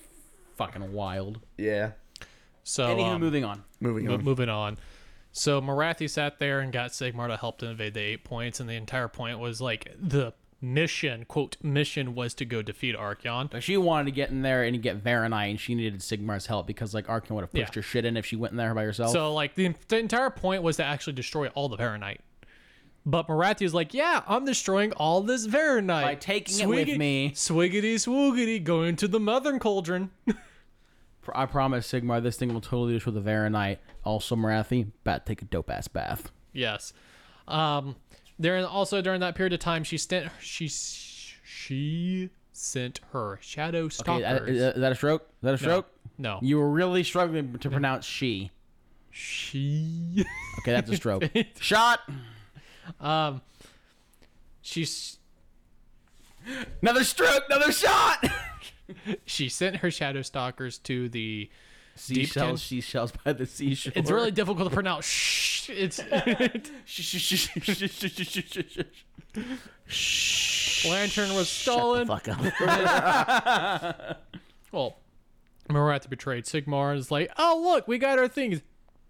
Speaker 1: Fucking wild.
Speaker 3: Yeah.
Speaker 2: So
Speaker 1: Anywho,
Speaker 2: um,
Speaker 1: moving on.
Speaker 3: Moving
Speaker 2: Mo-
Speaker 3: on.
Speaker 2: moving on. So Marathi sat there and got Sigmar to help to invade the eight points, and the entire point was like the mission, quote, mission was to go defeat Archeon.
Speaker 1: Like she wanted to get in there and get Varanite, and she needed Sigmar's help because like Arkin would have pushed
Speaker 2: Yeah.
Speaker 1: her shit in if she went in there by herself.
Speaker 2: So like the, the entire point was to actually destroy all the Varanite. But Marathi was like, "Yeah, I'm destroying all this Varanite
Speaker 1: By taking it with me."
Speaker 2: Swiggity swoogity, going to the Mother Cauldron.
Speaker 1: Pr- I promise, Sigmar, this thing will totally destroy the Varanite. Also, Marathi, bat take a dope ass bath.
Speaker 2: Yes. Um during also during that period of time she sent she she sent her shadow
Speaker 1: Okay,
Speaker 2: stalkers.
Speaker 1: that- is that- uh, is that a stroke? Is that a stroke?
Speaker 2: no.
Speaker 1: You were really struggling to pronounce she.
Speaker 2: she
Speaker 1: Okay, that's a stroke. Shot.
Speaker 2: um she's
Speaker 1: Another stroke. Another shot.
Speaker 2: she sent her shadow stalkers to the
Speaker 1: Seashells, seashells by the seashore.
Speaker 2: it's really difficult to pronounce shh it's lantern was stolen
Speaker 3: Fuck up.
Speaker 2: well Marathi betrayed Sigmar is like oh look we got our things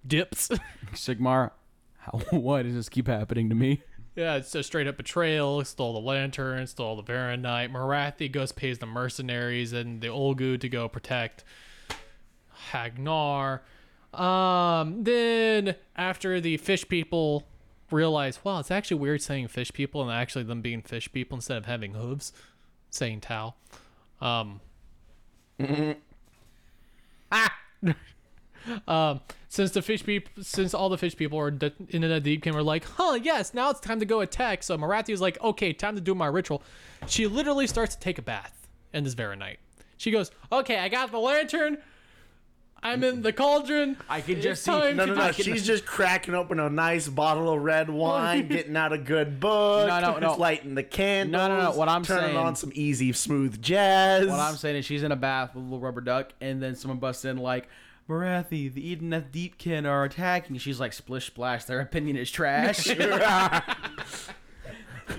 Speaker 2: dips
Speaker 1: Sigmar. How, why does this keep happening to me?
Speaker 2: yeah it's a straight up betrayal stole the lantern stole the Baron Knight Marathi goes pays the mercenaries and the Olgu to go protect Hagnar. Um, then after the fish people realize, wow, it's actually weird saying fish people and actually them being fish people instead of having hooves, saying Tao. Um, ah! um, since the fish people, since all the fish people are d- in the deep came, are like, huh, yes, now it's time to go attack. So Marathi is like, okay, time to do my ritual. She literally starts to take a bath in this very night. She goes, okay, I got the lantern. I'm in the cauldron.
Speaker 1: I can
Speaker 2: just see- time
Speaker 3: No, no, no.
Speaker 2: I can-
Speaker 3: She's just cracking open a nice bottle of red wine, getting out a good book.
Speaker 1: No, no, no.
Speaker 3: Lighting the candles.
Speaker 1: No, no, no, what I'm
Speaker 3: turning
Speaker 1: saying-
Speaker 3: on some easy, smooth jazz.
Speaker 1: What I'm saying is she's in a bath with a little rubber duck, and then someone busts in like, Marathi, the Eden Deep Deepkin are attacking. She's like, splish splash, their opinion is trash.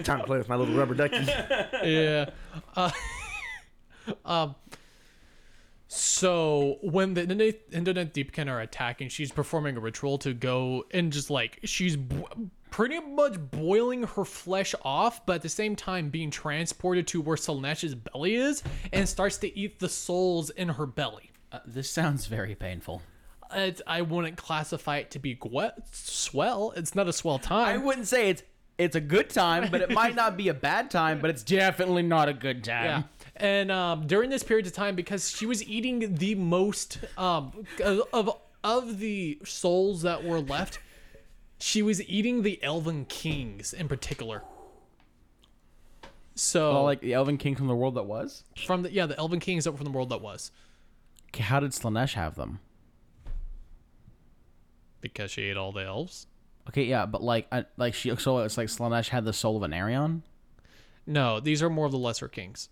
Speaker 3: Time to play with my little rubber ducky.
Speaker 2: yeah. Uh, um. So when the Internet, Internet Deepkin are attacking, she's performing a ritual to go and just like she's b- pretty much boiling her flesh off, but at the same time being transported to where Selnesh's belly is and starts to eat the souls in her belly.
Speaker 1: Uh, this sounds very painful.
Speaker 2: It's, I wouldn't classify it to be gue- swell. It's not a swell
Speaker 1: I
Speaker 2: time.
Speaker 1: wouldn't say it's it's a good time, but it might not be a bad time, but it's definitely not a good time.
Speaker 2: yeah. And um, during this period of time, because she was eating the most um, of of the souls that were left, she was eating the Elven Kings in particular. So,
Speaker 1: Well, like the Elven King from the world that was.
Speaker 2: from the yeah, the Elven Kings that were from the world that was,
Speaker 1: How did Slanesh have them?
Speaker 2: because she ate all the elves.
Speaker 1: Okay, yeah, but like, I, like she so it's like Slanesh had the soul of an Arion.
Speaker 2: No, these are more of the lesser kings.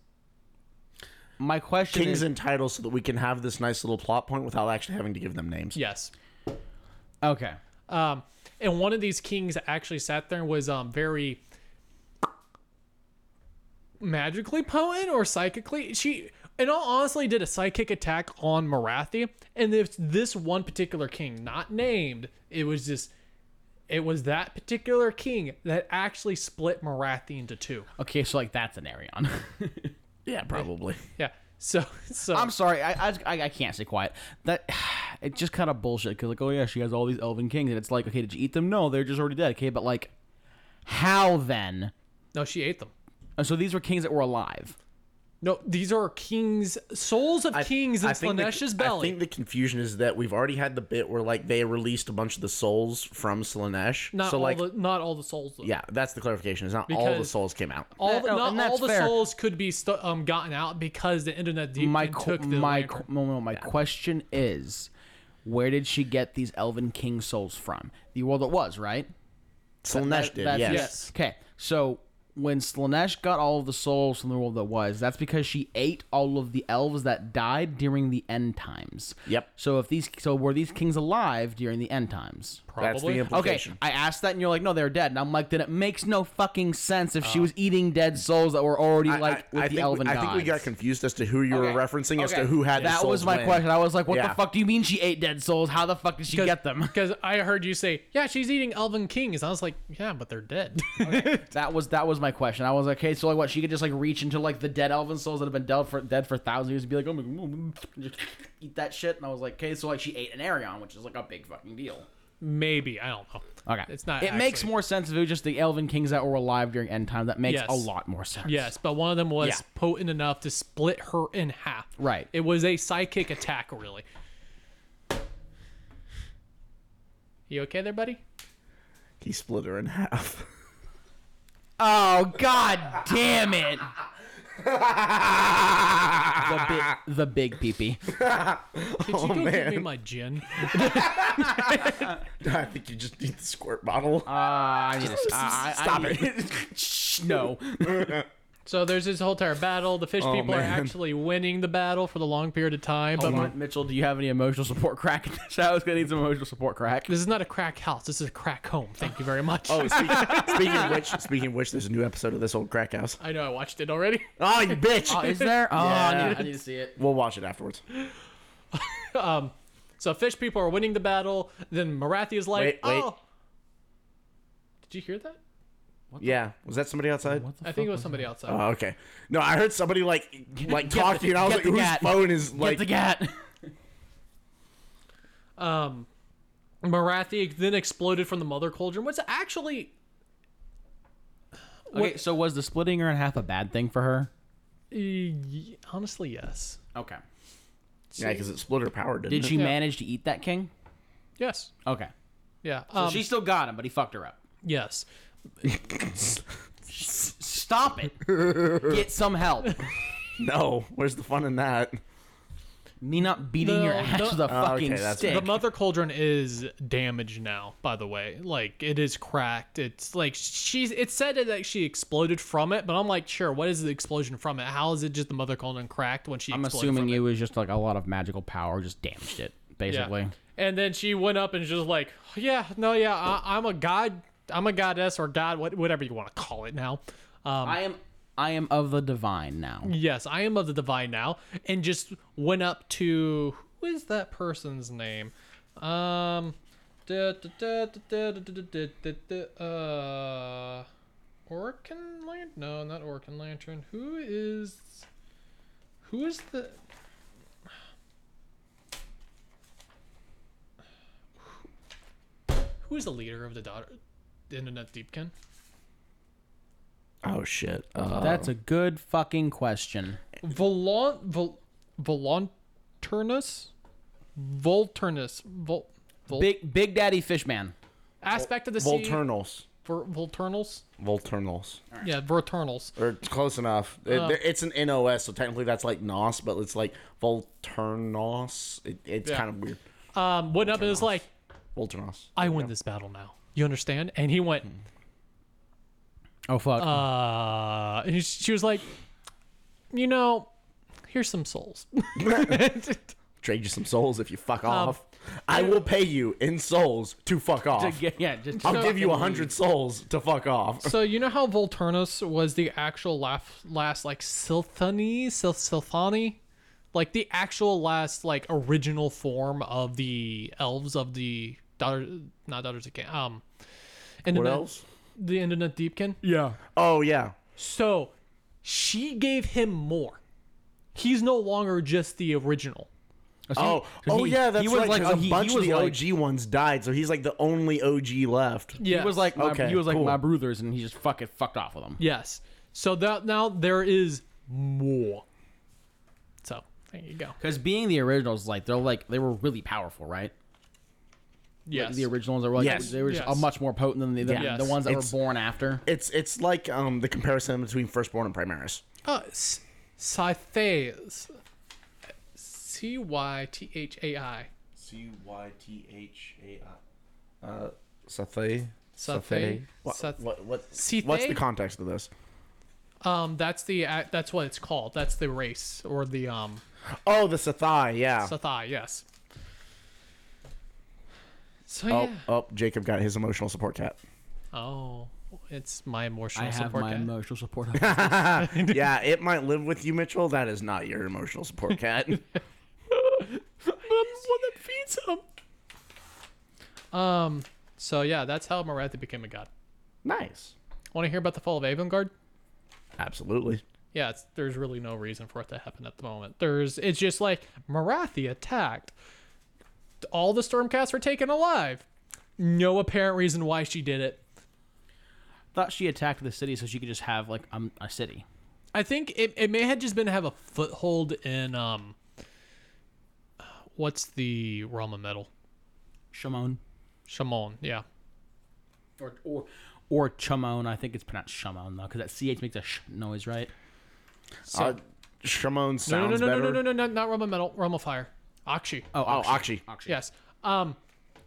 Speaker 1: My question
Speaker 3: Kings
Speaker 1: is,
Speaker 3: and titles so that we can have this nice little plot point without actually having to give them names.
Speaker 2: Yes.
Speaker 1: okay,
Speaker 2: Um, and one of these kings actually sat there and was um very magically potent or psychically. She, in all honestly, did a psychic attack on Marathi, and this this one particular king, not named, it was just. It was that particular king that actually split Marathi into two.
Speaker 1: okay, so like that's an Arion.
Speaker 3: Yeah, probably.
Speaker 2: Yeah. So, so
Speaker 1: I'm sorry, I, I I I can't stay quiet. That it's just kind of bullshit because like, oh yeah, she has all these Elven Kings, and it's like, okay, did you eat them? No, they're just already dead. Okay, but like, how then?
Speaker 2: no, she ate them.
Speaker 1: And so these were kings that were alive.
Speaker 2: No, these are kings, souls of kings in
Speaker 3: think the-
Speaker 2: Slanesh's
Speaker 3: I
Speaker 2: belly.
Speaker 3: think the confusion is that we've already had the bit where like they released a bunch of the souls from Slanesh.
Speaker 2: not
Speaker 3: so
Speaker 2: all
Speaker 3: like
Speaker 2: the, not all the souls. Though.
Speaker 3: yeah, that's the clarification. It's not all the
Speaker 2: Because-
Speaker 3: souls came out.
Speaker 2: all the,
Speaker 1: No,
Speaker 2: not
Speaker 1: and that's
Speaker 2: all the
Speaker 1: fair.
Speaker 2: souls could be st- um gotten out because the internet deep
Speaker 1: My qu-
Speaker 2: took the
Speaker 1: my
Speaker 2: lantern.
Speaker 1: qu- no, no, my question is, where did she get these Elven King souls from? The world that was, right?
Speaker 3: Slanesh did,
Speaker 1: that's-
Speaker 3: yes.
Speaker 2: yes.
Speaker 1: Okay, so when Slanesh got all of the souls from the world that was, that's because she ate all of the elves that died during the end times.
Speaker 3: Yep.
Speaker 1: So if these, so were these kings alive during the end times?
Speaker 3: That's the
Speaker 2: Probably.
Speaker 1: Okay,
Speaker 3: implication.
Speaker 1: I asked that, and you're like, "No, they're dead." And I'm like, "Then it makes no fucking sense if she was eating dead souls that were already
Speaker 3: Uh, I-
Speaker 1: like
Speaker 3: I,
Speaker 1: with
Speaker 3: I
Speaker 1: the
Speaker 3: think,
Speaker 1: elven
Speaker 3: we, I
Speaker 1: gods."
Speaker 3: think we got confused as to who you
Speaker 1: Okay.
Speaker 3: were referencing as
Speaker 1: Okay.
Speaker 3: to who had the
Speaker 1: that was
Speaker 3: souls
Speaker 1: my
Speaker 3: when.
Speaker 1: question. I was like, "What
Speaker 3: Yeah.
Speaker 1: the fuck do you mean she ate dead souls? How the fuck did she get them?"
Speaker 2: Because I heard you say, "Yeah, she's eating elven kings." I was like, "Yeah, but they're dead."
Speaker 1: That was that was my question. I was like, "Okay, so like what? She could just like reach into like the dead elven souls that have been dead for dead for thousands of years and be like, oh my, mm, mm," just eat that shit." And I was like, "Okay, so like she ate an Arion, which is like a big fucking deal."
Speaker 2: Maybe I don't know.
Speaker 1: Okay,
Speaker 2: It's not
Speaker 1: It makes
Speaker 2: actually-
Speaker 1: more sense if it was just the elven kings that were alive during end time. That makes a
Speaker 2: Yes.
Speaker 1: lot more sense.
Speaker 2: Yes, but one of them was
Speaker 1: Yeah.
Speaker 2: potent enough to split her in half.
Speaker 1: Right.
Speaker 2: It was a psychic attack, really. You okay there, buddy?
Speaker 3: He split her in half.
Speaker 1: Oh god damn it! the big the big peepee.
Speaker 2: Did
Speaker 1: Oh,
Speaker 2: you go give me my gin?
Speaker 3: I think you just need the squirt bottle.
Speaker 1: Ah, I need to
Speaker 3: Stop it.
Speaker 1: it. No.
Speaker 2: So there's this whole entire battle. The
Speaker 1: Oh,
Speaker 2: fish people are
Speaker 3: man.
Speaker 2: actually winning the battle for the long period of time. But
Speaker 1: But Mitchell, do you have any emotional support crack in this house? Gonna need some emotional support crack.
Speaker 2: This is not a crack house. This is a crack home. Thank you very much.
Speaker 3: Oh, speak, speaking of which, speaking of which, there's a new episode of this old crack house.
Speaker 2: I know. I watched it already.
Speaker 3: Oh, you bitch!
Speaker 1: Oh, is there? Oh, I,
Speaker 3: Yeah.
Speaker 1: need, I need to see it.
Speaker 3: We'll watch it afterwards.
Speaker 2: So fish people are winning the battle. Then Marathi is like,
Speaker 3: Wait, wait.
Speaker 2: "Oh, did you hear that?
Speaker 3: Yeah, was that somebody outside?
Speaker 2: I think it was somebody outside."
Speaker 3: Oh, okay. No, I heard somebody like like
Speaker 1: Get
Speaker 3: talking,
Speaker 1: the-
Speaker 3: and I was
Speaker 1: get
Speaker 3: like,
Speaker 1: the
Speaker 3: whose
Speaker 1: gat.
Speaker 3: phone is
Speaker 1: Get
Speaker 3: like?
Speaker 1: the gat.
Speaker 2: Um, Marathi then exploded from the mother cauldron. What's actually
Speaker 1: okay, so was the splitting her in half a bad thing for her?
Speaker 2: eh, honestly yes,
Speaker 1: Okay.
Speaker 3: yeah, because it split her power. Didn't
Speaker 1: Did
Speaker 3: it?
Speaker 1: she
Speaker 2: Yeah.
Speaker 1: manage to eat that king?
Speaker 2: yes,
Speaker 1: Okay.
Speaker 2: yeah. Um,
Speaker 1: she still got him, but he fucked her up.
Speaker 2: yes.
Speaker 1: Stop it. Get some help.
Speaker 3: No, where's the fun in that?
Speaker 1: Me not beating
Speaker 2: No,
Speaker 1: your ass
Speaker 2: no.
Speaker 1: with a fucking
Speaker 3: okay, that's-
Speaker 1: stick.
Speaker 2: The mother cauldron is damaged now, by the way. Like it is cracked. It's like she's it said that she exploded from it, but I'm like, sure, what is the explosion from it? How is it just the mother cauldron cracked when she
Speaker 1: I'm
Speaker 2: exploded
Speaker 1: assuming
Speaker 2: from
Speaker 1: it was just like a lot of magical power just damaged it,
Speaker 2: Yeah.
Speaker 1: basically.
Speaker 2: And then she went up and just like, yeah, no, yeah, I, I'm a god, I'm a goddess or god, what, whatever you want to call it now. Um,
Speaker 1: I am I am of the divine now.
Speaker 2: yes, I am of the divine now, and just went up to who is that person's name? Um, Uh, Orkin Lantern? No, not Orkin Lantern. Who is? Who is the? Who is the leader of the daughter? The Internet Deepkin.
Speaker 4: Oh shit. Uh,
Speaker 1: That's a good fucking question.
Speaker 2: Volant, Vol, Volanturnus, Volturnus, Vol, Vol
Speaker 1: Big Big Daddy Fishman.
Speaker 2: aspect of the sea.
Speaker 3: Volturnals.
Speaker 2: Vol- Volturnals.
Speaker 3: Volturnals.
Speaker 2: Yeah, Volturnals.
Speaker 3: Or it's close enough. It- there- it's an NOS, so technically that's like NOS, but it's like Volturnos. It, it's
Speaker 2: Yeah.
Speaker 3: kind of weird.
Speaker 2: Um, went up and was like,
Speaker 3: Volturnos.
Speaker 2: "I win this battle now." You understand? And he went,
Speaker 1: Oh fuck.
Speaker 2: uh, and he- she was like, "You know, here's some souls."
Speaker 3: Trade you some souls if you fuck off. I will pay you in souls to fuck off.
Speaker 1: To get- yeah, just
Speaker 3: I'll give you a hundred souls to fuck off.
Speaker 2: so you know how Volturnus was the actual last, last like Silthani, Sil- Silthani, like the actual last like original form of the elves of the daughter, not daughters of Cain. Um,
Speaker 3: What
Speaker 2: Internet-
Speaker 3: else?
Speaker 2: The Internet Deepkin.
Speaker 3: Yeah. Oh yeah.
Speaker 2: So she gave him more. He's no longer just the original.
Speaker 3: Oh,
Speaker 1: so
Speaker 3: oh
Speaker 1: he-
Speaker 3: yeah, that's
Speaker 1: he was
Speaker 3: right.
Speaker 1: like-
Speaker 3: 'cause a
Speaker 1: he- he
Speaker 3: bunch of
Speaker 1: was
Speaker 3: the
Speaker 1: like-
Speaker 3: OG ones died, so he's like the only OG left.
Speaker 2: Yes.
Speaker 1: He was like my,
Speaker 3: Okay,
Speaker 1: he was like
Speaker 3: cool.
Speaker 1: my brothers, and he just fucking fucked off with them.
Speaker 2: yes. So that now there is more. So there you go.
Speaker 1: Because being the originals, like they're like they were really powerful, right?
Speaker 2: Yes.
Speaker 1: The originals are like
Speaker 3: Yes.
Speaker 1: they were just
Speaker 2: Yes.
Speaker 1: much more potent than the, the,
Speaker 2: Yes.
Speaker 1: the ones that
Speaker 3: It's-
Speaker 1: were born after.
Speaker 3: It's it's like um the comparison between Firstborn and Primaris.
Speaker 2: uh, S- Cythaeus. C y t h a i.
Speaker 4: C Y T H A I.
Speaker 3: Sathe.
Speaker 2: Cythae.
Speaker 3: What,
Speaker 2: Cyth-
Speaker 3: what, what,
Speaker 2: Sathe?
Speaker 3: what's the context of this?
Speaker 2: Um, that's the uh, that's what it's called. That's the race or the um
Speaker 3: Oh, the Sathai, yeah.
Speaker 2: Sathai. Yes. So
Speaker 3: oh,
Speaker 2: yeah.
Speaker 3: oh, Jacob got his emotional support cat.
Speaker 2: Oh, it's my emotional
Speaker 1: I have
Speaker 2: support
Speaker 1: my
Speaker 2: cat.
Speaker 1: emotional support.
Speaker 3: yeah, it might live with you, Mitchell. That is not your emotional support cat.
Speaker 2: I'm the one that feeds him. Um. So yeah, that's how Marathi became a god.
Speaker 3: nice.
Speaker 2: Want to hear about the fall of Avangard?
Speaker 3: Absolutely.
Speaker 2: Yeah, it's, there's really no reason for it to happen at the moment. There's it's just like Marathi attacked. All the Stormcast were taken alive. No apparent reason why she did it.
Speaker 1: Thought she attacked the city so she could just have like um, a city.
Speaker 2: I think it, it may have just been to have a foothold in um. What's the realm of metal?
Speaker 1: Shamon
Speaker 2: Shamon. Yeah.
Speaker 1: or or or Chamon. I think it's pronounced Shamon though, because that ch makes a sh noise, right?
Speaker 3: uh, Shimon
Speaker 2: No, no,
Speaker 3: sounds
Speaker 2: no, no,
Speaker 3: better.
Speaker 2: no, no, no, no, not realm of metal. Realm of fire. Akshi.
Speaker 1: Oh,
Speaker 3: Oh,
Speaker 1: Akshi.
Speaker 3: Akshi.
Speaker 2: Yes. Um,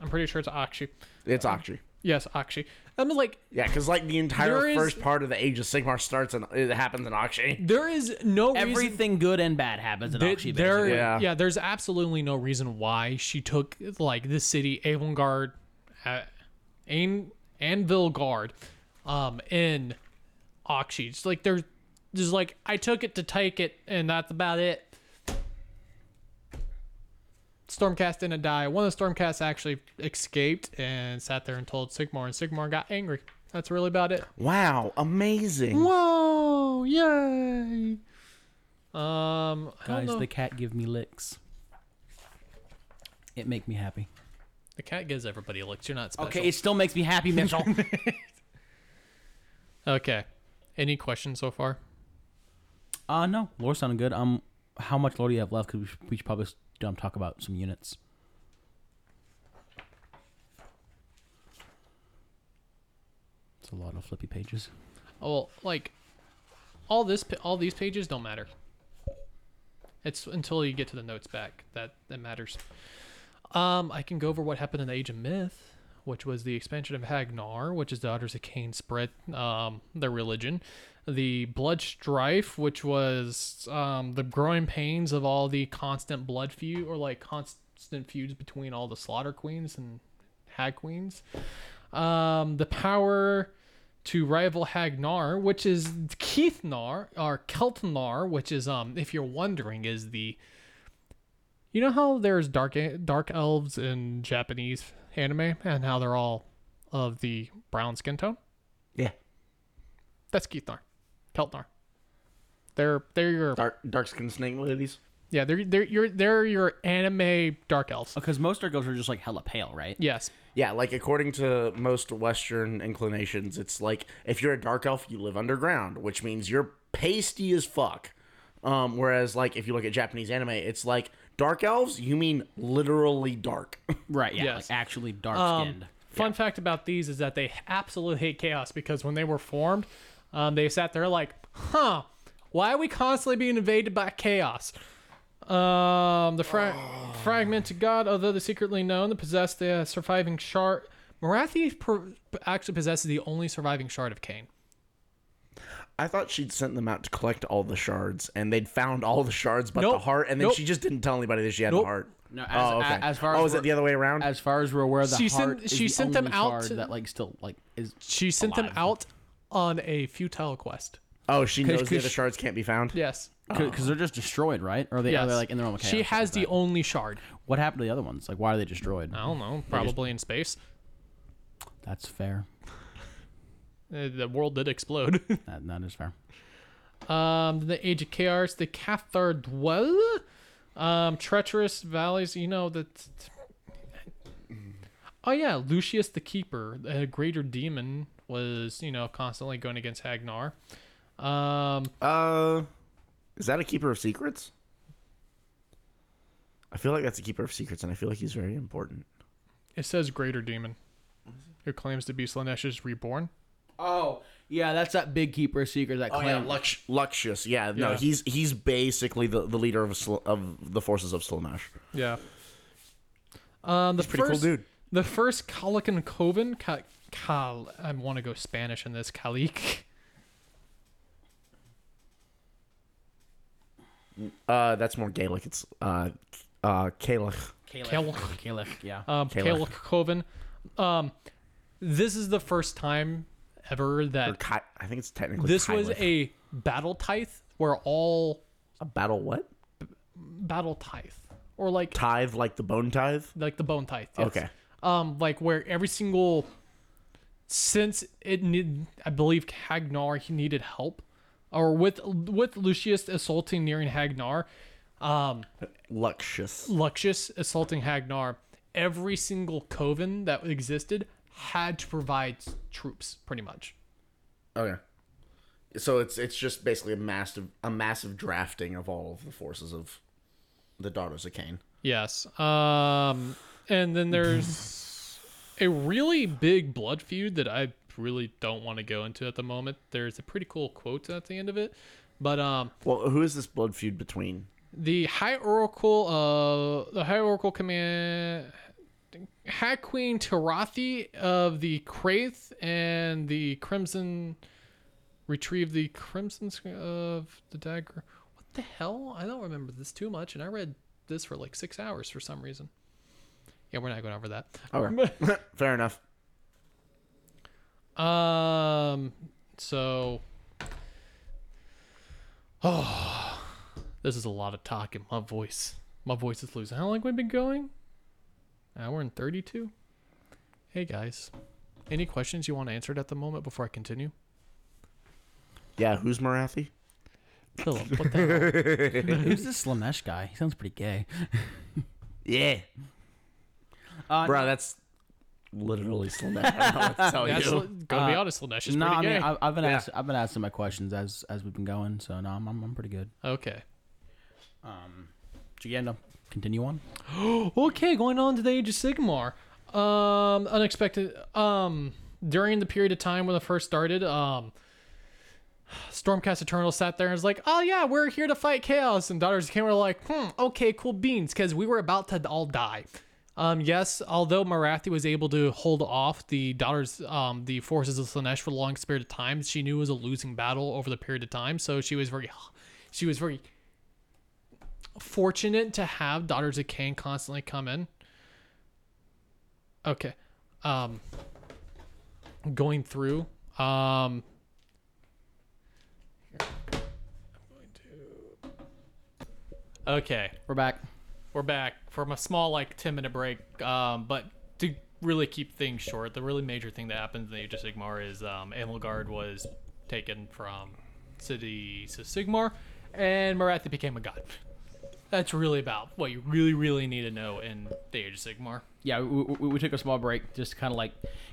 Speaker 2: I'm pretty sure it's Akshi.
Speaker 3: It's Akshi.
Speaker 2: Yes, Akshi. I'm like,
Speaker 3: Yeah, because like the entire
Speaker 2: There is-
Speaker 3: first part of the Age of Sigmar starts and it happens in Akshi.
Speaker 2: there is no reason.
Speaker 1: Everything good and bad happens in
Speaker 2: There,
Speaker 1: Akshi.
Speaker 2: there-
Speaker 1: Oh, basically.
Speaker 2: yeah.
Speaker 3: Yeah.
Speaker 2: there's absolutely no reason why she took like this city, Avangard, uh, An- Anvil Guard, um, in Akshi. It's like there's, just like I took it to take it, and that's about it. Stormcast didn't die. One of the Stormcasts actually escaped and sat there and told Sigmar, and Sigmar got angry. That's really about it.
Speaker 3: Wow, amazing.
Speaker 1: Oh,
Speaker 2: Whoa! Yay! Um, I don't
Speaker 1: Guys,
Speaker 2: know.
Speaker 1: the
Speaker 2: The-,
Speaker 1: cat give me licks. It make me happy.
Speaker 2: cat gives everybody looks. You're not special.
Speaker 1: Okay, it still makes me happy, Mitchell.
Speaker 2: Okay. Any questions so far?
Speaker 1: uh no, lore sounded good. Um, how much lore do you have left? Because we should, we should probably um, talk about some units. It's a lot of flippy pages.
Speaker 2: Oh, well, like all this, pa- all these pages don't matter. It's until you get to the notes back that that matters. Um, I can go over what happened in the Age of Myth, which was the expansion of Hagnar, which is Daughters of Cain spread um, their religion, the blood strife, which was um, the growing pains of all the constant blood feud or like constant feuds between all the slaughter queens and hag queens, um, the power to rival Hagnar, which is Keithnar or Keltnar, which is um, if you're wondering, is the You know how there's dark e- dark elves in Japanese anime and how they're all of the brown skin tone?
Speaker 3: Yeah.
Speaker 2: That's Keithnar. Keltnar. They're they're your
Speaker 3: Dark dark skinned snake ladies.
Speaker 2: yeah, they're they're your they're your anime dark elves.
Speaker 1: Because Uh, most dark elves are just like hella pale, right?
Speaker 2: Yes.
Speaker 3: Yeah, like according to most Western inclinations, it's like if you're a dark elf, you live underground, which means you're pasty as fuck. Um, whereas, like if you look at Japanese anime, it's like dark elves, you mean literally dark.
Speaker 1: Right. Yeah.
Speaker 2: Yes. Um,
Speaker 1: Like actually dark skinned.
Speaker 2: Fun fact about these is that they absolutely hate chaos because when they were formed, um, they sat there like, huh, why are we constantly being invaded by chaos? Um, the fra-
Speaker 1: Oh.
Speaker 2: fragmented god, although the secretly known, the possessed the surviving shard. Marathi pro- actually possesses the only surviving shard of Cain.
Speaker 3: I thought she'd sent them out to collect all the shards, and they'd found all the shards but the
Speaker 2: Nope.
Speaker 3: heart, and then
Speaker 2: Nope.
Speaker 3: she just didn't tell anybody that she had
Speaker 2: Nope.
Speaker 3: the heart.
Speaker 1: No, as-
Speaker 3: oh, okay.
Speaker 1: a- as far
Speaker 3: oh,
Speaker 1: as
Speaker 3: is it
Speaker 1: we're-
Speaker 3: the other way around?
Speaker 1: As far as we're aware, the
Speaker 2: She
Speaker 1: heart
Speaker 2: sent-
Speaker 1: is
Speaker 2: she
Speaker 1: the
Speaker 2: sent them
Speaker 1: only
Speaker 2: out
Speaker 1: shard
Speaker 2: to-
Speaker 1: that like still like is
Speaker 2: She sent them
Speaker 1: Alive.
Speaker 2: out on a futile quest.
Speaker 3: oh, she knows the
Speaker 1: 'cause
Speaker 3: other
Speaker 1: she-
Speaker 3: shards can't be found.
Speaker 2: Yes.
Speaker 1: because Uh. they're just destroyed, right? Or are they, are
Speaker 2: Yes.
Speaker 1: they like in their own chaos?
Speaker 2: she has Oh. the only shard.
Speaker 1: What happened to the other ones? Like, why are they destroyed?
Speaker 2: I don't know. Probably in space.
Speaker 1: That's fair.
Speaker 2: Uh, the world did explode.
Speaker 1: That, that is fair.
Speaker 2: Um, the Age of Chaos, the Cathar Dwell, um, Treacherous Valleys. You know that. Oh yeah, Lucius the Keeper, a greater demon, was you know constantly going against Hagnar. Um,
Speaker 3: Uh, is that a keeper of secrets? I feel like that's a keeper of secrets, and I feel like he's very important.
Speaker 2: it says greater demon, who claims to be Slanesh's reborn.
Speaker 1: Oh yeah, that's that big keeper secret that claim.
Speaker 3: Lux- Luxius. Yeah, no,
Speaker 2: Yeah.
Speaker 3: he's he's basically the, the leader of Sl- of the forces of Slaanesh.
Speaker 2: Yeah. Um, the
Speaker 3: pretty cool
Speaker 2: first,
Speaker 3: dude.
Speaker 2: The first Calican Coven, Cal, Cal, I want to go Spanish in this Calic.
Speaker 3: Uh, that's more Gaelic. It's uh, uh, Gaelic.
Speaker 1: Caliph.
Speaker 2: Caliph.
Speaker 1: Caliph, yeah.
Speaker 2: um,
Speaker 3: Caliph.
Speaker 2: Caliph Coven. Um, this is the first time ever
Speaker 3: Or
Speaker 2: that
Speaker 3: Ki- I think it's technically
Speaker 2: this was
Speaker 3: Kylith.
Speaker 2: a battle tithe where all
Speaker 3: a battle. What
Speaker 2: battle tithe or like
Speaker 3: tithe? Like the bone tithe?
Speaker 2: like the bone tithe. yes.
Speaker 3: Okay.
Speaker 2: Um, like where every single since it need, I believe Hagnar he needed help, or with with Lucius assaulting nearing Hagnar, um,
Speaker 3: Luxius.
Speaker 2: Luxius assaulting Hagnar, every single coven that existed had to provide troops pretty much.
Speaker 3: Okay. So it's it's just basically a massive a massive drafting of all of the forces of the daughters of Cain.
Speaker 2: Yes. Um, and then there's a really big blood feud that I really don't want to go into at the moment. There's a pretty cool quote at the end of it, but um,
Speaker 3: Well, who is this blood feud between?
Speaker 2: the High Oracle, uh, the High Oracle command. High Queen Tarathi of the Kraith and the Crimson retrieved the Crimson Sc- of the dagger. What the hell? I don't remember this too much, and I read this for like six hours for some reason. Yeah, we're not going over that.
Speaker 3: Fair enough.
Speaker 2: Um. So. Oh, this is a lot of talk in my voice. My voice is losing. How long have we been going? Hour and thirty-two. Hey guys, any questions you want answered at the moment before I continue?
Speaker 3: Yeah, who's Marathi?
Speaker 2: Philip, what the hell?
Speaker 1: Who's this Slanesh guy? He sounds pretty gay.
Speaker 3: Yeah,
Speaker 1: Uh,
Speaker 3: bro, that's literally Slaanesh. I don't know what to tell
Speaker 2: That's
Speaker 3: you.
Speaker 2: gotta be honest, Lanesh is
Speaker 1: Uh, no, I
Speaker 2: pretty gay.
Speaker 1: mean I, I've been asked, I've been asking my questions as as we've been going, so no, I'm I'm, I'm pretty good.
Speaker 2: okay.
Speaker 1: Um, but yeah, no, continue on.
Speaker 2: Okay, going on to the Age of Sigmar. Um, unexpected. Um, during the period of time when it first started, um, Stormcast Eternal sat there and was like, "Oh yeah, we're here to fight chaos." And Daughters of Cain were like, "Hmm, okay, cool beans," because we were about to all die. Um, yes, although Marathi was able to hold off the daughters, um, the forces of Slanesh for a long period of time, she knew it was a losing battle over the period of time, so she was very, she was very fortunate to have daughters of Cain constantly come in. Okay. Um going through um Okay.
Speaker 1: We're back.
Speaker 2: We're back from a small, like, 10 minute break. Um, but to really keep things short, the really major thing that happens that you just ignore is um, Animal Guard was taken from City to Sigmar, and Marathi became a god. That's really about what you really, really need to know in the Age of Sigmar.
Speaker 1: yeah, we, we, we took a small break just to kind of like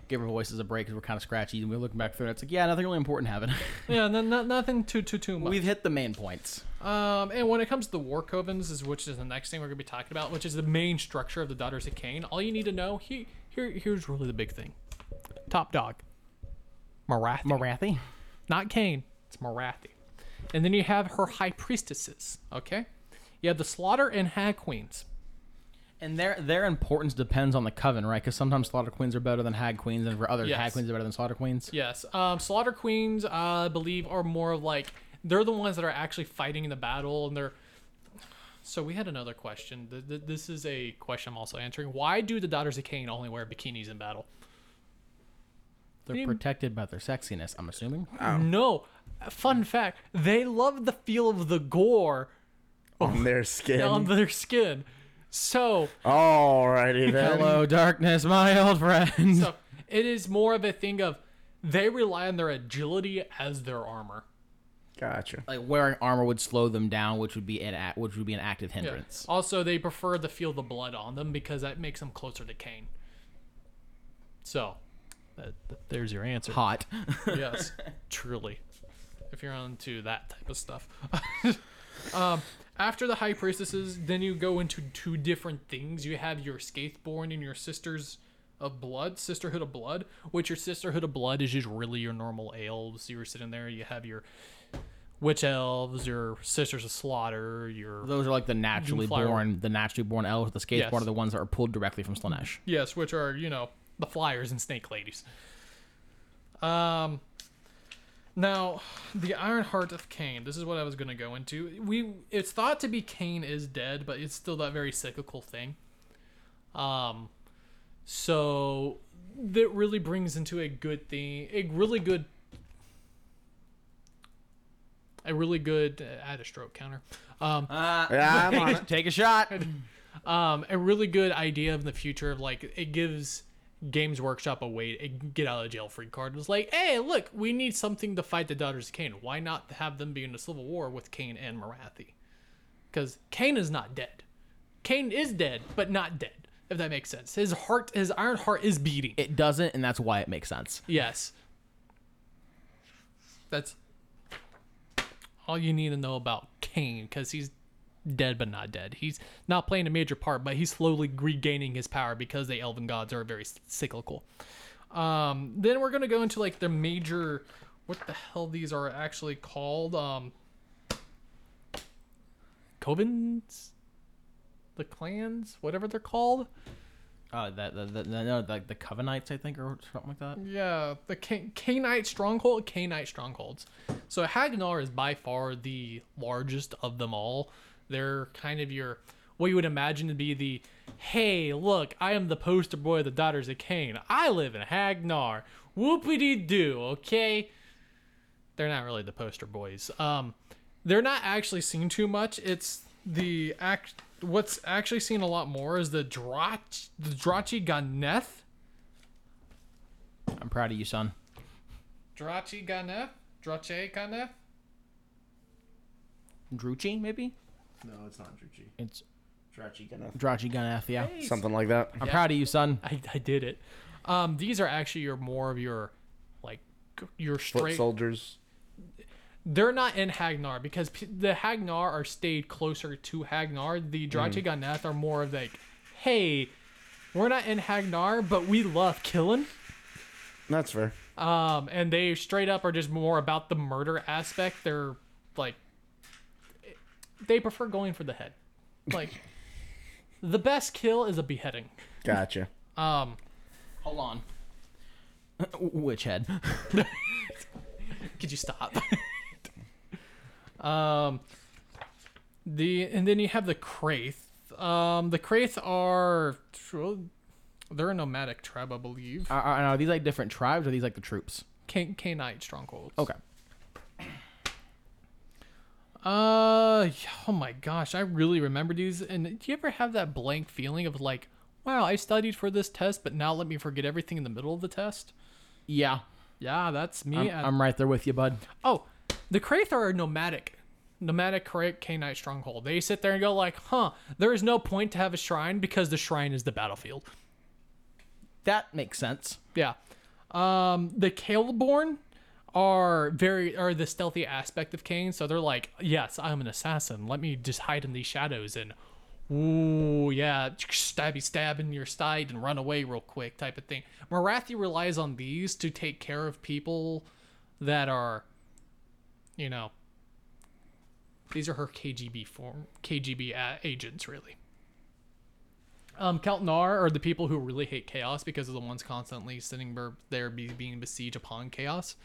Speaker 1: give our voices a break because we're kind of scratchy and we are looking back through it. It's like, yeah, nothing really important happened.
Speaker 2: Yeah, no, no, nothing too, too, too much.
Speaker 1: We've hit the main points.
Speaker 2: Um, and when it comes to the war covens, is which is the next thing we're gonna be talking about, which is the main structure of the Daughters of Cain. All you need to know he, here, here's really the big thing. Top dog, Marathi,
Speaker 1: Marathi?
Speaker 2: not Cain. It's Marathi, and then you have her high priestesses. Okay, you have the Slaughter and Hag Queens.
Speaker 1: And their their importance depends on the coven, right? Because sometimes slaughter queens are better than hag queens, and for others,
Speaker 2: Yes.
Speaker 1: hag queens are better than slaughter queens.
Speaker 2: Yes, um, Slaughter Queens, I believe, are more of like they're the ones that are actually fighting in the battle, and they're. So we had another question. Th- th- This is a question I'm also answering. Why do the Daughters of Cain only wear bikinis in battle?
Speaker 1: They're protected by their sexiness, I'm assuming.
Speaker 2: No. Fun fact, they love the feel of the gore
Speaker 3: on their skin.
Speaker 2: on their skin. So,
Speaker 3: Alrighty then.
Speaker 1: Hello, darkness, my old friend.
Speaker 2: so it is more of a thing of they rely on their agility as their armor.
Speaker 3: Gotcha.
Speaker 1: like wearing armor would slow them down, which would be an act, which would be an active
Speaker 2: Yeah.
Speaker 1: hindrance.
Speaker 2: Also, they prefer to feel the blood on them because that makes them closer to Cain. So, that, that- there's your answer.
Speaker 1: Hot.
Speaker 2: yes, truly. If you're onto that type of stuff. um, after the high priestesses, then you go into two different things. You have your Scaithborn and your Sisters of Blood, Sisterhood of Blood, which your Sisterhood of Blood is just really your normal elves. You're sitting there, you have your witch elves, your Sisters of Slaughter, your
Speaker 1: Those are like the naturally
Speaker 2: fly over.
Speaker 1: born, the naturally born elves. The skateboard
Speaker 2: Yes.
Speaker 1: are the ones that are pulled directly from Slanesh.
Speaker 2: Yes, which are, you know, the flyers and snake ladies. Um now, the Iron Heart of Cain. This is what I was going to go into. We it's thought to be Cain is dead, but it's still that very cyclical thing. Um so that really brings into a good thing, a really good a really good uh, I had a stroke counter. Um
Speaker 3: Yeah, I'm on it.
Speaker 1: Take a shot.
Speaker 2: um, a really good idea of the future of like it gives Games Workshop a way to get out of jail free card. It was like, hey, look, we need something to fight the Daughters of Cain. Why not have them be in a civil war with Cain and Marathi? Because Cain is not dead. Cain is dead, but not dead. If that makes sense, his heart, his iron heart, is beating.
Speaker 1: It doesn't, and that's why it makes sense.
Speaker 2: Yes. That's all you need to know about Kane because he's dead but not dead. He's not playing a major part, but he's slowly regaining his power because the elven gods are very cyclical. Um, then we're gonna go into like the major, what the hell these are actually called? Um, covens, the clans, whatever they're called.
Speaker 1: Uh, that the, the, the, no, like the Covenites, I think, or something like that.
Speaker 2: Yeah, the Can- Canite Stronghold, Canite Strongholds. So Hagnar is by far the largest of them all. They're kind of your what you would imagine to be the hey, look, I am the poster boy of the Daughters of Cain. I live in Hagnar. Whoopity doo, okay? They're not really the poster boys. Um they're not actually seen too much. It's the act what's actually seen a lot more is the Drach the Drachi Ganeth.
Speaker 1: I'm proud of you, son.
Speaker 2: Drachi Ganef? Drache Ganef?
Speaker 1: Druchi, maybe
Speaker 4: No, it's not Druchi.
Speaker 1: it's
Speaker 4: Drachi Ganeth.
Speaker 1: Drachi Ganeth. Yeah,
Speaker 3: Something like that.
Speaker 1: I'm proud of you, son.
Speaker 2: I, I did it. Um, these are actually your more of your, like, your
Speaker 3: Foot
Speaker 2: straight.
Speaker 3: soldiers.
Speaker 2: They're not in Hagnar because p- the Hagnar are stayed closer to Hagnar. The Drache Ganeth are more of like, hey, we're not in Hagnar, but we love killing.
Speaker 3: That's fair.
Speaker 2: Um, and they straight up are just more about the murder aspect. They're like, they prefer going for the head. Like, the best kill is a beheading.
Speaker 3: Gotcha.
Speaker 2: Um,
Speaker 1: Hold on. Witch head.
Speaker 2: could you stop? um, the and then you have the Kraith. Um, the Kraith are they're a nomadic tribe, I believe.
Speaker 1: Are, are, are these like different tribes, or are these like the troops? oh.
Speaker 2: Can- Canaanite strongholds.
Speaker 1: Okay.
Speaker 2: Uh, yeah, oh my gosh, I really remember these. And do you ever have that blank feeling of like, wow, I studied for this test, but now let me forget everything in the middle of the test?
Speaker 1: Yeah,
Speaker 2: Yeah, that's me.
Speaker 1: I'm,
Speaker 2: at-
Speaker 1: I'm right there with you, bud.
Speaker 2: oh, the Kraith are nomadic. Nomadic Kraith Canine Stronghold. They sit there and go like, huh, there is no point to have a shrine because the shrine is the battlefield.
Speaker 1: That makes sense.
Speaker 2: Yeah. Um, the Kaleborn are very are the stealthy aspect of Kane, so they're like, yes, I'm an assassin. Let me just hide in these shadows and, ooh, yeah, stabby stab in your side and run away real quick type of thing. Marathi relies on these to take care of people that are, you know, these are her KGB form KGB a- uh, agents really. Um, Keltnar are the people who really hate chaos because they're the ones constantly sitting ber- there be- being besieged upon chaos.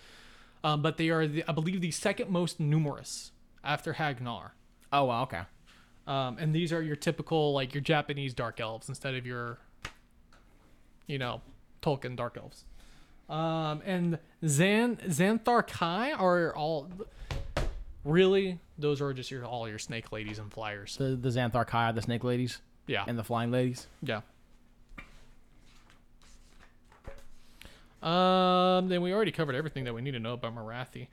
Speaker 2: Um, but they are, the, I believe, the second most numerous after Hagnar.
Speaker 1: Oh, wow, okay.
Speaker 2: Um, and these are your typical, like, your Japanese dark elves instead of your, you know, Tolkien dark elves. Um, and Zan Xanthar Kai are all really those are just your all your snake ladies and flyers.
Speaker 1: The the Xanthar Kai, the snake ladies,
Speaker 2: Yeah.
Speaker 1: and the flying ladies.
Speaker 2: Yeah. Um. Then we already covered everything that we need to know about Marathi.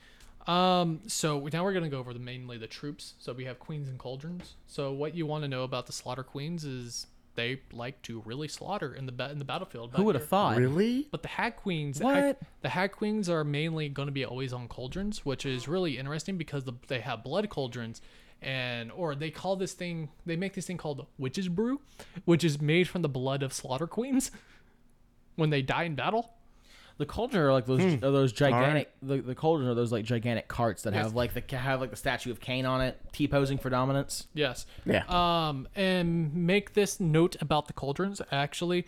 Speaker 2: Um. So now we're gonna go over the mainly the troops. So we have queens and cauldrons. So what you want to know about the slaughter queens is they like to really slaughter in the ba- in the battlefield.
Speaker 1: Who
Speaker 2: but
Speaker 1: would have
Speaker 2: you're-
Speaker 1: thought?
Speaker 3: Really?
Speaker 2: But the hag queens, the hag-
Speaker 1: What?
Speaker 2: the hag queens are mainly going to be always on cauldrons, which is really interesting because the, they have blood cauldrons, and or they call this thing, they make this thing called witch's brew, which is made from the blood of slaughter queens when they die in battle.
Speaker 1: The cauldron are like those
Speaker 3: Hmm.
Speaker 1: are those gigantic. The, the cauldron are those like gigantic carts that
Speaker 2: Yes.
Speaker 1: have like the have like the statue of Cain on it, T posing for dominance.
Speaker 2: Yes.
Speaker 3: Yeah.
Speaker 2: Um, and make this note about the cauldrons actually.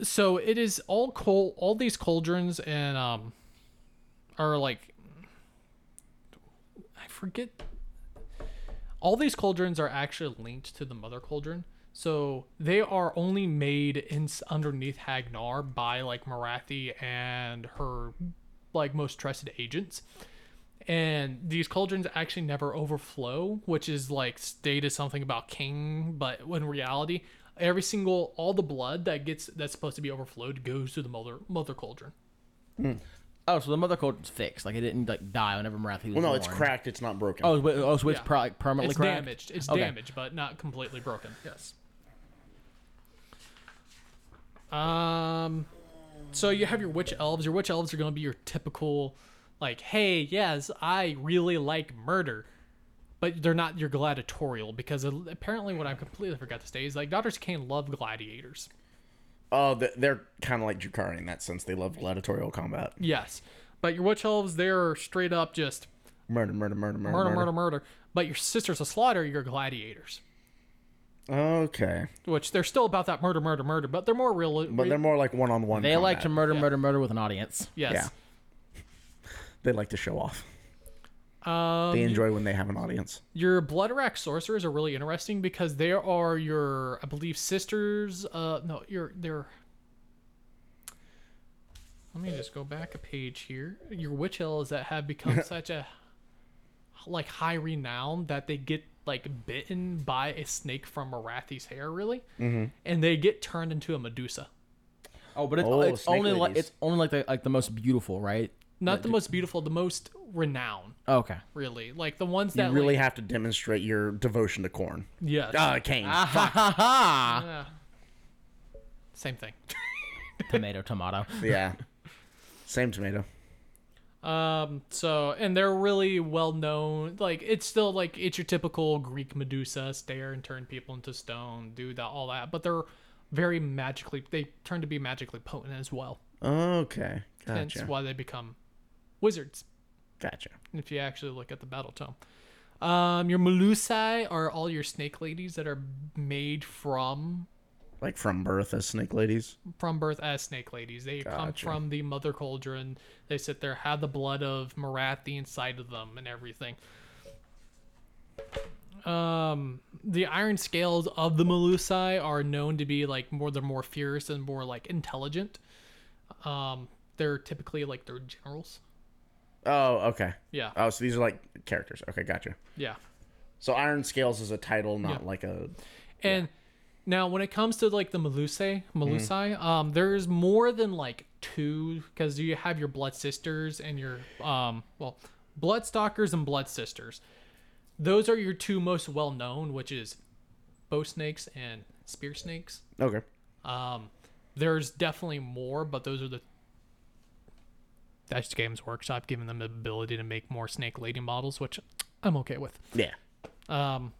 Speaker 2: So it is all coal, all these cauldrons, and um, are like I forget. All these cauldrons are actually linked to the mother cauldron, so they are only made in underneath Hagnar by like Marathi and her like most trusted agents and these cauldrons actually never overflow, which is like stated something about king, but in reality, every single all the blood that gets that's supposed to be overflowed goes to the mother mother cauldron.
Speaker 1: Oh, so the mother cauldron's fixed. Like it didn't like die whenever Marathi was
Speaker 3: Well, no,
Speaker 1: born.
Speaker 3: it's cracked. It's not broken.
Speaker 1: Oh, wait, oh so it's
Speaker 2: Yeah.
Speaker 1: pro- like, permanently
Speaker 2: it's
Speaker 1: cracked.
Speaker 2: damaged. It's
Speaker 1: Okay.
Speaker 2: damaged, but not completely broken. Yes. Um, so you have your witch elves. Your witch elves are going to be your typical, like, hey, yes, I really like murder, but they're not your gladiatorial because apparently what I completely forgot to say is like Doctors Kane love gladiators.
Speaker 3: Oh, th they're kind of like Jukari in that sense. They love gladiatorial combat.
Speaker 2: Yes, but your witch elves they're straight up just
Speaker 3: Murder, murder, murder, murder,
Speaker 2: murder, murder, murder. But your sisters of slaughter, you're gladiators.
Speaker 3: Okay,
Speaker 2: Which they're still about that murder, murder, murder, but they're more real.
Speaker 3: but they're more like one-on-one.
Speaker 1: They like to
Speaker 3: combat.
Speaker 1: murder, murder, murder with an audience.
Speaker 2: yes.
Speaker 3: yeah. They like to show off.
Speaker 2: Um,
Speaker 3: They enjoy when they have an audience.
Speaker 2: Your blood rack sorcerers are really interesting because they are your, I believe, sisters. Uh, no, your they're. Let me just go back a page here. Your witch elves that have become such a, like high renown that they get like bitten by a snake from Marathi's hair, really, mm-hmm. and they get turned into a Medusa.
Speaker 1: Oh, but it's,
Speaker 3: Oh,
Speaker 1: it's
Speaker 3: snake
Speaker 1: only like
Speaker 3: ladies.
Speaker 1: it's only like the like the most beautiful, right?
Speaker 2: Not the most beautiful, the most renowned,
Speaker 1: Okay.
Speaker 2: really. Like the ones
Speaker 3: You
Speaker 2: that
Speaker 3: really
Speaker 2: like,
Speaker 3: have to demonstrate your devotion to corn.
Speaker 2: yes,
Speaker 3: Ah, Kane.
Speaker 1: Ha ha ha!
Speaker 2: Yeah. same thing.
Speaker 1: tomato, tomato.
Speaker 3: Yeah. Same tomato.
Speaker 2: Um, so and they're really well known. Like it's still like it's your typical Greek Medusa, stare and turn people into stone, do that all that. But they're very magically they turn to be magically potent as well.
Speaker 3: Okay.
Speaker 2: Hence
Speaker 3: Gotcha.
Speaker 2: why they become wizards
Speaker 3: Gotcha.
Speaker 2: if you actually look at the battle tome. Um, your Melusai are all your snake ladies that are made from
Speaker 3: Like from birth as snake ladies.
Speaker 2: from birth as snake ladies. They come
Speaker 3: Gotcha.
Speaker 2: from the mother cauldron. They sit there, have the blood of Marathi inside of them, and everything. Um, the iron scales of the Melusai are known to be like more they're more fierce and more like intelligent. Um, they're typically like they're generals.
Speaker 3: Oh, okay.
Speaker 2: Yeah.
Speaker 3: Oh, so these are like characters. Okay, gotcha.
Speaker 2: Yeah.
Speaker 3: So Iron Scales is a title, not like a.
Speaker 2: And now when it comes to like the Melusae, Melusae, um, there's more than like two because you have your blood sisters and your um, well, blood stalkers and blood sisters. Those are your two most well known, which is bow snakes and spear snakes.
Speaker 3: Okay.
Speaker 2: Um, there's definitely more, but those are the. That's Games Workshop giving them the ability to make more snake lady models, which I'm okay with.
Speaker 3: Yeah.
Speaker 2: Um,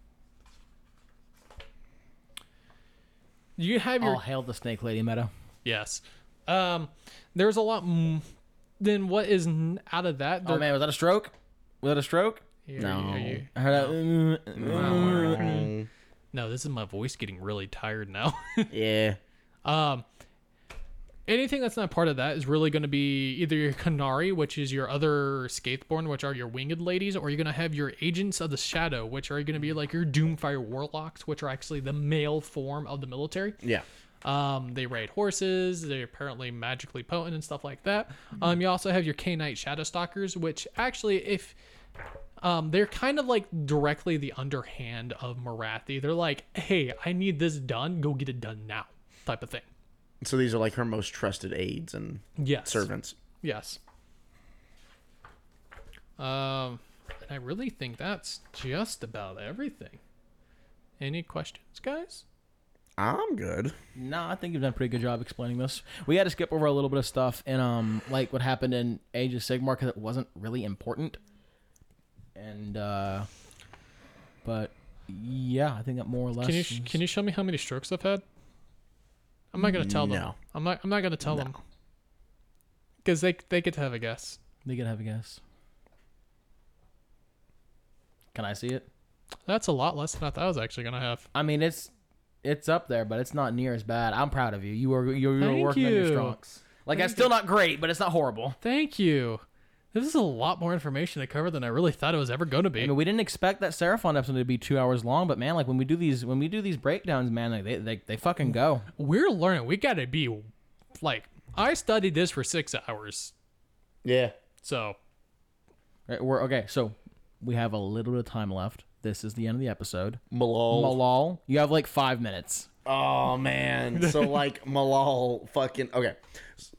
Speaker 2: you have your
Speaker 1: All hail the Snake Lady meta.
Speaker 2: yes. Um, there's a lot m- than what is n- out of that.
Speaker 1: Oh
Speaker 2: there-
Speaker 1: man, was that a stroke? Was that a stroke?
Speaker 2: Here,
Speaker 1: no.
Speaker 2: here, here.
Speaker 1: I heard that.
Speaker 2: No, this is my voice getting really tired now.
Speaker 3: Yeah.
Speaker 2: um, anything that's not part of that is really going to be either your Canary, which is your other Skateborn, which are your winged ladies, or you're going to have your Agents of the Shadow, which are going to be like your Doomfire Warlocks, which are actually the male form of the military.
Speaker 3: Yeah.
Speaker 2: Um, they ride horses. They're apparently magically potent and stuff like that. Um, you also have your K-Knight Shadowstalkers, which actually, if um, they're kind of like directly the underhand of Marathi. They're like, hey, I need this done. Go get it done now, type of thing.
Speaker 3: So these are like her most trusted aides and
Speaker 2: Yes.
Speaker 3: servants.
Speaker 2: Yes. Um, and I really think that's just about everything. Any questions, guys?
Speaker 3: I'm good.
Speaker 1: No, I think you've done a pretty good job explaining this. We had to skip over a little bit of stuff and um like what happened in Age of Sigmar because it wasn't really important. And uh but yeah, I think that more or less.
Speaker 2: Can you sh- can you show me how many strokes I've had? I'm not gonna tell them.
Speaker 3: No.
Speaker 2: I'm not. I'm not gonna tell them. Because they they get to have a guess.
Speaker 1: they could have a guess. Can I see it?
Speaker 2: That's a lot less than I thought I was actually gonna have.
Speaker 1: I mean, it's it's up there, but it's not near as bad. I'm proud of you. You were you were
Speaker 2: Thank
Speaker 1: working on your
Speaker 2: you.
Speaker 1: strokes. Like that's still not great, but it's not horrible.
Speaker 2: Thank you. This is a lot more information to cover than I really thought it was ever gonna
Speaker 1: I
Speaker 2: be.
Speaker 1: mean, we didn't expect that Seraphon episode to be two hours long, but man, like when we do these when we do these breakdowns, man, like they they, they fucking go.
Speaker 2: We're learning. We gotta be like I studied this for six hours.
Speaker 3: Yeah.
Speaker 2: So
Speaker 1: Right, We're okay. So we have a little bit of time left. This is the end of the episode.
Speaker 3: Malal.
Speaker 1: Malal, you have like five minutes.
Speaker 3: oh man. so like Malal fucking okay.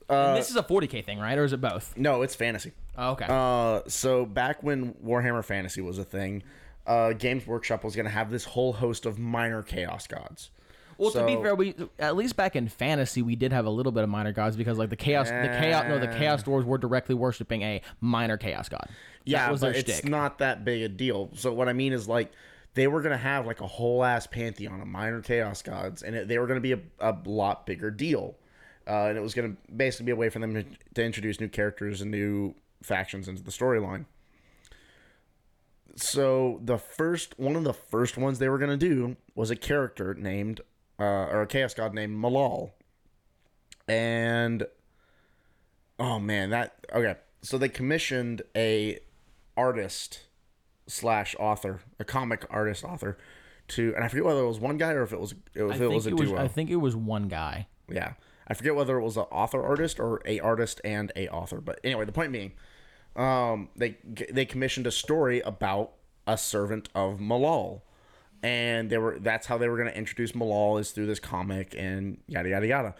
Speaker 3: Uh,
Speaker 1: this is a 40k thing, right? Or is it both?
Speaker 3: no, it's fantasy.
Speaker 1: Oh, okay.
Speaker 3: Uh, so back when Warhammer Fantasy was a thing, uh, Games Workshop was gonna have this whole host of minor chaos gods.
Speaker 1: well, to be
Speaker 3: so-
Speaker 1: fair, we at least back in fantasy we did have a little bit of minor gods because like the chaos, the chaos, no, the chaos dwarves were directly worshiping a minor chaos god.
Speaker 3: Yeah,
Speaker 1: that was
Speaker 3: but
Speaker 1: their
Speaker 3: it's
Speaker 1: shtick.
Speaker 3: not that big a deal. So what I mean is like they were gonna have like a whole ass pantheon of minor chaos gods, and it, they were gonna be a, a lot bigger deal. Uh, and it was gonna basically be a way for them to, to introduce new characters and new factions into the storyline. So the first one of the first ones they were gonna do was a character named uh, or a chaos god named Malal, and oh man, that okay. So they commissioned a artist slash author, a comic artist author, to and I forget whether it was one guy or if it was if
Speaker 1: I
Speaker 3: it
Speaker 1: think
Speaker 3: was a
Speaker 1: it was,
Speaker 3: duo.
Speaker 1: I think it was one guy.
Speaker 3: Yeah. I forget whether it was an author artist or a artist and a author, but anyway, the point being, um, they they commissioned a story about a servant of Malal, and they were that's how they were going to introduce Malal is through this comic and yada yada yada.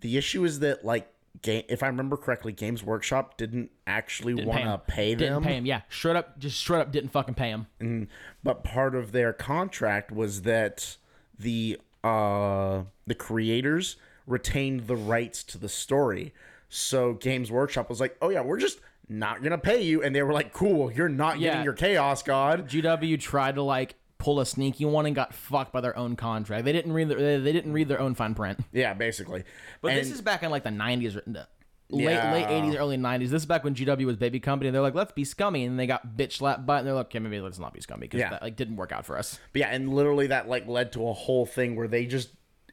Speaker 3: The issue is that like game, if I remember correctly, Games Workshop didn't actually want to pay,
Speaker 1: Didn't
Speaker 3: them,
Speaker 1: pay him. Yeah, straight up, just straight up didn't fucking pay him.
Speaker 3: but part of their contract was that the uh the creators retained the rights to the story so games workshop was like oh yeah we're just not gonna pay you and they were like cool you're not
Speaker 1: Yeah.
Speaker 3: getting your chaos god
Speaker 1: GW tried to like pull a sneaky one and got fucked by their own contract. They didn't read their, they, they didn't read their own fine print.
Speaker 3: yeah basically
Speaker 1: But
Speaker 3: And-
Speaker 1: this is back in like the 90s or no, late
Speaker 3: Yeah.
Speaker 1: late 80s early 90s. This is back when GW was baby company. They're like let's be scummy and they got bitch slapped by it, and they're like okay maybe let's not be scummy because
Speaker 3: Yeah.
Speaker 1: that like didn't work out for us.
Speaker 3: But yeah, and literally that like led to a whole thing where they just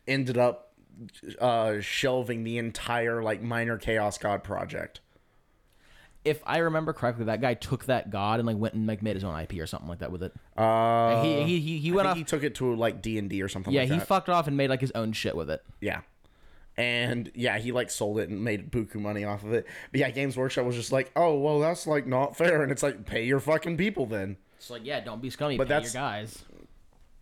Speaker 3: ended up uh shelving the entire like minor chaos god project.
Speaker 1: If I remember correctly, that guy took that god and like went and like made his own IP or something like that with it. Uh, he, he he he
Speaker 3: I
Speaker 1: went
Speaker 3: think
Speaker 1: off.
Speaker 3: he took it to like D and D or something.
Speaker 1: yeah,
Speaker 3: like
Speaker 1: he
Speaker 3: that.
Speaker 1: fucked off and made like his own shit with it.
Speaker 3: yeah. And yeah, he like sold it and made buku money off of it. But yeah, Games Workshop was just like, oh well, that's like not fair, and it's like pay your fucking people then.
Speaker 1: It's like, yeah, don't be scummy,
Speaker 3: But
Speaker 1: pay
Speaker 3: that's-
Speaker 1: your guys.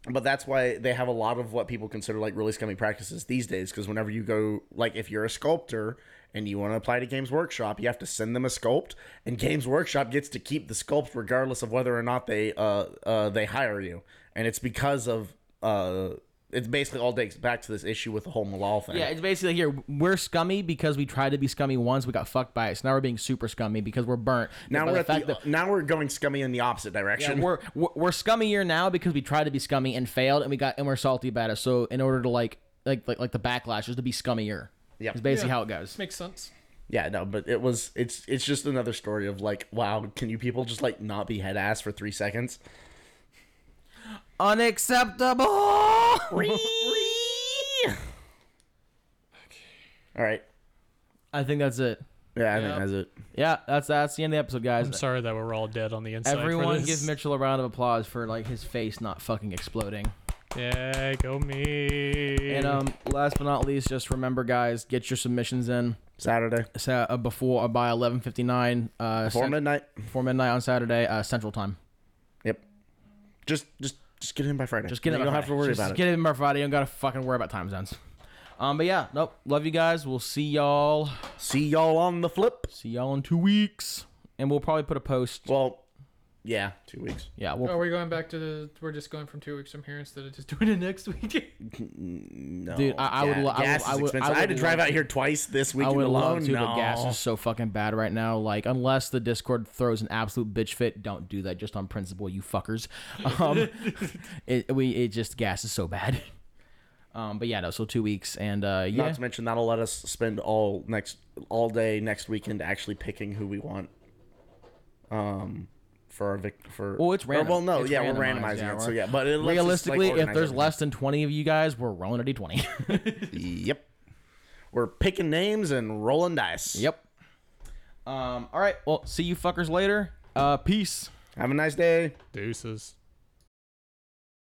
Speaker 3: But that's why they have a lot of what people consider like really scummy practices these days. Because whenever you go, like if you're a sculptor and you want to apply to Games Workshop, you have to send them a sculpt, and Games Workshop gets to keep the sculpt regardless of whether or not they uh, uh they hire you. And it's because of uh, it's basically all dates back to this issue with the whole Malal thing.
Speaker 1: Yeah, it's basically here we're scummy because we tried to be scummy once, we got fucked by it. So now we're being super scummy because we're burnt.
Speaker 3: now
Speaker 1: by
Speaker 3: we're
Speaker 1: the
Speaker 3: at the,
Speaker 1: fact that-
Speaker 3: now we're going scummy in the opposite
Speaker 1: yeah,
Speaker 3: direction.
Speaker 1: we're, we're we're scummier now because we tried to be scummy and failed, and we got and we're salty about it. So in order to like like like, like the backlash is to be scummier.
Speaker 3: Yep.
Speaker 1: it's basically
Speaker 2: Yeah.
Speaker 1: how it goes.
Speaker 2: Makes sense.
Speaker 3: Yeah, no, but it was it's it's just another story of like, wow, can you people just like not be head ass for three seconds?
Speaker 1: Unacceptable.
Speaker 3: All right.
Speaker 1: I think that's it.
Speaker 3: Yeah, I
Speaker 2: Yeah.
Speaker 3: think that's it.
Speaker 1: Yeah, that's that's the end of the episode, guys.
Speaker 2: I'm sorry that we're all dead on the inside. for
Speaker 1: Everyone,
Speaker 2: this.
Speaker 1: give Mitchell a round of applause for like his face not fucking exploding.
Speaker 2: Yeah, go me.
Speaker 1: And um, last but not least, just remember, guys, get your submissions in
Speaker 3: Saturday
Speaker 1: sa- uh, before uh, by 11:59 uh,
Speaker 3: before
Speaker 1: cent-
Speaker 3: midnight.
Speaker 1: before midnight on Saturday uh, Central Time.
Speaker 3: Yep. Just just just get in by Friday.
Speaker 1: Just get it.
Speaker 3: You
Speaker 1: by
Speaker 3: don't have
Speaker 1: Friday.
Speaker 3: to worry
Speaker 1: Just
Speaker 3: about it.
Speaker 1: Get it by Friday. You don't gotta fucking worry about time zones. Um, but yeah, nope. Love you guys. We'll see y'all.
Speaker 3: See y'all on the flip.
Speaker 1: See y'all in two weeks, and we'll probably put a post.
Speaker 3: Well, oh, yeah, two weeks.
Speaker 1: Yeah, we'll
Speaker 2: Are we going back to the? We're just going from two weeks from here instead of just doing it next week.
Speaker 3: No,
Speaker 1: Dude, I- I would
Speaker 3: ga-
Speaker 1: lo- I would-
Speaker 3: gas
Speaker 1: I
Speaker 3: is
Speaker 1: would-
Speaker 3: expensive.
Speaker 1: I
Speaker 3: I, had to
Speaker 1: would
Speaker 3: drive
Speaker 1: love
Speaker 3: out here twice this weekend
Speaker 1: I would
Speaker 3: alone.
Speaker 1: love to,
Speaker 3: no.
Speaker 1: but gas is so fucking bad right now. Like, unless the Discord throws an absolute bitch fit, don't do that. Just on principle, you fuckers. Um, it, we it just gas is so bad. Um, but yeah, no. So two weeks, and uh,
Speaker 3: Not
Speaker 1: yeah,
Speaker 3: to mention that'll let us spend all next all day next weekend actually picking who we want. Um. For our vic- for
Speaker 1: Well, it's
Speaker 3: or,
Speaker 1: random.
Speaker 3: Well, no,
Speaker 1: It's
Speaker 3: yeah, we're
Speaker 1: randomized,
Speaker 3: randomizing
Speaker 1: yeah,
Speaker 3: it.
Speaker 1: we're-
Speaker 3: So yeah, but it lets us, like,
Speaker 1: realistically, if
Speaker 3: organize
Speaker 1: there's
Speaker 3: everything.
Speaker 1: less than twenty of you guys, we're rolling a d twenty.
Speaker 3: yep, we're picking names and rolling dice.
Speaker 1: yep. Um. All right. Well, see you fuckers later. Uh. Peace.
Speaker 3: Have a nice day.
Speaker 2: Deuces.